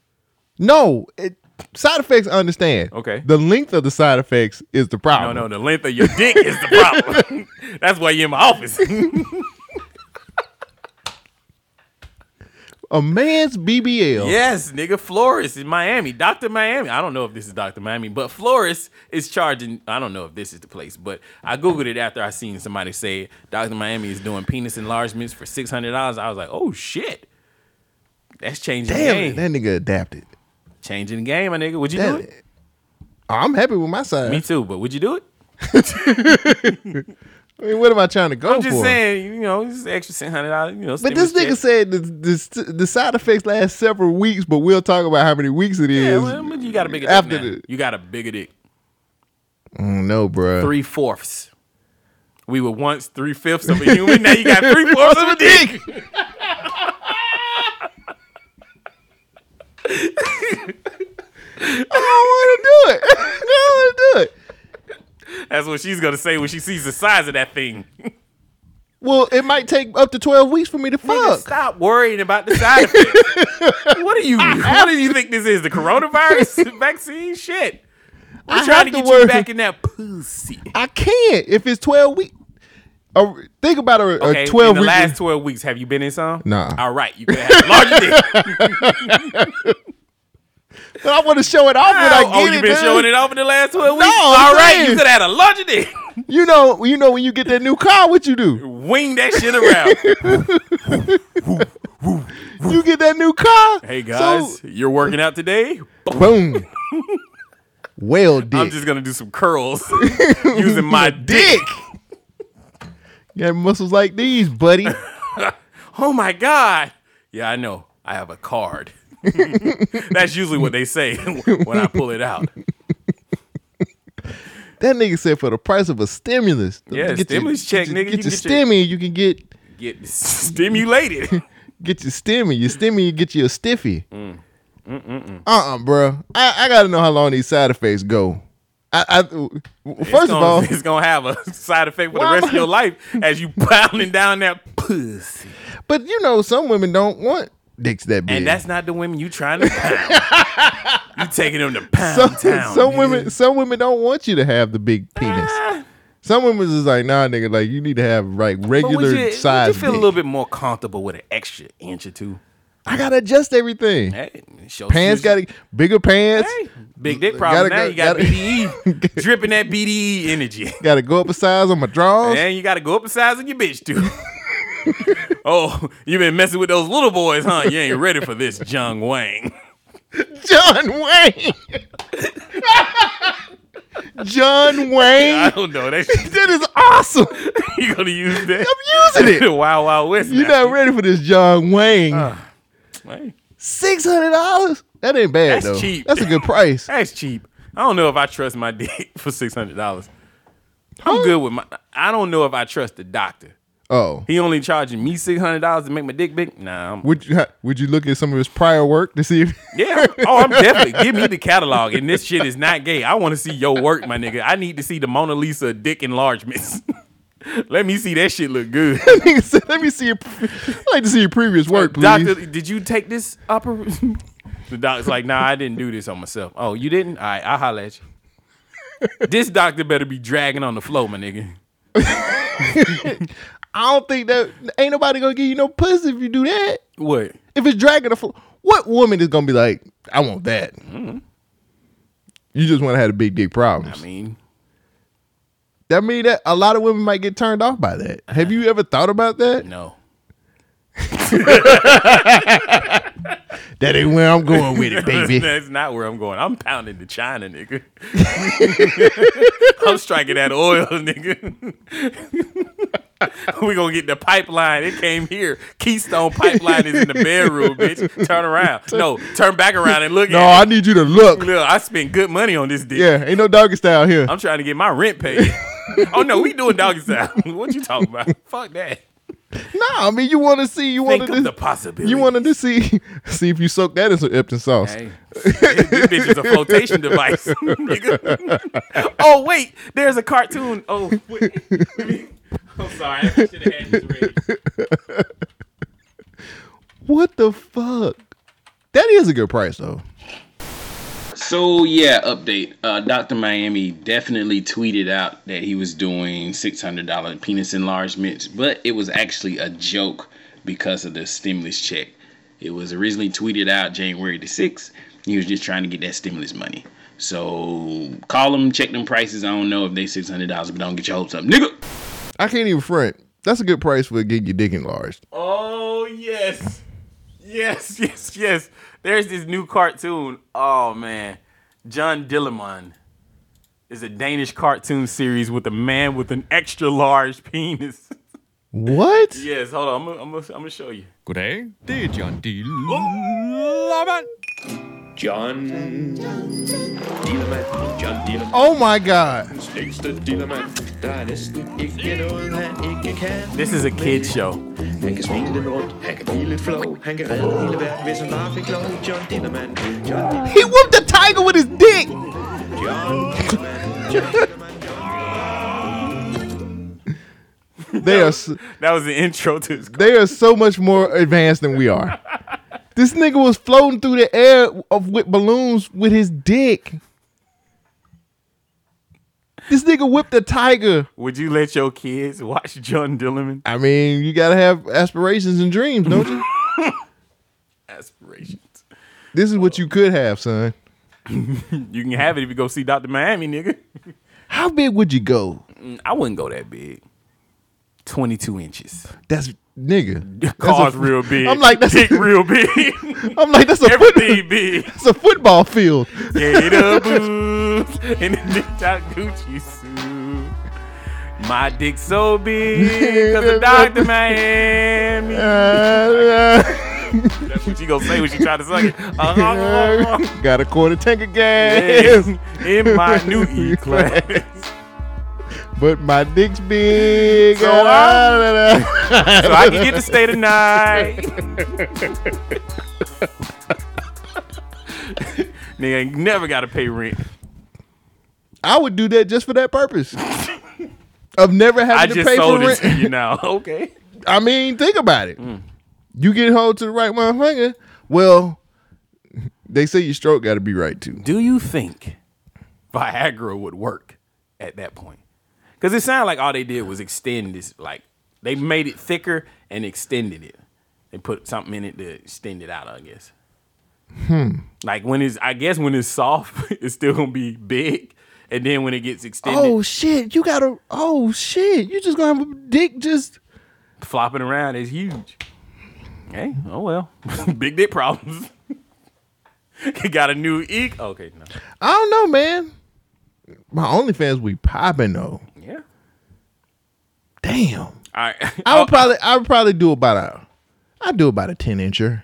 B: No, it, side effects. I understand.
A: Okay.
B: The length of the side effects is the
A: No,
B: problem.
A: no, the length of your dick is the problem. That's why you're in my office.
B: A man's BBL.
A: yes, nigga. Flores in Miami, Doctor Miami. I don't know if this is Doctor Miami, but Flores is charging. I don't know if this is the place, but I googled it after I seen somebody say Doctor Miami is doing penis enlargements for six hundred dollars. I was like, oh shit, that's changing the
B: Damn,
A: game.
B: it, that nigga adapted.
A: Changing the game, my nigga. Would you
B: Damn
A: do it?
B: I'm happy with my side.
A: Me too, but would you do it?
B: I mean, what am I trying to go
A: I'm just
B: for?
A: saying, you know, it's extra six hundred dollars. You know,
B: But this
A: said.
B: nigga said the, the the side effects last several weeks, but we'll talk about how many weeks it is.
A: Yeah, well, you got a bigger dick.
B: after
A: now. You got a bigger dick.
B: Mm, no, bruh.
A: Three fourths. We were once three fifths of a human. Now you got three fourths of a dick.
B: I don't want to do it. I don't want to do it.
A: That's what she's gonna say when she sees the size of that thing.
B: Well, it might take up to twelve weeks for me to fuck.
A: Stop worrying about the side effects. what do you? What do you think this is? The coronavirus vaccine? Shit. We're
B: I
A: trying
B: have
A: to
B: to
A: get
B: worry.
A: you back in that pussy.
B: I can't if it's twelve weeks. think about a, a
A: Okay, in
B: twelve
A: the
B: week.
A: last twelve weeks, have you been in some?
B: Nah.
A: All right, you could have larger dick.
B: but I want to show it off when
A: Oh,
B: I get
A: oh, you
B: it,
A: been
B: dude.
A: showing it off in the last twelve
B: No,
A: weeks.
B: I'm
A: All right,
B: saying.
A: you could have had a larger dick.
B: You know, you know when you get that new car, what you do?
A: Wing that shit around.
B: You get that new car.
A: hey guys, you're working out today.
B: Boom. well, dick.
A: I'm just gonna do some curls using my dick.
B: You got muscles like these, buddy.
A: oh my god. Yeah, I know. I have a card. That's usually what they say when I pull it out.
B: That nigga said for the price of a stimulus.
A: Yeah,
B: Get your-
A: stimulus check,
B: get
A: nigga.
B: Your,
A: You
B: get
A: can
B: your
A: get
B: stimmy, you can get
A: Get stimulated.
B: get your stimmy. Your stimmy, you get your stiffy.
A: Mm. Mm-mm-mm.
B: Uh uh bro. I, I gotta know how long these side effects go. I, I w-
A: It's
B: first
A: gonna-
B: of all,
A: it's gonna have a side effect for the
B: Why
A: rest
B: am
A: of your life as you pounding down that pussy.
B: but you know some women don't want dicks that big.
A: And that's not the women you trying to pound. you taking them to pound
B: some,
A: town.
B: some
A: nigga. Ah.
B: women some women don't want you to have the big penis. Some women is like, nah, nigga, like you need to have like
A: But would
B: regular
A: you, would
B: size.
A: you feel a
B: dick.
A: little bit more comfortable with an extra inch or two.
B: I gotta adjust everything.
A: Hey, it shows
B: pants
A: you-
B: gotta bigger pants.
A: big dick problem.
B: gotta
A: now
B: go-
A: you got
B: gotta-
A: BDE dripping that BDE energy.
B: Gotta go up a size on my drawers.
A: And you got to go up in size on your bitch too. oh, you been messing with those little boys, huh? You ain't ready for this, Jung Wang.
B: John Wayne. John Wayne.
A: I don't know. That shit,
B: that is awesome.
A: you gonna use that? Uh.
B: I'm using it.
A: wow, wow, west.
B: You're not ready for this, John Wayne.
A: Wayne.
B: Six hundred dollars. That ain't bad
A: That's
B: though.
A: cheap.
B: That's a good price.
A: That's cheap. I don't know if I trust my dick for six hundred dollars. I'm good with my. I don't know if I trust the doctor.
B: Oh,
A: He only charging me six hundred dollars to make my dick big. Nah, I'm,
B: would you would you look at some of his prior work to see if?
A: yeah. Oh, I'm definitely give me the catalog. And this shit is not gay. I want to see your work, my nigga. I need to see the Mona Lisa dick enlargements. Let me see that shit look good.
B: Nigga said, Let me see. Your, I'd like to see your previous work, please.
A: Doctor, did you take this upper? the doctor's like, nah, I didn't do this on myself. Oh, you didn't? All right, I'll holler at you. this doctor better be dragging on the floor, my nigga.
B: I don't think that ain't nobody gonna give you no pussy if you do that.
A: What?
B: If it's dragging the floor, what woman is gonna be like? I want that. You just want to have a big dick problems.
A: Mm-hmm. I mean,
B: That mean that a lot of women might get turned off by that. Have you ever thought about that?
A: Uh-huh. no.
B: That ain't where I'm going with it, baby.
A: That's not where I'm going. I'm pounding to China, nigga. I'm striking that oil, nigga. we gonna get the pipeline. It came here. Keystone pipeline is in the bedroom, bitch. Turn around. No, turn back around and look
B: No,
A: at
B: I need you to look.
A: it. Look, I spent good money on this dick.
B: Yeah, ain't no doggy style here.
A: I'm trying to get my rent paid. oh no, we doing doggy style. what you talking about? Fuck that.
B: No, I mean you want to see. You
A: Think
B: want
A: of the
B: to.
A: possibility.
B: You wanted to see see if you soak that in some Epton sauce.
A: Hey, this bitch is a flotation device. nigga. oh wait, there's a cartoon. Oh, wait. I'm sorry, I should have had this ready.
B: What the fuck? That is a good price though.
O: So yeah, update. Uh, Doctor Miami definitely tweeted out that he was doing six hundred dollar penis enlargements, but it was actually a joke because of the stimulus check. It was originally tweeted out January the sixth. He was just trying to get that stimulus money. So call them, check them prices. I don't know if they six hundred dollars, but don't get your hopes up, nigga.
B: I can't even front. That's a good price for getting your dick enlarged.
A: Oh yes, yes, yes, yes. There's this new cartoon. Oh man, John Dillamon is a Danish cartoon series with a man with an extra large penis.
B: What?
A: yes, hold on. I'm gonna, I'm gonna, I'm gonna show you.
P: Good day, dear John Dillamon. John Dillamon. John Dillamon.
B: Oh my god.
A: This is a kid show.
P: Han kan svine den rundt, han kan blive lidt flov, han kan redde hele verden, hvis han bare fik lov. John Dillermand, John Dillermand,
B: He whooped a tiger with his dick. They are s-
A: That was the intro to his.
B: they are so much more advanced than we are. This nigga was floating through the air of with balloons with his dick. This nigga whipped a tiger.
A: Would you let your kids watch John Dillerman?
B: I mean, you gotta have aspirations and dreams, don't you?
A: Aspirations.
B: this is what you could have, son.
A: You can have it if you go see Doctor Miami, nigga.
B: How big would you go?
A: Mm, I wouldn't go that big. Twenty-two inches.
B: That's nigga. That's a-
A: Car's real big.
B: I'm like that's
A: dick
B: a,
A: real big.
B: I'm like that's a
A: everything big.
B: That's a football field.
A: Get a boots and a dick top Gucci suit. My dick so big because of Doctor Miami. That's what she gonna say when she try to suck it. Uh-huh.
B: Got a quarter tank of
A: Yes,
B: gas
A: in my new E class.
B: But my dick's big.
A: So
B: and
A: I-
B: I-
A: so I can get to stay tonight. Nigga ain't never gotta pay rent.
B: I would do that just for that purpose. of never
A: I
B: having to
A: just
B: pay for
A: sold it
B: rent.
A: to you Mm. now. Okay.
B: I mean, think about it. You get hold to the right motherfucker. Well, they say your stroke got to be right too.
A: Do you think Viagra would work at that point? Because it sounded like all they did was extend this, like they made it thicker and extended it. They put something in it to extend it out, I guess.
B: Hmm.
A: Like when it's, I guess when it's soft, it's still gonna be big, and then when it gets extended,
B: Oh shit! You gotta. Oh shit! You just gonna have a dick just.
A: flopping around is huge. Hey, oh well, big dick problems. Got a new eek. Okay, no.
B: I don't know, man. My OnlyFans we popping though.
A: Yeah.
B: Damn.
A: All right. Oh,
B: I would probably I would probably do about a I do about a ten incher.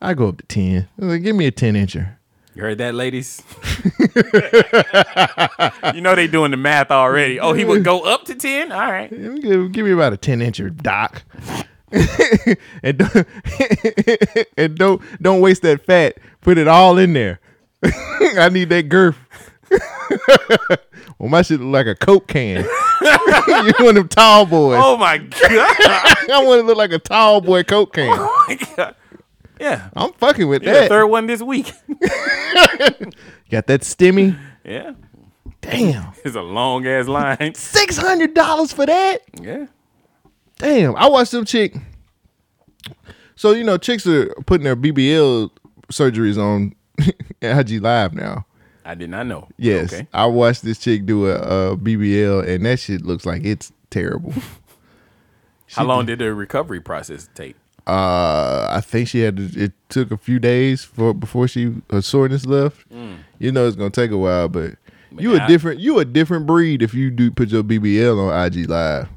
B: I go up to ten. I was like, give me a ten incher.
A: You heard that, ladies? you know they doing the math already. Oh, he would go up to ten. All right.
B: Give, give me about a ten incher, doc. and don't, and don't don't waste that fat. Put it all in there. I need that girth. well, my shit look like a coke can. you one of them tall boys.
A: Oh my god. Oh,
B: I want to look like a tall boy coke can.
A: Yeah.
B: I'm fucking with
A: You're the
B: that.
A: third one this week.
B: Got that stimmy.
A: yeah.
B: Damn.
A: It's a long ass line.
B: Six hundred dollars for that?
A: Yeah.
B: Damn. I watched them chick. So you know, chicks are putting their BBL surgeries on IG Live now.
A: I did not know.
B: Yes,
A: Okay.
B: I watched this chick do a, a BBL, and that shit looks like it's terrible.
A: How long did the recovery process take?
B: Uh, I think she had. To, it took a few days for before she her soreness left.
A: Mm.
B: You know, it's gonna take a while, but you
A: I-
B: a different you a different breed if you do put your BBL on IG Live.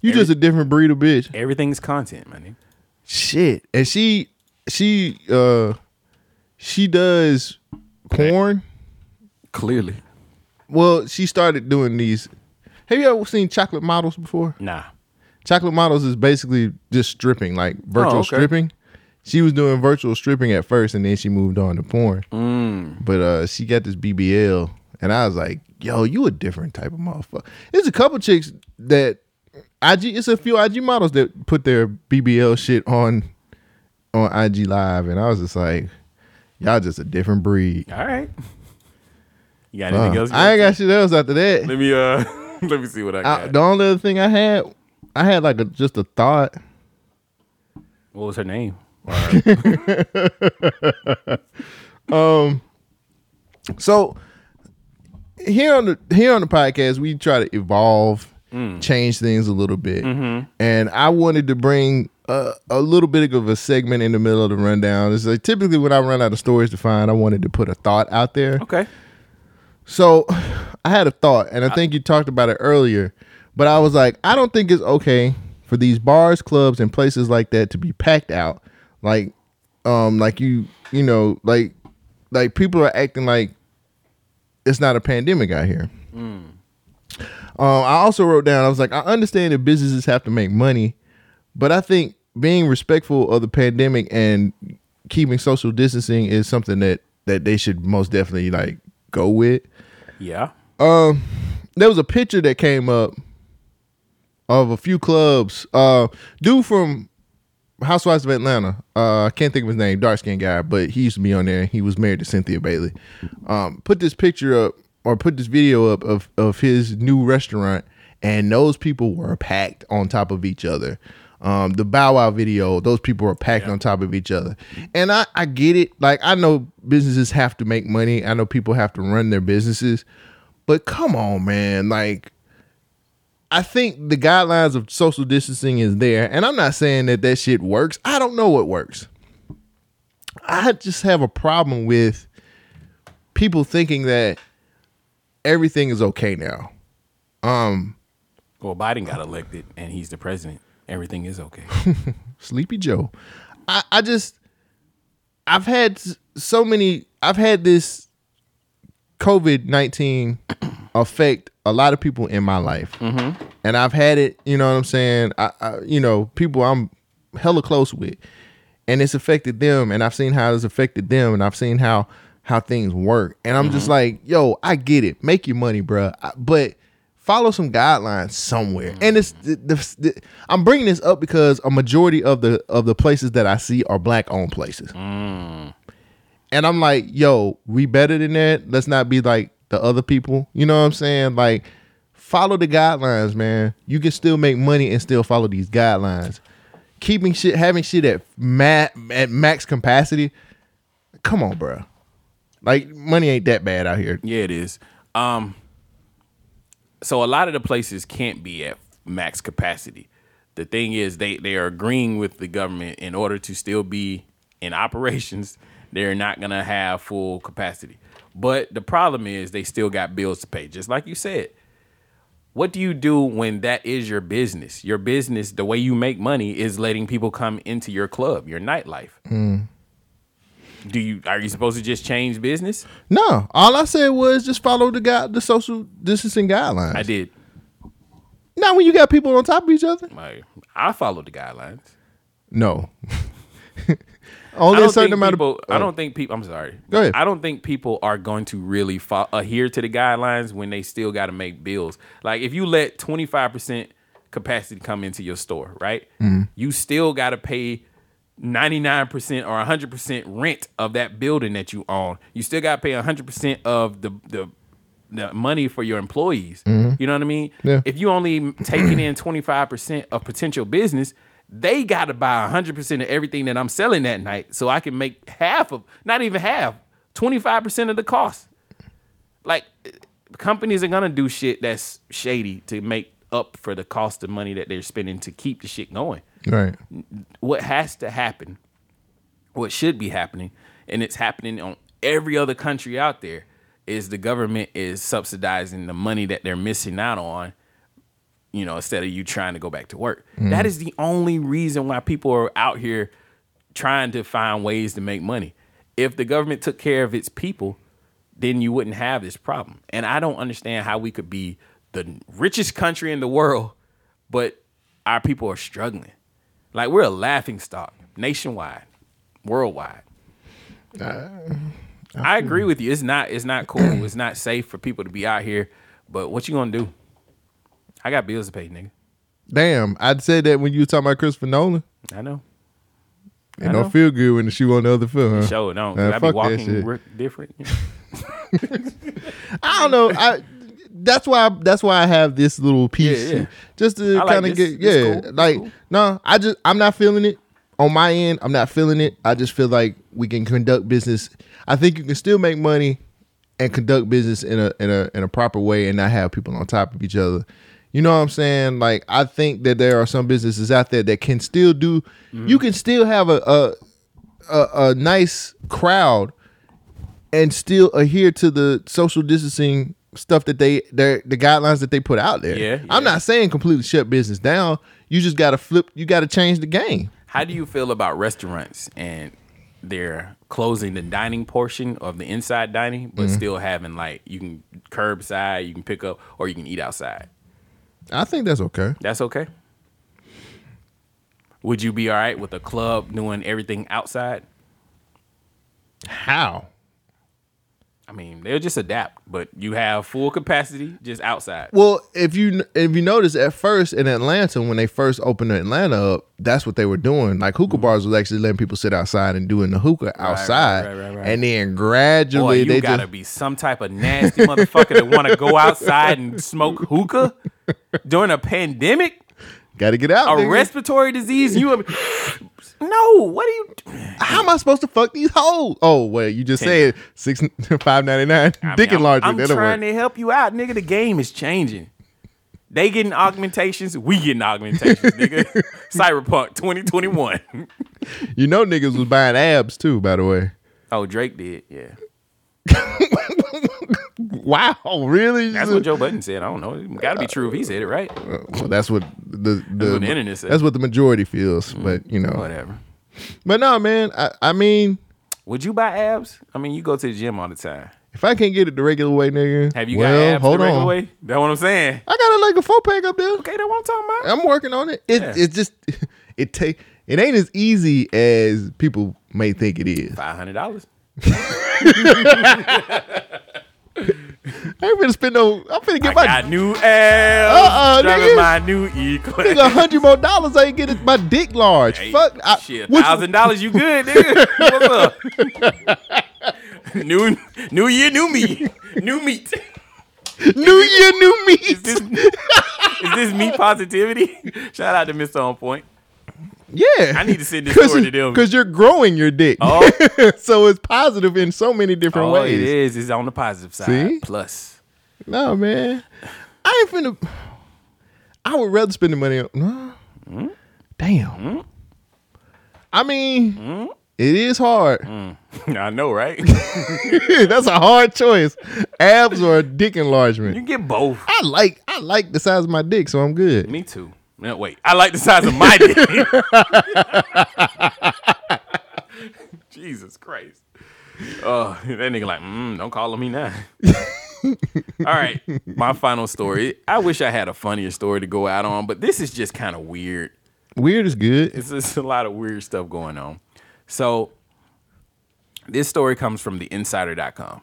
B: You just a different breed of bitch.
A: Everything's content, man.
B: Shit, and she she uh she does porn.
A: Clearly,
B: well, she started doing these. Have you ever seen chocolate models before?
A: Nah.
B: Chocolate models is basically just stripping, like virtual
A: Oh, okay.
B: stripping. She was doing virtual stripping at first, and then she moved on to porn.
A: Mm.
B: But uh, she got this BBL, and I was like, "Yo, you a different type of motherfucker." There's a couple chicks that IG. It's a few IG models that put their BBL shit on on IG Live, and I was just like, y'all just a different breed.
A: All right. You got anything
B: Uh,
A: else? you
B: I ain't
A: want
B: got shit else after that.
A: to- Let me uh, let me see what I
B: I,
A: got.
B: the only other thing I had, I had like a, just a thought.
A: what was her name?
B: um, so here on the here on the podcast, we try to evolve,
Q: Mm.
B: change things a little bit,
Q: Mhm.
B: and I wanted to bring a, a little bit of a segment in the middle of the rundown. It's like typically when I run out of stories to find, I wanted to put a thought out there.
A: Okay.
B: So I had a thought, and I think you talked about it earlier, but I was like, I don't think it's okay for these bars, clubs, and places like that to be packed out. Like, um, like you, you know, like, like people are acting like it's not a pandemic out here. Um, I also wrote down, I was like, I understand that businesses have to make money, but I think being respectful of the pandemic and keeping social distancing is something that that they should most definitely like go with.
A: Yeah.
B: Um, there was a picture that came up of a few clubs. Uh, dude from Housewives of Atlanta. Uh, I can't think of his name. Dark skinned guy, but he used to be on there. He was married to Cynthia Bailey. Um, put this picture up or put this video up of of his new restaurant, and those people were packed on top of each other. Um, the Bow Wow video, those people were packed on top of each other. And I, I get it. Like, I know businesses have to make money. I know people have to run their businesses. But come on, man. Like, I think the guidelines of social distancing is there, and I'm not saying that that shit works. I don't know what works. I just have a problem with people thinking that everything is okay now. Um,
A: Well, Biden got elected, and he's the president. Everything is okay.
B: Sleepy Joe. I, I just I've had s- so many I've had this COVID nineteen affect a lot of people in my life, and I've had it. You know what I'm saying? I, I you know people I'm hella close with, and it's affected them, and I've seen how it's affected them, and I've seen how how things work, and I'm just like, yo, I get it. Make your money, bruh. I- but follow some guidelines somewhere. And it's the, the, the- I'm bringing this up because a majority of the of the places that I see are black owned places. And I'm like, yo, we better than that. Let's not be like the other people. You know what I'm saying? Like, follow the guidelines, man. You can still make money and still follow these guidelines. Keeping shit, having shit at ma- at max capacity. Come on, bro. Like, money ain't that bad out here.
A: Yeah, it is. Um, so a lot of the places can't be at max capacity. The thing is, they they are agreeing with the government in order to still be in operations. They're not gonna have full capacity. But the problem is, they still got bills to pay. Just like you said, what do you do when that is your business? Your business, the way you make money, is letting people come into your club, your nightlife. Do you are you supposed to just change business?
B: No, all I said was just follow the guy, the social distancing guidelines.
A: I did.
B: Not when you got people on top of each other.
A: Like, I follow the guidelines.
B: No.
A: I
B: Only a
A: don't
B: certain
A: think
B: amount
A: people,
B: of. oh.
A: I don't think people. I'm sorry.
B: Go ahead.
A: I don't think people are going to really fo- adhere to the guidelines when they still got to make bills. Like if you let 25 percent capacity come into your store, right?
B: Mm-hmm.
Q: Mhm.
A: You still got to pay 99 percent or 100 percent rent of that building that you own. You still got to pay 100 percent of the the the money for your employees.
Q: Mhm.
B: Mm-hmm.
A: You know what I mean?
Q: Yeah.
A: If you only taking in 25% of potential business, they got to buy 100% of everything that I'm selling that night so I can make half of, not even half, 25% of the cost. Like eh, companies are going to do shit that's shady to make up for the cost of money that they're spending to keep the shit going
B: Right.
A: what has to happen, what should be happening, and it's happening on every other country out there, is the government is subsidizing the money that they're missing out on, you know, instead of you trying to go back to work.
Q: Mm.
A: That is the only reason why people are out here trying to find ways to make money. If the government took care of its people, then you wouldn't have this problem. And I don't understand how we could be the richest country in the world, but our people are struggling. Like we're a laughing stock nationwide, worldwide. Uh, I agree with you. It's not it's not cool. it's not safe for people to be out here. But what you gonna do? I got bills to pay, nigga.
B: Damn, I said that when you were talking about Christopher Nolan.
A: I know.
B: It don't feel good when the shoe on the other foot, huh?
A: Show don't.
B: Nah,
A: 'cause I be
B: fuck that
A: walking
B: shit.
A: re- different.
B: I don't know. I that's why that's why I have this little piece
A: yeah.
B: just to
A: I like
B: kind of
A: this.
B: get
A: This
B: yeah.
A: cool. This
B: Like no, I just I'm not feeling it on my end. I'm not feeling it. I just feel like we can conduct business. I think you can still make money and conduct business in a in a in a proper way and not have people on top of each other. You know what I'm saying? Like I think that there are some businesses out there that can still do.
A: Mm-hmm.
B: You can still have a a, a a nice crowd and still adhere to the social distancing stuff that they their the guidelines that they put out there.
A: Yeah,
B: I'm not saying completely shut business down. You just got to flip. You got to change the game.
A: How do you feel about restaurants and they're closing the dining portion of the inside dining, but
B: Mhm.
A: still having like you can curbside, you can pick up, or you can eat outside?
B: I think that's okay.
A: That's okay. Would you be all right with a club doing everything outside?
B: How?
A: I mean, they'll just adapt, but you have full capacity just outside.
B: Well, if you if you notice at first in Atlanta when they first opened Atlanta up, that's what they were doing. Like hookah bars was actually letting people sit outside and doing the hookah outside,
A: right, right, right.
B: and then
A: Boy,
B: gradually
A: you
B: they
A: gotta
B: just
A: be some type of nasty motherfucker that want to go outside and smoke hookah during a pandemic,
B: got to get out.
A: a
B: nigga.
A: respiratory disease. You have- no, what are you?
B: How am I supposed to fuck these hoes? Oh wait, you just said six five ninety nine. Dick
A: I'm,
B: enlarger.
A: I'm
B: That'll
A: trying
B: work.
A: to help you out, nigga. The game is changing. They getting augmentations, we getting augmentations, nigga. Cyberpunk 2021.
B: You know niggas was buying abs too, by the way.
A: Oh, Drake did, yeah.
B: Wow, really?
A: That's what Joe Button said. I don't know. It gotta be true if he said it, right?
B: Uh, well, that's what the, the,
A: what the internet said.
B: That's what the majority feels, but you know.
A: Whatever.
B: But no, man, I, I mean
A: Would you buy abs? I mean, you go to the gym all the time.
B: if I can't get it the regular way, nigga.
A: Have you
B: well,
A: got abs
B: hold
A: the regular
B: on.
A: way? That's what I'm saying.
B: I got a like a four pack up there. Okay,
A: that's what I'm talking
B: about. I'm working on it. It
A: Yeah.
B: it's just it take it ain't as easy as people may think it is.
A: Five hundred dollars.
B: I ain't gonna spend no. I'm finna get
A: I
B: my
A: got new abs.
B: Uh-uh,
A: driving
B: nigga.
A: my new E class.
B: Nigga, a hundred more dollars I ain't getting my dick large.
A: Hey,
B: Fuck, I,
A: shit,
B: which-
A: thousand dollars, you good, nigga? What's up? new, new year, new me, new meat.
B: new year, new meat. Is
A: this, is this meat positivity? Shout out to Mister On Point.
B: Yeah,
A: I need to send this
B: Cause,
A: story to them.
B: Because you're growing your dick.
A: Oh.
B: so it's positive in so many different
A: oh,
B: ways.
A: it is. It's on the positive side.
B: See?
A: Plus,
B: No, man. I ain't finna. I would rather spend the money on. No.
A: Mm-hmm.
B: Damn. I mean,
A: Mm-hmm.
B: it is hard.
A: Mm. I know, right?
B: That's a hard choice. Abs or a dick enlargement.
A: You get both.
B: I like I like the size of my dick, so I'm good.
A: Me too. No, wait, I like the size of my dick. Jesus Christ. Oh, that nigga like, mm, don't call on me now. All right, my final story. I wish I had a funnier story to go out on, but this is just kind of weird.
B: Weird is good.
A: It's just a lot of weird stuff going on. So, this story comes from the insider.com.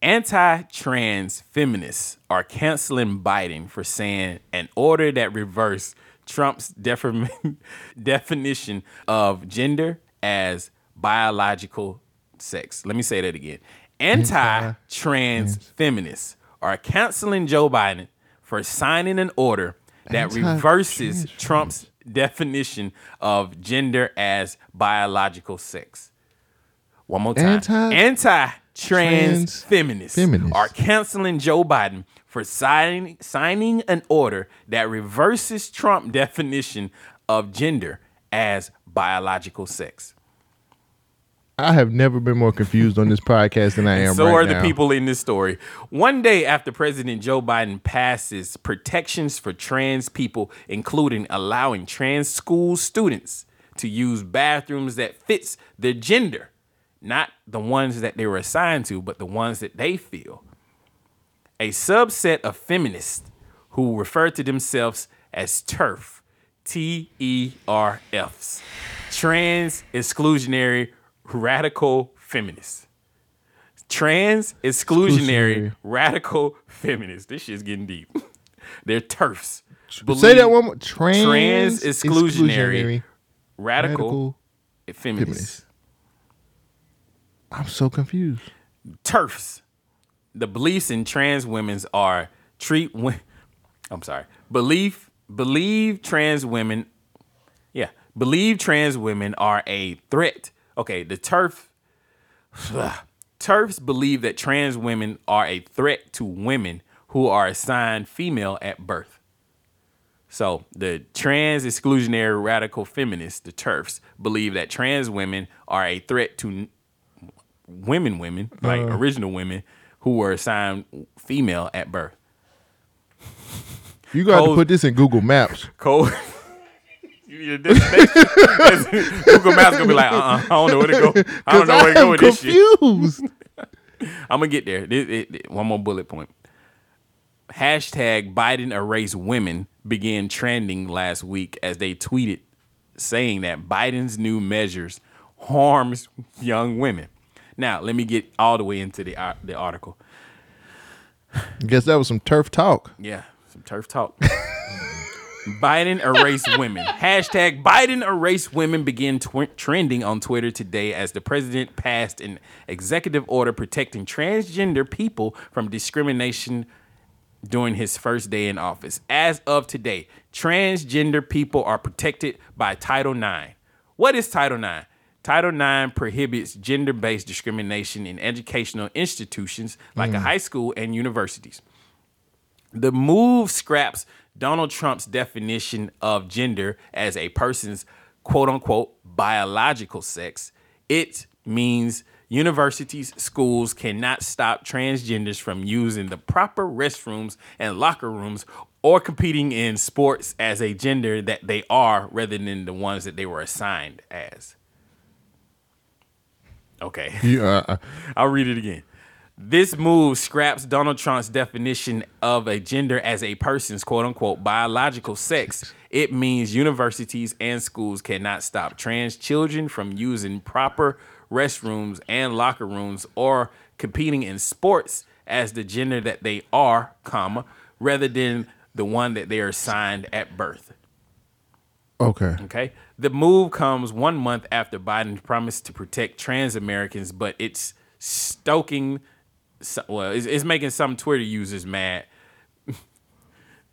A: Anti trans feminists are canceling Biden for saying an order that reversed Trump's defam- definition of gender as biological sex. Let me say that again. Anti trans feminists are canceling Joe Biden for signing an order that
B: Anti-
A: reverses Trump's definition of gender as biological sex. One more time.
B: Anti-
A: Anti trans
B: Trans
A: feminists,
B: feminists.
A: are canceling Joe Biden for signing signing an order that reverses Trump definition of gender as biological sex.
B: I have never been more confused on this podcast than I am
A: so
B: right
A: are the
B: now.
A: people in this story. One day after President Joe Biden passes protections for trans people, including allowing trans school students to use bathrooms that fits their gender, not the ones that they were assigned to, but the ones that they feel. A subset of feminists who refer to themselves as TERF, T E R Fs, trans exclusionary radical feminists trans exclusionary, radical feminists. This shit's getting deep. They're E turfs.
B: Say that one more. Trans
A: trans exclusionary,
B: exclusionary,
A: radical,
B: radical
A: feminists.
B: Feminists. I'm so confused.
A: TERFs. The beliefs in trans women's are treat women. I'm sorry. Belief believe trans women. Yeah, believe trans women are a threat. Okay, the turf. Turfs believe that trans women are a threat to women who are assigned female at birth. So the trans exclusionary radical feminists, the turfs, believe that trans women are a threat to n- women, women like
B: Uh.
A: original women who were assigned female at birth.
B: You got to
A: Cold-
B: put this in Google Maps.
A: Cold. you need a destination. Google Maps gonna be like, uh, uh I don't know where to go. I don't know where to go with this shit.
B: confused.
A: I'm gonna get there. This- it- it- one more bullet point. Hashtag Biden erase women began trending last week as they tweeted saying that Biden's new measures harms young women. Now let me get all the way into the ar- the article.
B: Guess that was some turf talk.
A: Yeah, some turf talk. Biden erase women. Hashtag Biden erase women began tw- trending on Twitter today as the president passed an executive order protecting transgender people from discrimination during his first day in office. As of today, transgender people are protected by Title IX. What is Title IX? Title IX prohibits gender based discrimination in educational institutions like a
Q: Mm.
A: high school and universities. The move scraps Donald Trump's definition of gender as a person's quote unquote biological sex. It means universities, schools cannot stop transgenders from using the proper restrooms and locker rooms or competing in sports as a gender that they are rather than the ones that they were assigned as. Okay.
B: You, uh, uh,
A: I'll read it again. This move scraps Donald Trump's definition of a gender as a person's quote unquote biological sex. It means universities and schools cannot stop trans children from using proper restrooms and locker rooms or competing in sports as the gender that they are, comma, rather than the one that they are assigned at birth.
B: okay.
A: Okay. The move comes one month after Biden promised to protect trans Americans, but it's stoking, so- well, it's, it's making some Twitter users mad.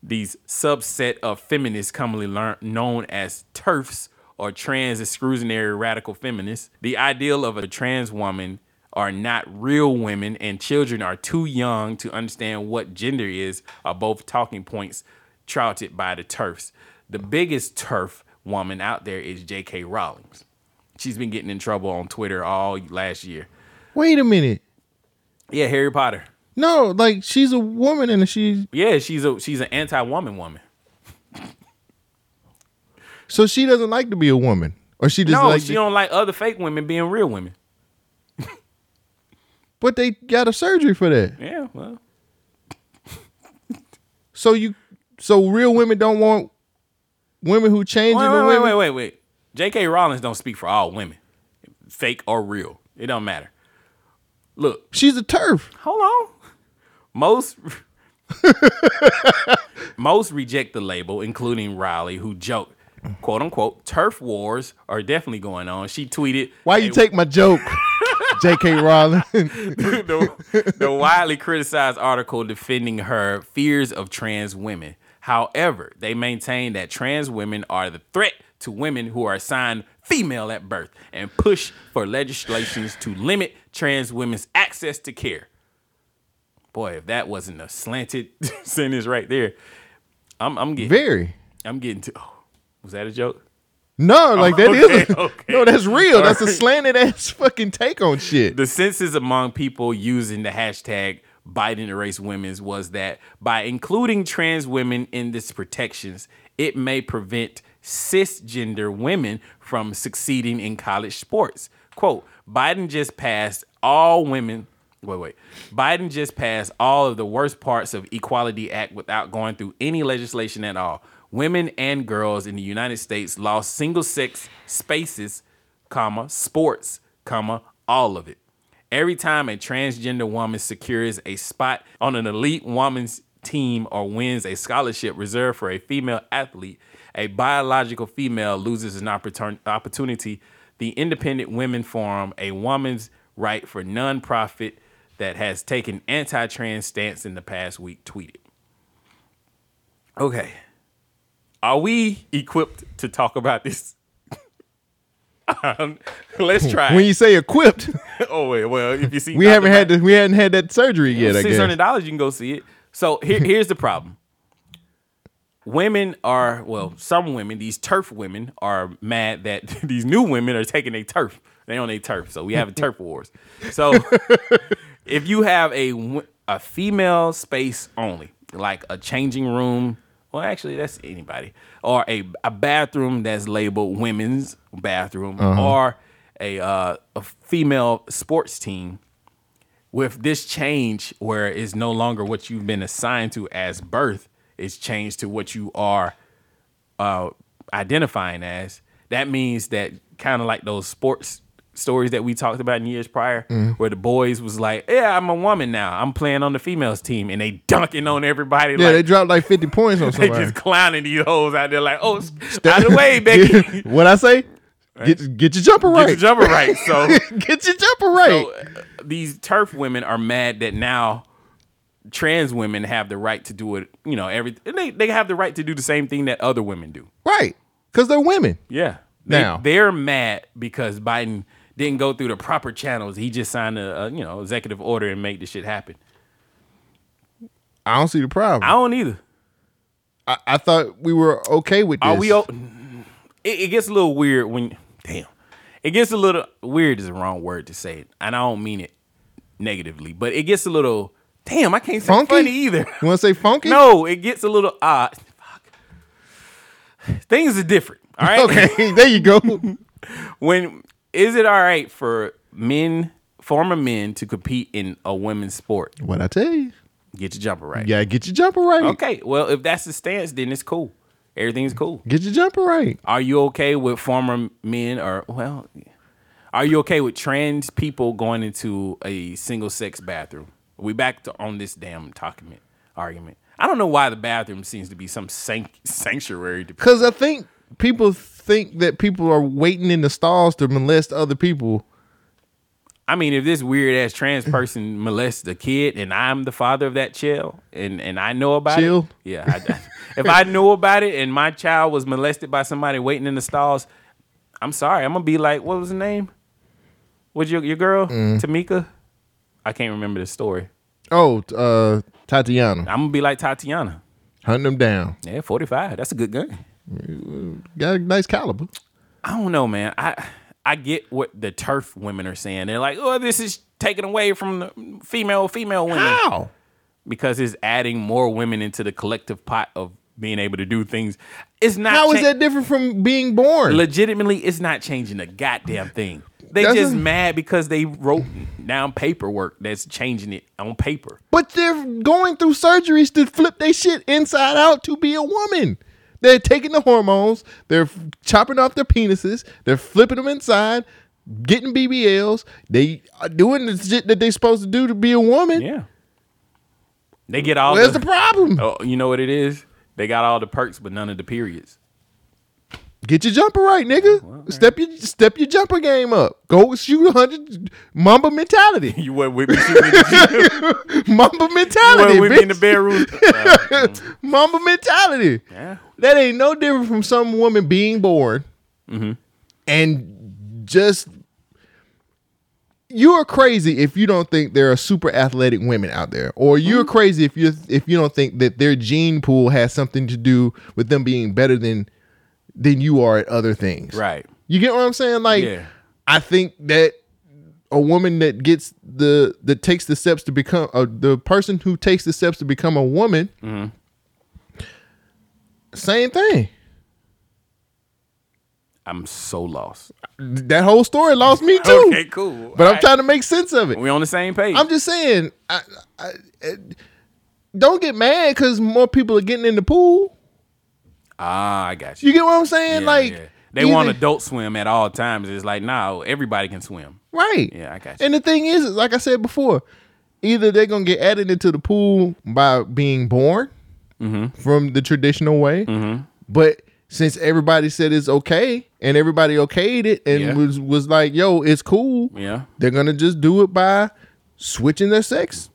A: These subset of feminists, commonly learn, known as TERFs or trans exclusionary radical feminists, the ideal of a trans woman are not real women and children are too young to understand what gender is are both talking points trouted by the turfs. The biggest turf woman out there is J.K. Rowlings. She's been getting in trouble on Twitter all last year.
B: Wait a minute.
A: Yeah, Harry Potter.
B: No, like she's a woman and she
A: Yeah, she's a she's an anti-woman woman.
B: so she doesn't like to be a woman, or she just
A: no,
B: like.
A: she don't like other fake women being real women.
B: but they got a surgery for that.
A: Yeah, well,
B: So you, so real women don't want women who change
A: wait,
B: into
A: wait, wait,
B: women.
A: wait, wait, wait. J.K. Rowlings don't speak for all women, fake or real. It don't matter. Look,
B: she's a turf.
A: Hold on. Most most reject the label, including Riley, who joked, "quote unquote," turf wars are definitely going on. She tweeted,
B: Why you
A: "A
B: take my joke, J.K. Rowling?
A: the, the widely criticized article defending her fears of trans women. However, they maintain that trans women are the threat to women who are assigned female at birth and push for legislations to limit trans women's access to care. Boy, if that wasn't a slanted sentence right there, I'm, I'm getting
B: Very.
A: I'm getting to. Oh, was that a joke?
B: No, like that is
A: Oh, okay,
B: a,
A: okay.
B: no, that's real. That's a
A: Alright.
B: slanted ass fucking take on shit.
A: The census among people using the hashtag Biden erase women's was that by including trans women in this protections, it may prevent cisgender women from succeeding in college sports. Quote, Biden just passed all women wait, wait. Biden just passed all of the worst parts of Equality Act without going through any legislation at all. Women and girls in the United States lost single sex spaces comma, sports, comma, all of it. Every time a transgender woman secures a spot on an elite woman's team or wins a scholarship reserved for a female athlete, a biological female loses an opportun- opportunity the Independent Women Forum, a woman's right for nonprofit that has taken anti-trans stance in the past week, tweeted. Okay. Are we equipped to talk about this? Um, let's try.
B: When you say equipped,
A: oh wait, well, if you see,
B: we haven't had the, we hadn't had that surgery yet. I
A: six hundred
B: guess.
A: dollars, you can go see it. So here, here's the problem. Women are well, some women, these turf women, are mad that these new women are taking a turf. They own a turf, so we have a turf wars. So if you have a w- a female space only, like a changing room, well, actually that's anybody, or a a bathroom that's labeled women's bathroom,
B: Uh-huh.
A: or a uh, a female sports team with this change where it's no longer what you've been assigned to as birth it's changed to what you are uh, identifying as that means that kind of like those sports stories that we talked about in years prior
B: Mhm.
A: where the boys was like yeah i'm a woman now i'm playing on the females team and they dunking on everybody
B: Yeah,
A: like
B: they dropped like fifty points on
A: they
B: somebody.
A: just clowning these hoes out there like oh out of the way becky
B: what I say? Get get your jumper right.
A: Get your jumper right. So
B: get your jumper right.
A: So, uh, these turf women are mad that now trans women have the right to do it. You know, every and they they have the right to do the same thing that other women do.
B: right, because they're women.
A: Yeah. They,
B: Now.
A: they're mad because Biden didn't go through the proper channels. He just signed a, a you know executive order and made this shit happen.
B: I don't see the problem. I
A: don't either.
B: I, I thought we were okay with this.
A: Are we? o- It, it gets a little weird when. Damn. It gets a little weird is the wrong word to say it, and I don't mean it negatively, but it gets a little. Damn, I can't say
B: Funky?
A: funny either.
B: You want to say funky?
A: No, it gets a little odd. Fuck. Things are different. All right.
B: Okay, there you go.
A: when is it all right for men, former men, to compete in a women's sport?
B: What I tell you?
A: Get your jumper right.
B: Yeah, get your jumper right.
A: Okay. Well, if that's the stance, then it's cool. Everything's cool.
B: Get your jumper right.
A: Are you okay with former men or well? Are you okay with trans people going into a single sex bathroom? We back to on this damn document argument. I don't know why the bathroom seems to be some sanct- sanctuary to
B: Because I think people think that people are waiting in the stalls to molest other people.
A: I mean, if this weird ass trans person molests a kid and I'm the father of that child and, and I know about
B: Child?
A: it. Yeah. I, if I know about it and my child was molested by somebody waiting in the stalls, I'm sorry. I'm going to be like, what was the name? Was your, your girl?
B: Mm.
A: Tamika? I can't remember the story.
B: Oh, t- uh, Tatiana,
A: I'm going to be like Tatiana.
B: hunting them down.
A: Yeah, 45. That's a good gun.
B: Got a nice caliber.
A: I don't know, man. I I get what the turf women are saying. They're like, oh, this is taken away from the female female women.
B: How?
A: Because it's adding more women into the collective pot of being able to do things. It's not.
B: How is
A: cha-
B: that different from being born?
A: Legitimately, it's not changing a goddamn thing. They
B: That's
A: just
B: a-
A: mad because they wrote down paperwork that's changing it on paper.
B: But they're going through surgeries to flip their shit inside out to be a woman. They're taking the hormones, they're f- chopping off their penises, they're flipping them inside, getting BBLs. They are doing the shit that they're supposed to do to be a woman.
A: Yeah. They get all.
B: Where's the problem?
A: Oh, you know what it is? They got all the perks, but none of the periods.
B: Get your jumper right, nigga. Step your step your jumper game up. Go shoot hundred Mamba mentality.
A: You went with me. shooting at the gym.
B: Mamba mentality.
A: You went with me in the
B: bitch.
A: bedroom.
B: Mamba mentality.
A: Yeah.
B: That ain't no different from some woman being born
A: Mm-hmm.
B: and just you are crazy if you don't think there are super athletic women out there, or you're
A: Mm-hmm.
B: crazy if you if you don't think that their gene pool has something to do with them being better than than you are at other things.
A: Right.
B: You get what I'm saying? Like,
A: Yeah.
B: I think that a woman that gets the that takes the steps to become uh, the person who takes the steps to become a woman,
A: Mhm.
B: same thing.
A: I'm so lost.
B: That whole story lost me too.
A: Okay, cool.
B: But I'm
A: Alright.
B: trying to make sense of it.
A: We on the same page.
B: I'm just saying, I, I, I- don't get mad because more people are getting in the pool.
A: ah, I got you.
B: You get what I'm saying?
A: Yeah,
B: like
A: yeah. they
B: either-
A: want adult swim at all times. It's like, nah, everybody can swim.
B: right?
A: Yeah, I got you.
B: And the thing is, is like I said before, either they're gonna get added into the pool by being born from the traditional way, but since everybody said it's okay and everybody okayed it and
A: Yeah.
B: was was like, yo, it's cool.
A: Yeah.
B: They're gonna just do it by switching their sex.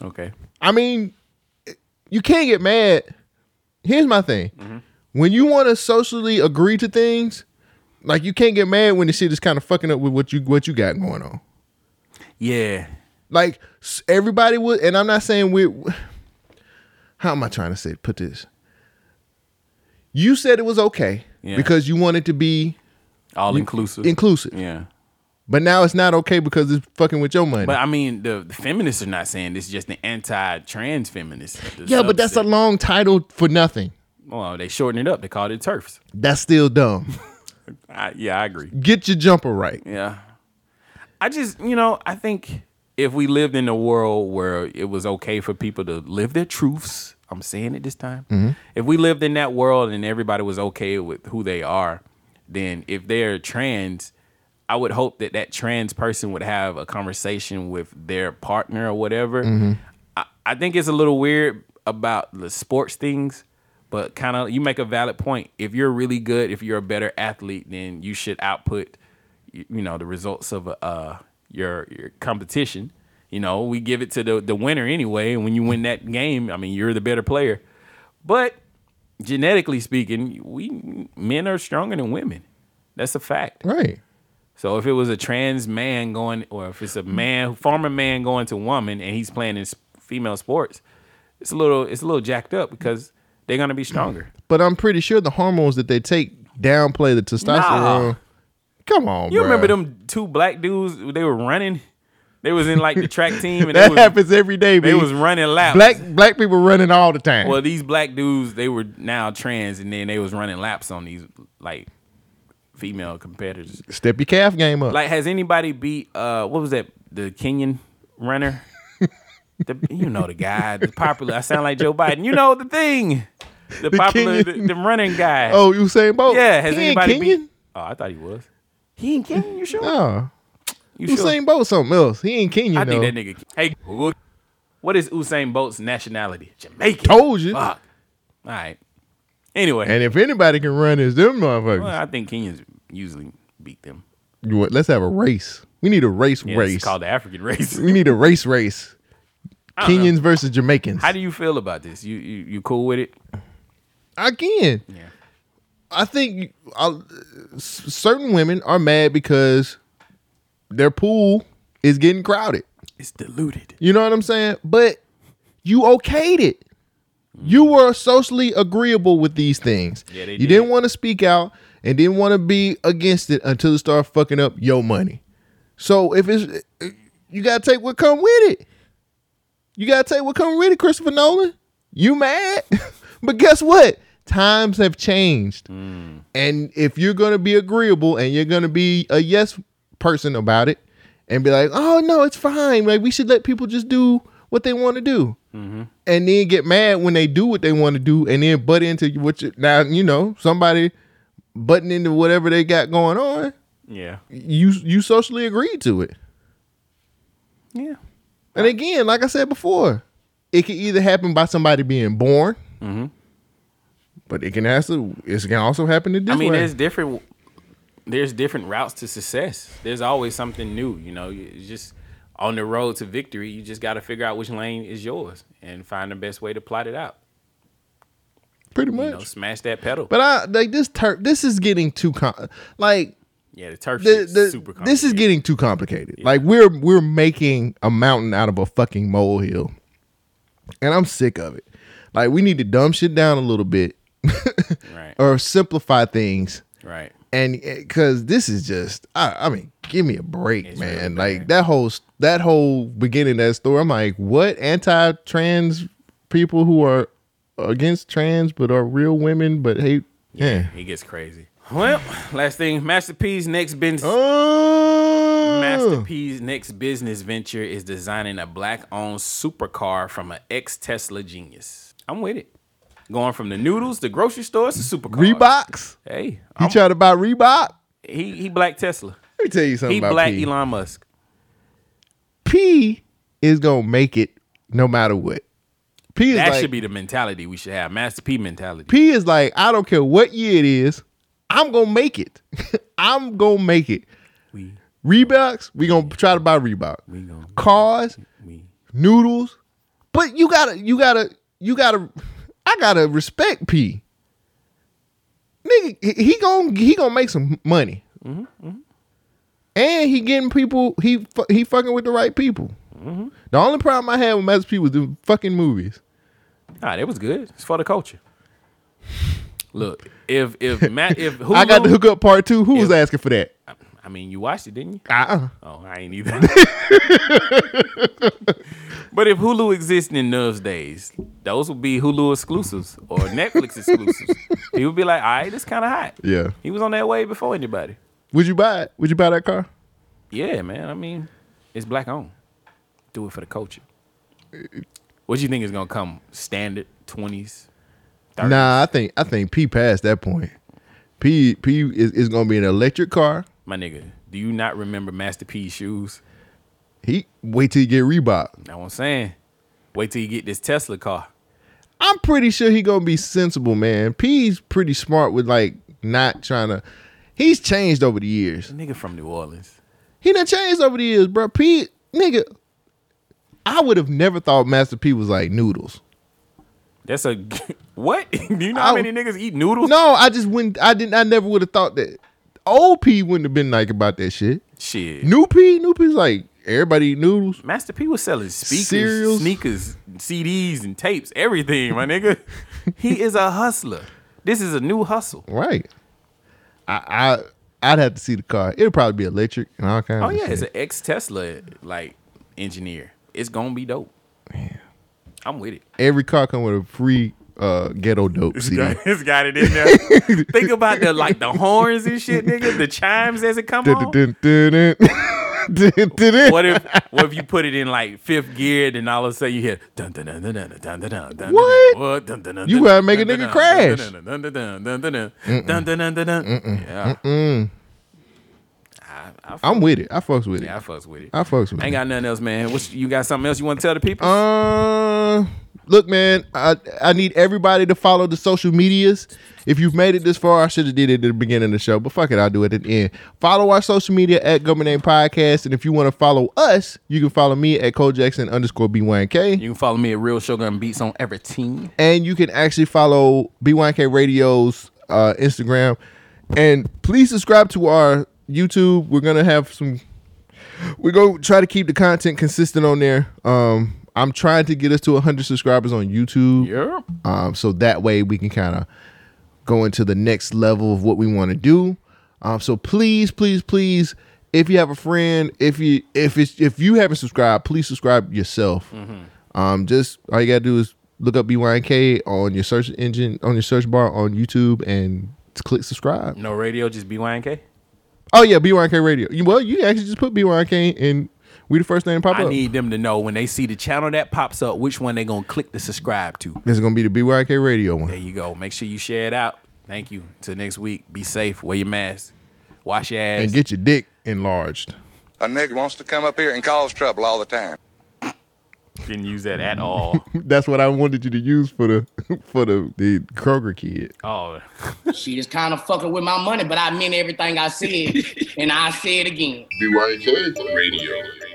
A: Okay.
B: I mean, you can't get mad. Here's my thing. When you want to socially agree to things, like you can't get mad when the shit is kind of fucking up with what you what you got going on.
A: Yeah.
B: Like s- everybody would, and I'm not saying we. How am I trying to say? Put this. You said it was okay
A: Yeah.
B: because you wanted to be
A: All
B: you-
A: inclusive.
B: Inclusive,
A: Yeah.
B: but now it's not okay because it's fucking with your money.
A: But I mean, the, the feminists are not saying this. Just the anti-trans feminists. the
B: yeah, but that's a
A: subset.
B: long title for nothing.
A: well, they shortened it up. They called it turfs.
B: That's still dumb.
A: I, yeah, I agree.
B: Get your jumper right.
A: Yeah. I just, you know, I think if we lived in a world where it was okay for people to live their truths, I'm saying it this time.
B: Mhm.
A: If we lived in that world and everybody was okay with who they are, then if they're trans, I would hope that that trans person would have a conversation with their partner or whatever.
Q: Mhm.
A: I, I think it's a little weird about the sports things, but kind of you make a valid point. If you're really good, if you're a better athlete, then you should output, you, you know, the results of uh your your competition. You know, we give it to the the winner anyway. And when you win that game, I mean, you're the better player. But genetically speaking, we men are stronger than women. That's a fact.
B: Right.
A: So if it was a trans man going, or if it's a man, former man going to woman, and he's playing in s- female sports, it's a little, it's a little jacked up because they're gonna be stronger.
B: But I'm pretty sure the hormones that they take downplay the testosterone.
A: Nah.
B: Come on,
A: you
B: bruh.
A: remember them two black dudes? They were running. They was in like the track team, and
B: that
A: they was,
B: happens every day.
A: They
B: B.
A: was running laps.
B: Black black people running all the time.
A: Well, these black dudes, they were now trans, and then they was running laps on these like female competitors.
B: Step your calf game up.
A: Like, has anybody beat uh what was that? The Kenyan runner? the, you know the guy, the popular. I sound like Joe Biden. You know the thing. The,
B: The
A: popular the,
B: Kenyan-
A: the running guy.
B: oh, you saying both?
A: Yeah, has
B: He ain't
A: anybody
B: Kenyan?
A: beat Oh, I thought he was. He ain't Kenyan, you sure?
B: No.
A: You
B: You
A: sure?
B: Usain Bolt something else. He ain't Kenyan
A: I
B: though.
A: think that nigga Hey Google, what is Usain Bolt's nationality? Jamaican.
B: Told you.
A: Fuck. All right. Anyway.
B: And if anybody can run, it's them motherfuckers.
A: Well, I think Kenyans usually beat them.
B: You want- let's have a race. We need a race
A: Yeah,
B: race.
A: It's called the African race.
B: we need a race race.
A: I don't
B: Kenyans
A: know.
B: versus Jamaicans.
A: How do you feel about this? You you, you cool with it?
B: Again, I think uh, s- certain women are mad because their pool is getting crowded.
A: It's diluted.
B: You know what I'm saying? But you okayed it. You were socially agreeable with these things.
A: Yeah, they
B: you
A: did.
B: didn't want to speak out and didn't want to be against it until it started fucking up your money. So if it's you gotta take what come with it. You gotta take what come with it, Christopher Nolan. You mad? but guess what? Times have changed.
A: Mm.
B: And if you're gonna be agreeable and you're gonna be a yes person about it and be like, oh no, it's fine. Like we should let people just do what they want to do.
A: Mm-hmm.
B: And then get mad when they do what they want to do and then butt into what you now, you know, somebody butting into whatever they got going on.
A: Yeah.
B: You you socially agreed to it.
A: Yeah.
B: And again, like I said before, it can either happen by somebody being born,
A: Mm-hmm.
B: but it can also it can also happen in this
A: I mean,
B: way.
A: there's different there's different routes to success. There's always something new, you know. You it's just on the road to victory, you just got to figure out which lane is yours and find the best way to plot it out.
B: Pretty
A: much. You know, smash that pedal.
B: But I like this turf. This is getting too com- like
A: yeah, the turf
B: the,
A: shit's
B: the,
A: super
B: this is getting too complicated. Like we're we're making a mountain out of a fucking molehill, and I'm sick of it. Like we need to dumb shit down a little bit,
A: Right.
B: or simplify things,
A: Right.
B: And because this is just, I, I mean, give me a break, man. like that whole s- that whole beginning of that story. I'm like, what anti-trans people who are against trans but are real women but hate, yeah.
A: It gets crazy. Well, last thing, Master P's next business.
B: Oh.
A: Master P's next business venture is designing a black-owned supercar from an ex-Tesla genius. I'm with it. Going from the noodles, the grocery stores, to supercars.
B: Reeboks.
A: Hey,
B: You try to buy Reebok?
A: he he black Tesla.
B: Let me tell you something
A: He
B: about
A: black
B: P.
A: Elon Musk.
B: P is gonna make it no matter what. P is
A: that
B: like-
A: should be the mentality we should have. Master P mentality.
B: P is like, I don't care what year it is, I'm gonna make it. I'm gonna make it. Reeboks, we gonna try to buy Reebok. Cars, noodles, but you gotta, you gotta, you gotta. I gotta respect P. Nigga, he- he gonna he gonna make some money, and he getting people. He fu- he fucking with the right people.
A: Mhm.
B: The only problem I had with Master P was the fucking movies.
A: Nah, that was good. It's for the culture. Look, if if Matt if Hulu,
B: I got the hookup part two. Who was asking for that?
A: I mean, you watched it, didn't you?
B: Uh-uh.
A: Oh, I ain't either. but if Hulu exists in Nub's days, those would be Hulu exclusives or Netflix exclusives. People be like, all right, it's kind of hot.
B: Yeah.
A: He was on that wave before anybody.
B: Would you buy it? Would you buy that car?
A: Yeah, man. I mean, it's black owned. Do it for the culture. What do you think is gonna come? Standard twenties.
B: Nah, I think I think P passed that point. P P is, is gonna be an electric car.
A: My nigga, do you not remember Master P's shoes?
B: He wait till he get Reebok.
A: That's what I'm saying. Wait till you get this Tesla car.
B: I'm pretty sure he gonna be sensible, man. P's pretty smart with like not trying to. He's changed over the years.
A: Nigga from New Orleans.
B: He done changed over the years, bro. P nigga, I would have never thought Master P was like noodles.
A: That's a what? do you know how
B: I-
A: many niggas eat noodles?
B: No, I just wouldn't. I didn't. I never would have thought that. Old P wouldn't have been like about that shit.
A: Shit.
B: New P, new P's like everybody eat noodles.
A: Master P was selling speakers,
B: Cereals.
A: sneakers, CDs, and tapes, everything, my nigga. he is a hustler. This is a new hustle.
B: Right. I I I'd have to see the car. It'll probably be electric and all kinds.
A: Oh
B: of
A: yeah,
B: shit.
A: it's an ex Tesla like engineer. It's gonna be dope. I'm with it.
B: Every car come with a free uh ghetto dope
A: It's
B: CD.
A: got, it's got it in there. Think about the like the horns and shit, nigga. The chimes as it come on.
B: Dun, dun, dun, dun. Dun, dun, dun.
A: What if what if you put it in like fifth gear, then all of a sudden you hear dun dun dun dun dun dun dun dun dun dun
B: What?
A: what dun dun dun
B: You
A: dun,
B: gotta make a
A: dun,
B: nigga
A: dun,
B: crash.
A: dun, dun, dun, dun, dun, dun, dun,
B: Mm-mm.
A: dun, dun, dun, dun, dun.
B: Mm-mm.
A: Yeah,
B: Mm-mm. I'm with it. I fucks with it.
A: yeah, I fucks with it.
B: I fucks with
A: I ain't got nothing else, man. What you got? Something else you want to tell the people?
B: Uh, look, man, I I need everybody to follow the social medias. If you've made it this far, I should have did it at the beginning of the show, but fuck it, I'll do it at the end. Follow our social media at Government Name Podcast, and if you want to follow us, you can follow me at Cole Jackson underscore B1K.
A: You can follow me at Real Shogun Beats on everything.
B: and you can actually follow BYK Radio's uh, Instagram. And please subscribe to our YouTube. We're gonna have some. We're gonna try to keep the content consistent on there. Um, I'm trying to get us to 100 subscribers on YouTube.
A: Yeah.
B: Um, so that way we can kind of go into the next level of what we want to do. Um, so please, please, please, if you have a friend, if you if it's if you haven't subscribed, please subscribe yourself.
A: Mm-hmm.
B: Um, just all you gotta do is look up BYNK on your search engine on your search bar on YouTube and just click subscribe.
A: No radio, just BYNK.
B: Oh yeah, BYNK Radio. You- Well, you actually just put BYNK and we the first name to pop
A: I
B: up.
A: need them to know when they see the channel that pops up, which one they gonna click to subscribe to.
B: this is gonna be the BYNK Radio one.
A: There you go. Make sure you share it out. Thank you. Till next week. Be safe. Wear your mask. Wash your ass.
B: And get your dick enlarged.
E: A nigga wants to come up here and cause trouble all the time.
A: Didn't use that at all.
B: That's what I wanted you to use for the for the, the Kroger kid.
A: Oh.
Q: she just kind of fucking with my money, but I meant everything I said, and I say it again.
R: BYK Radio.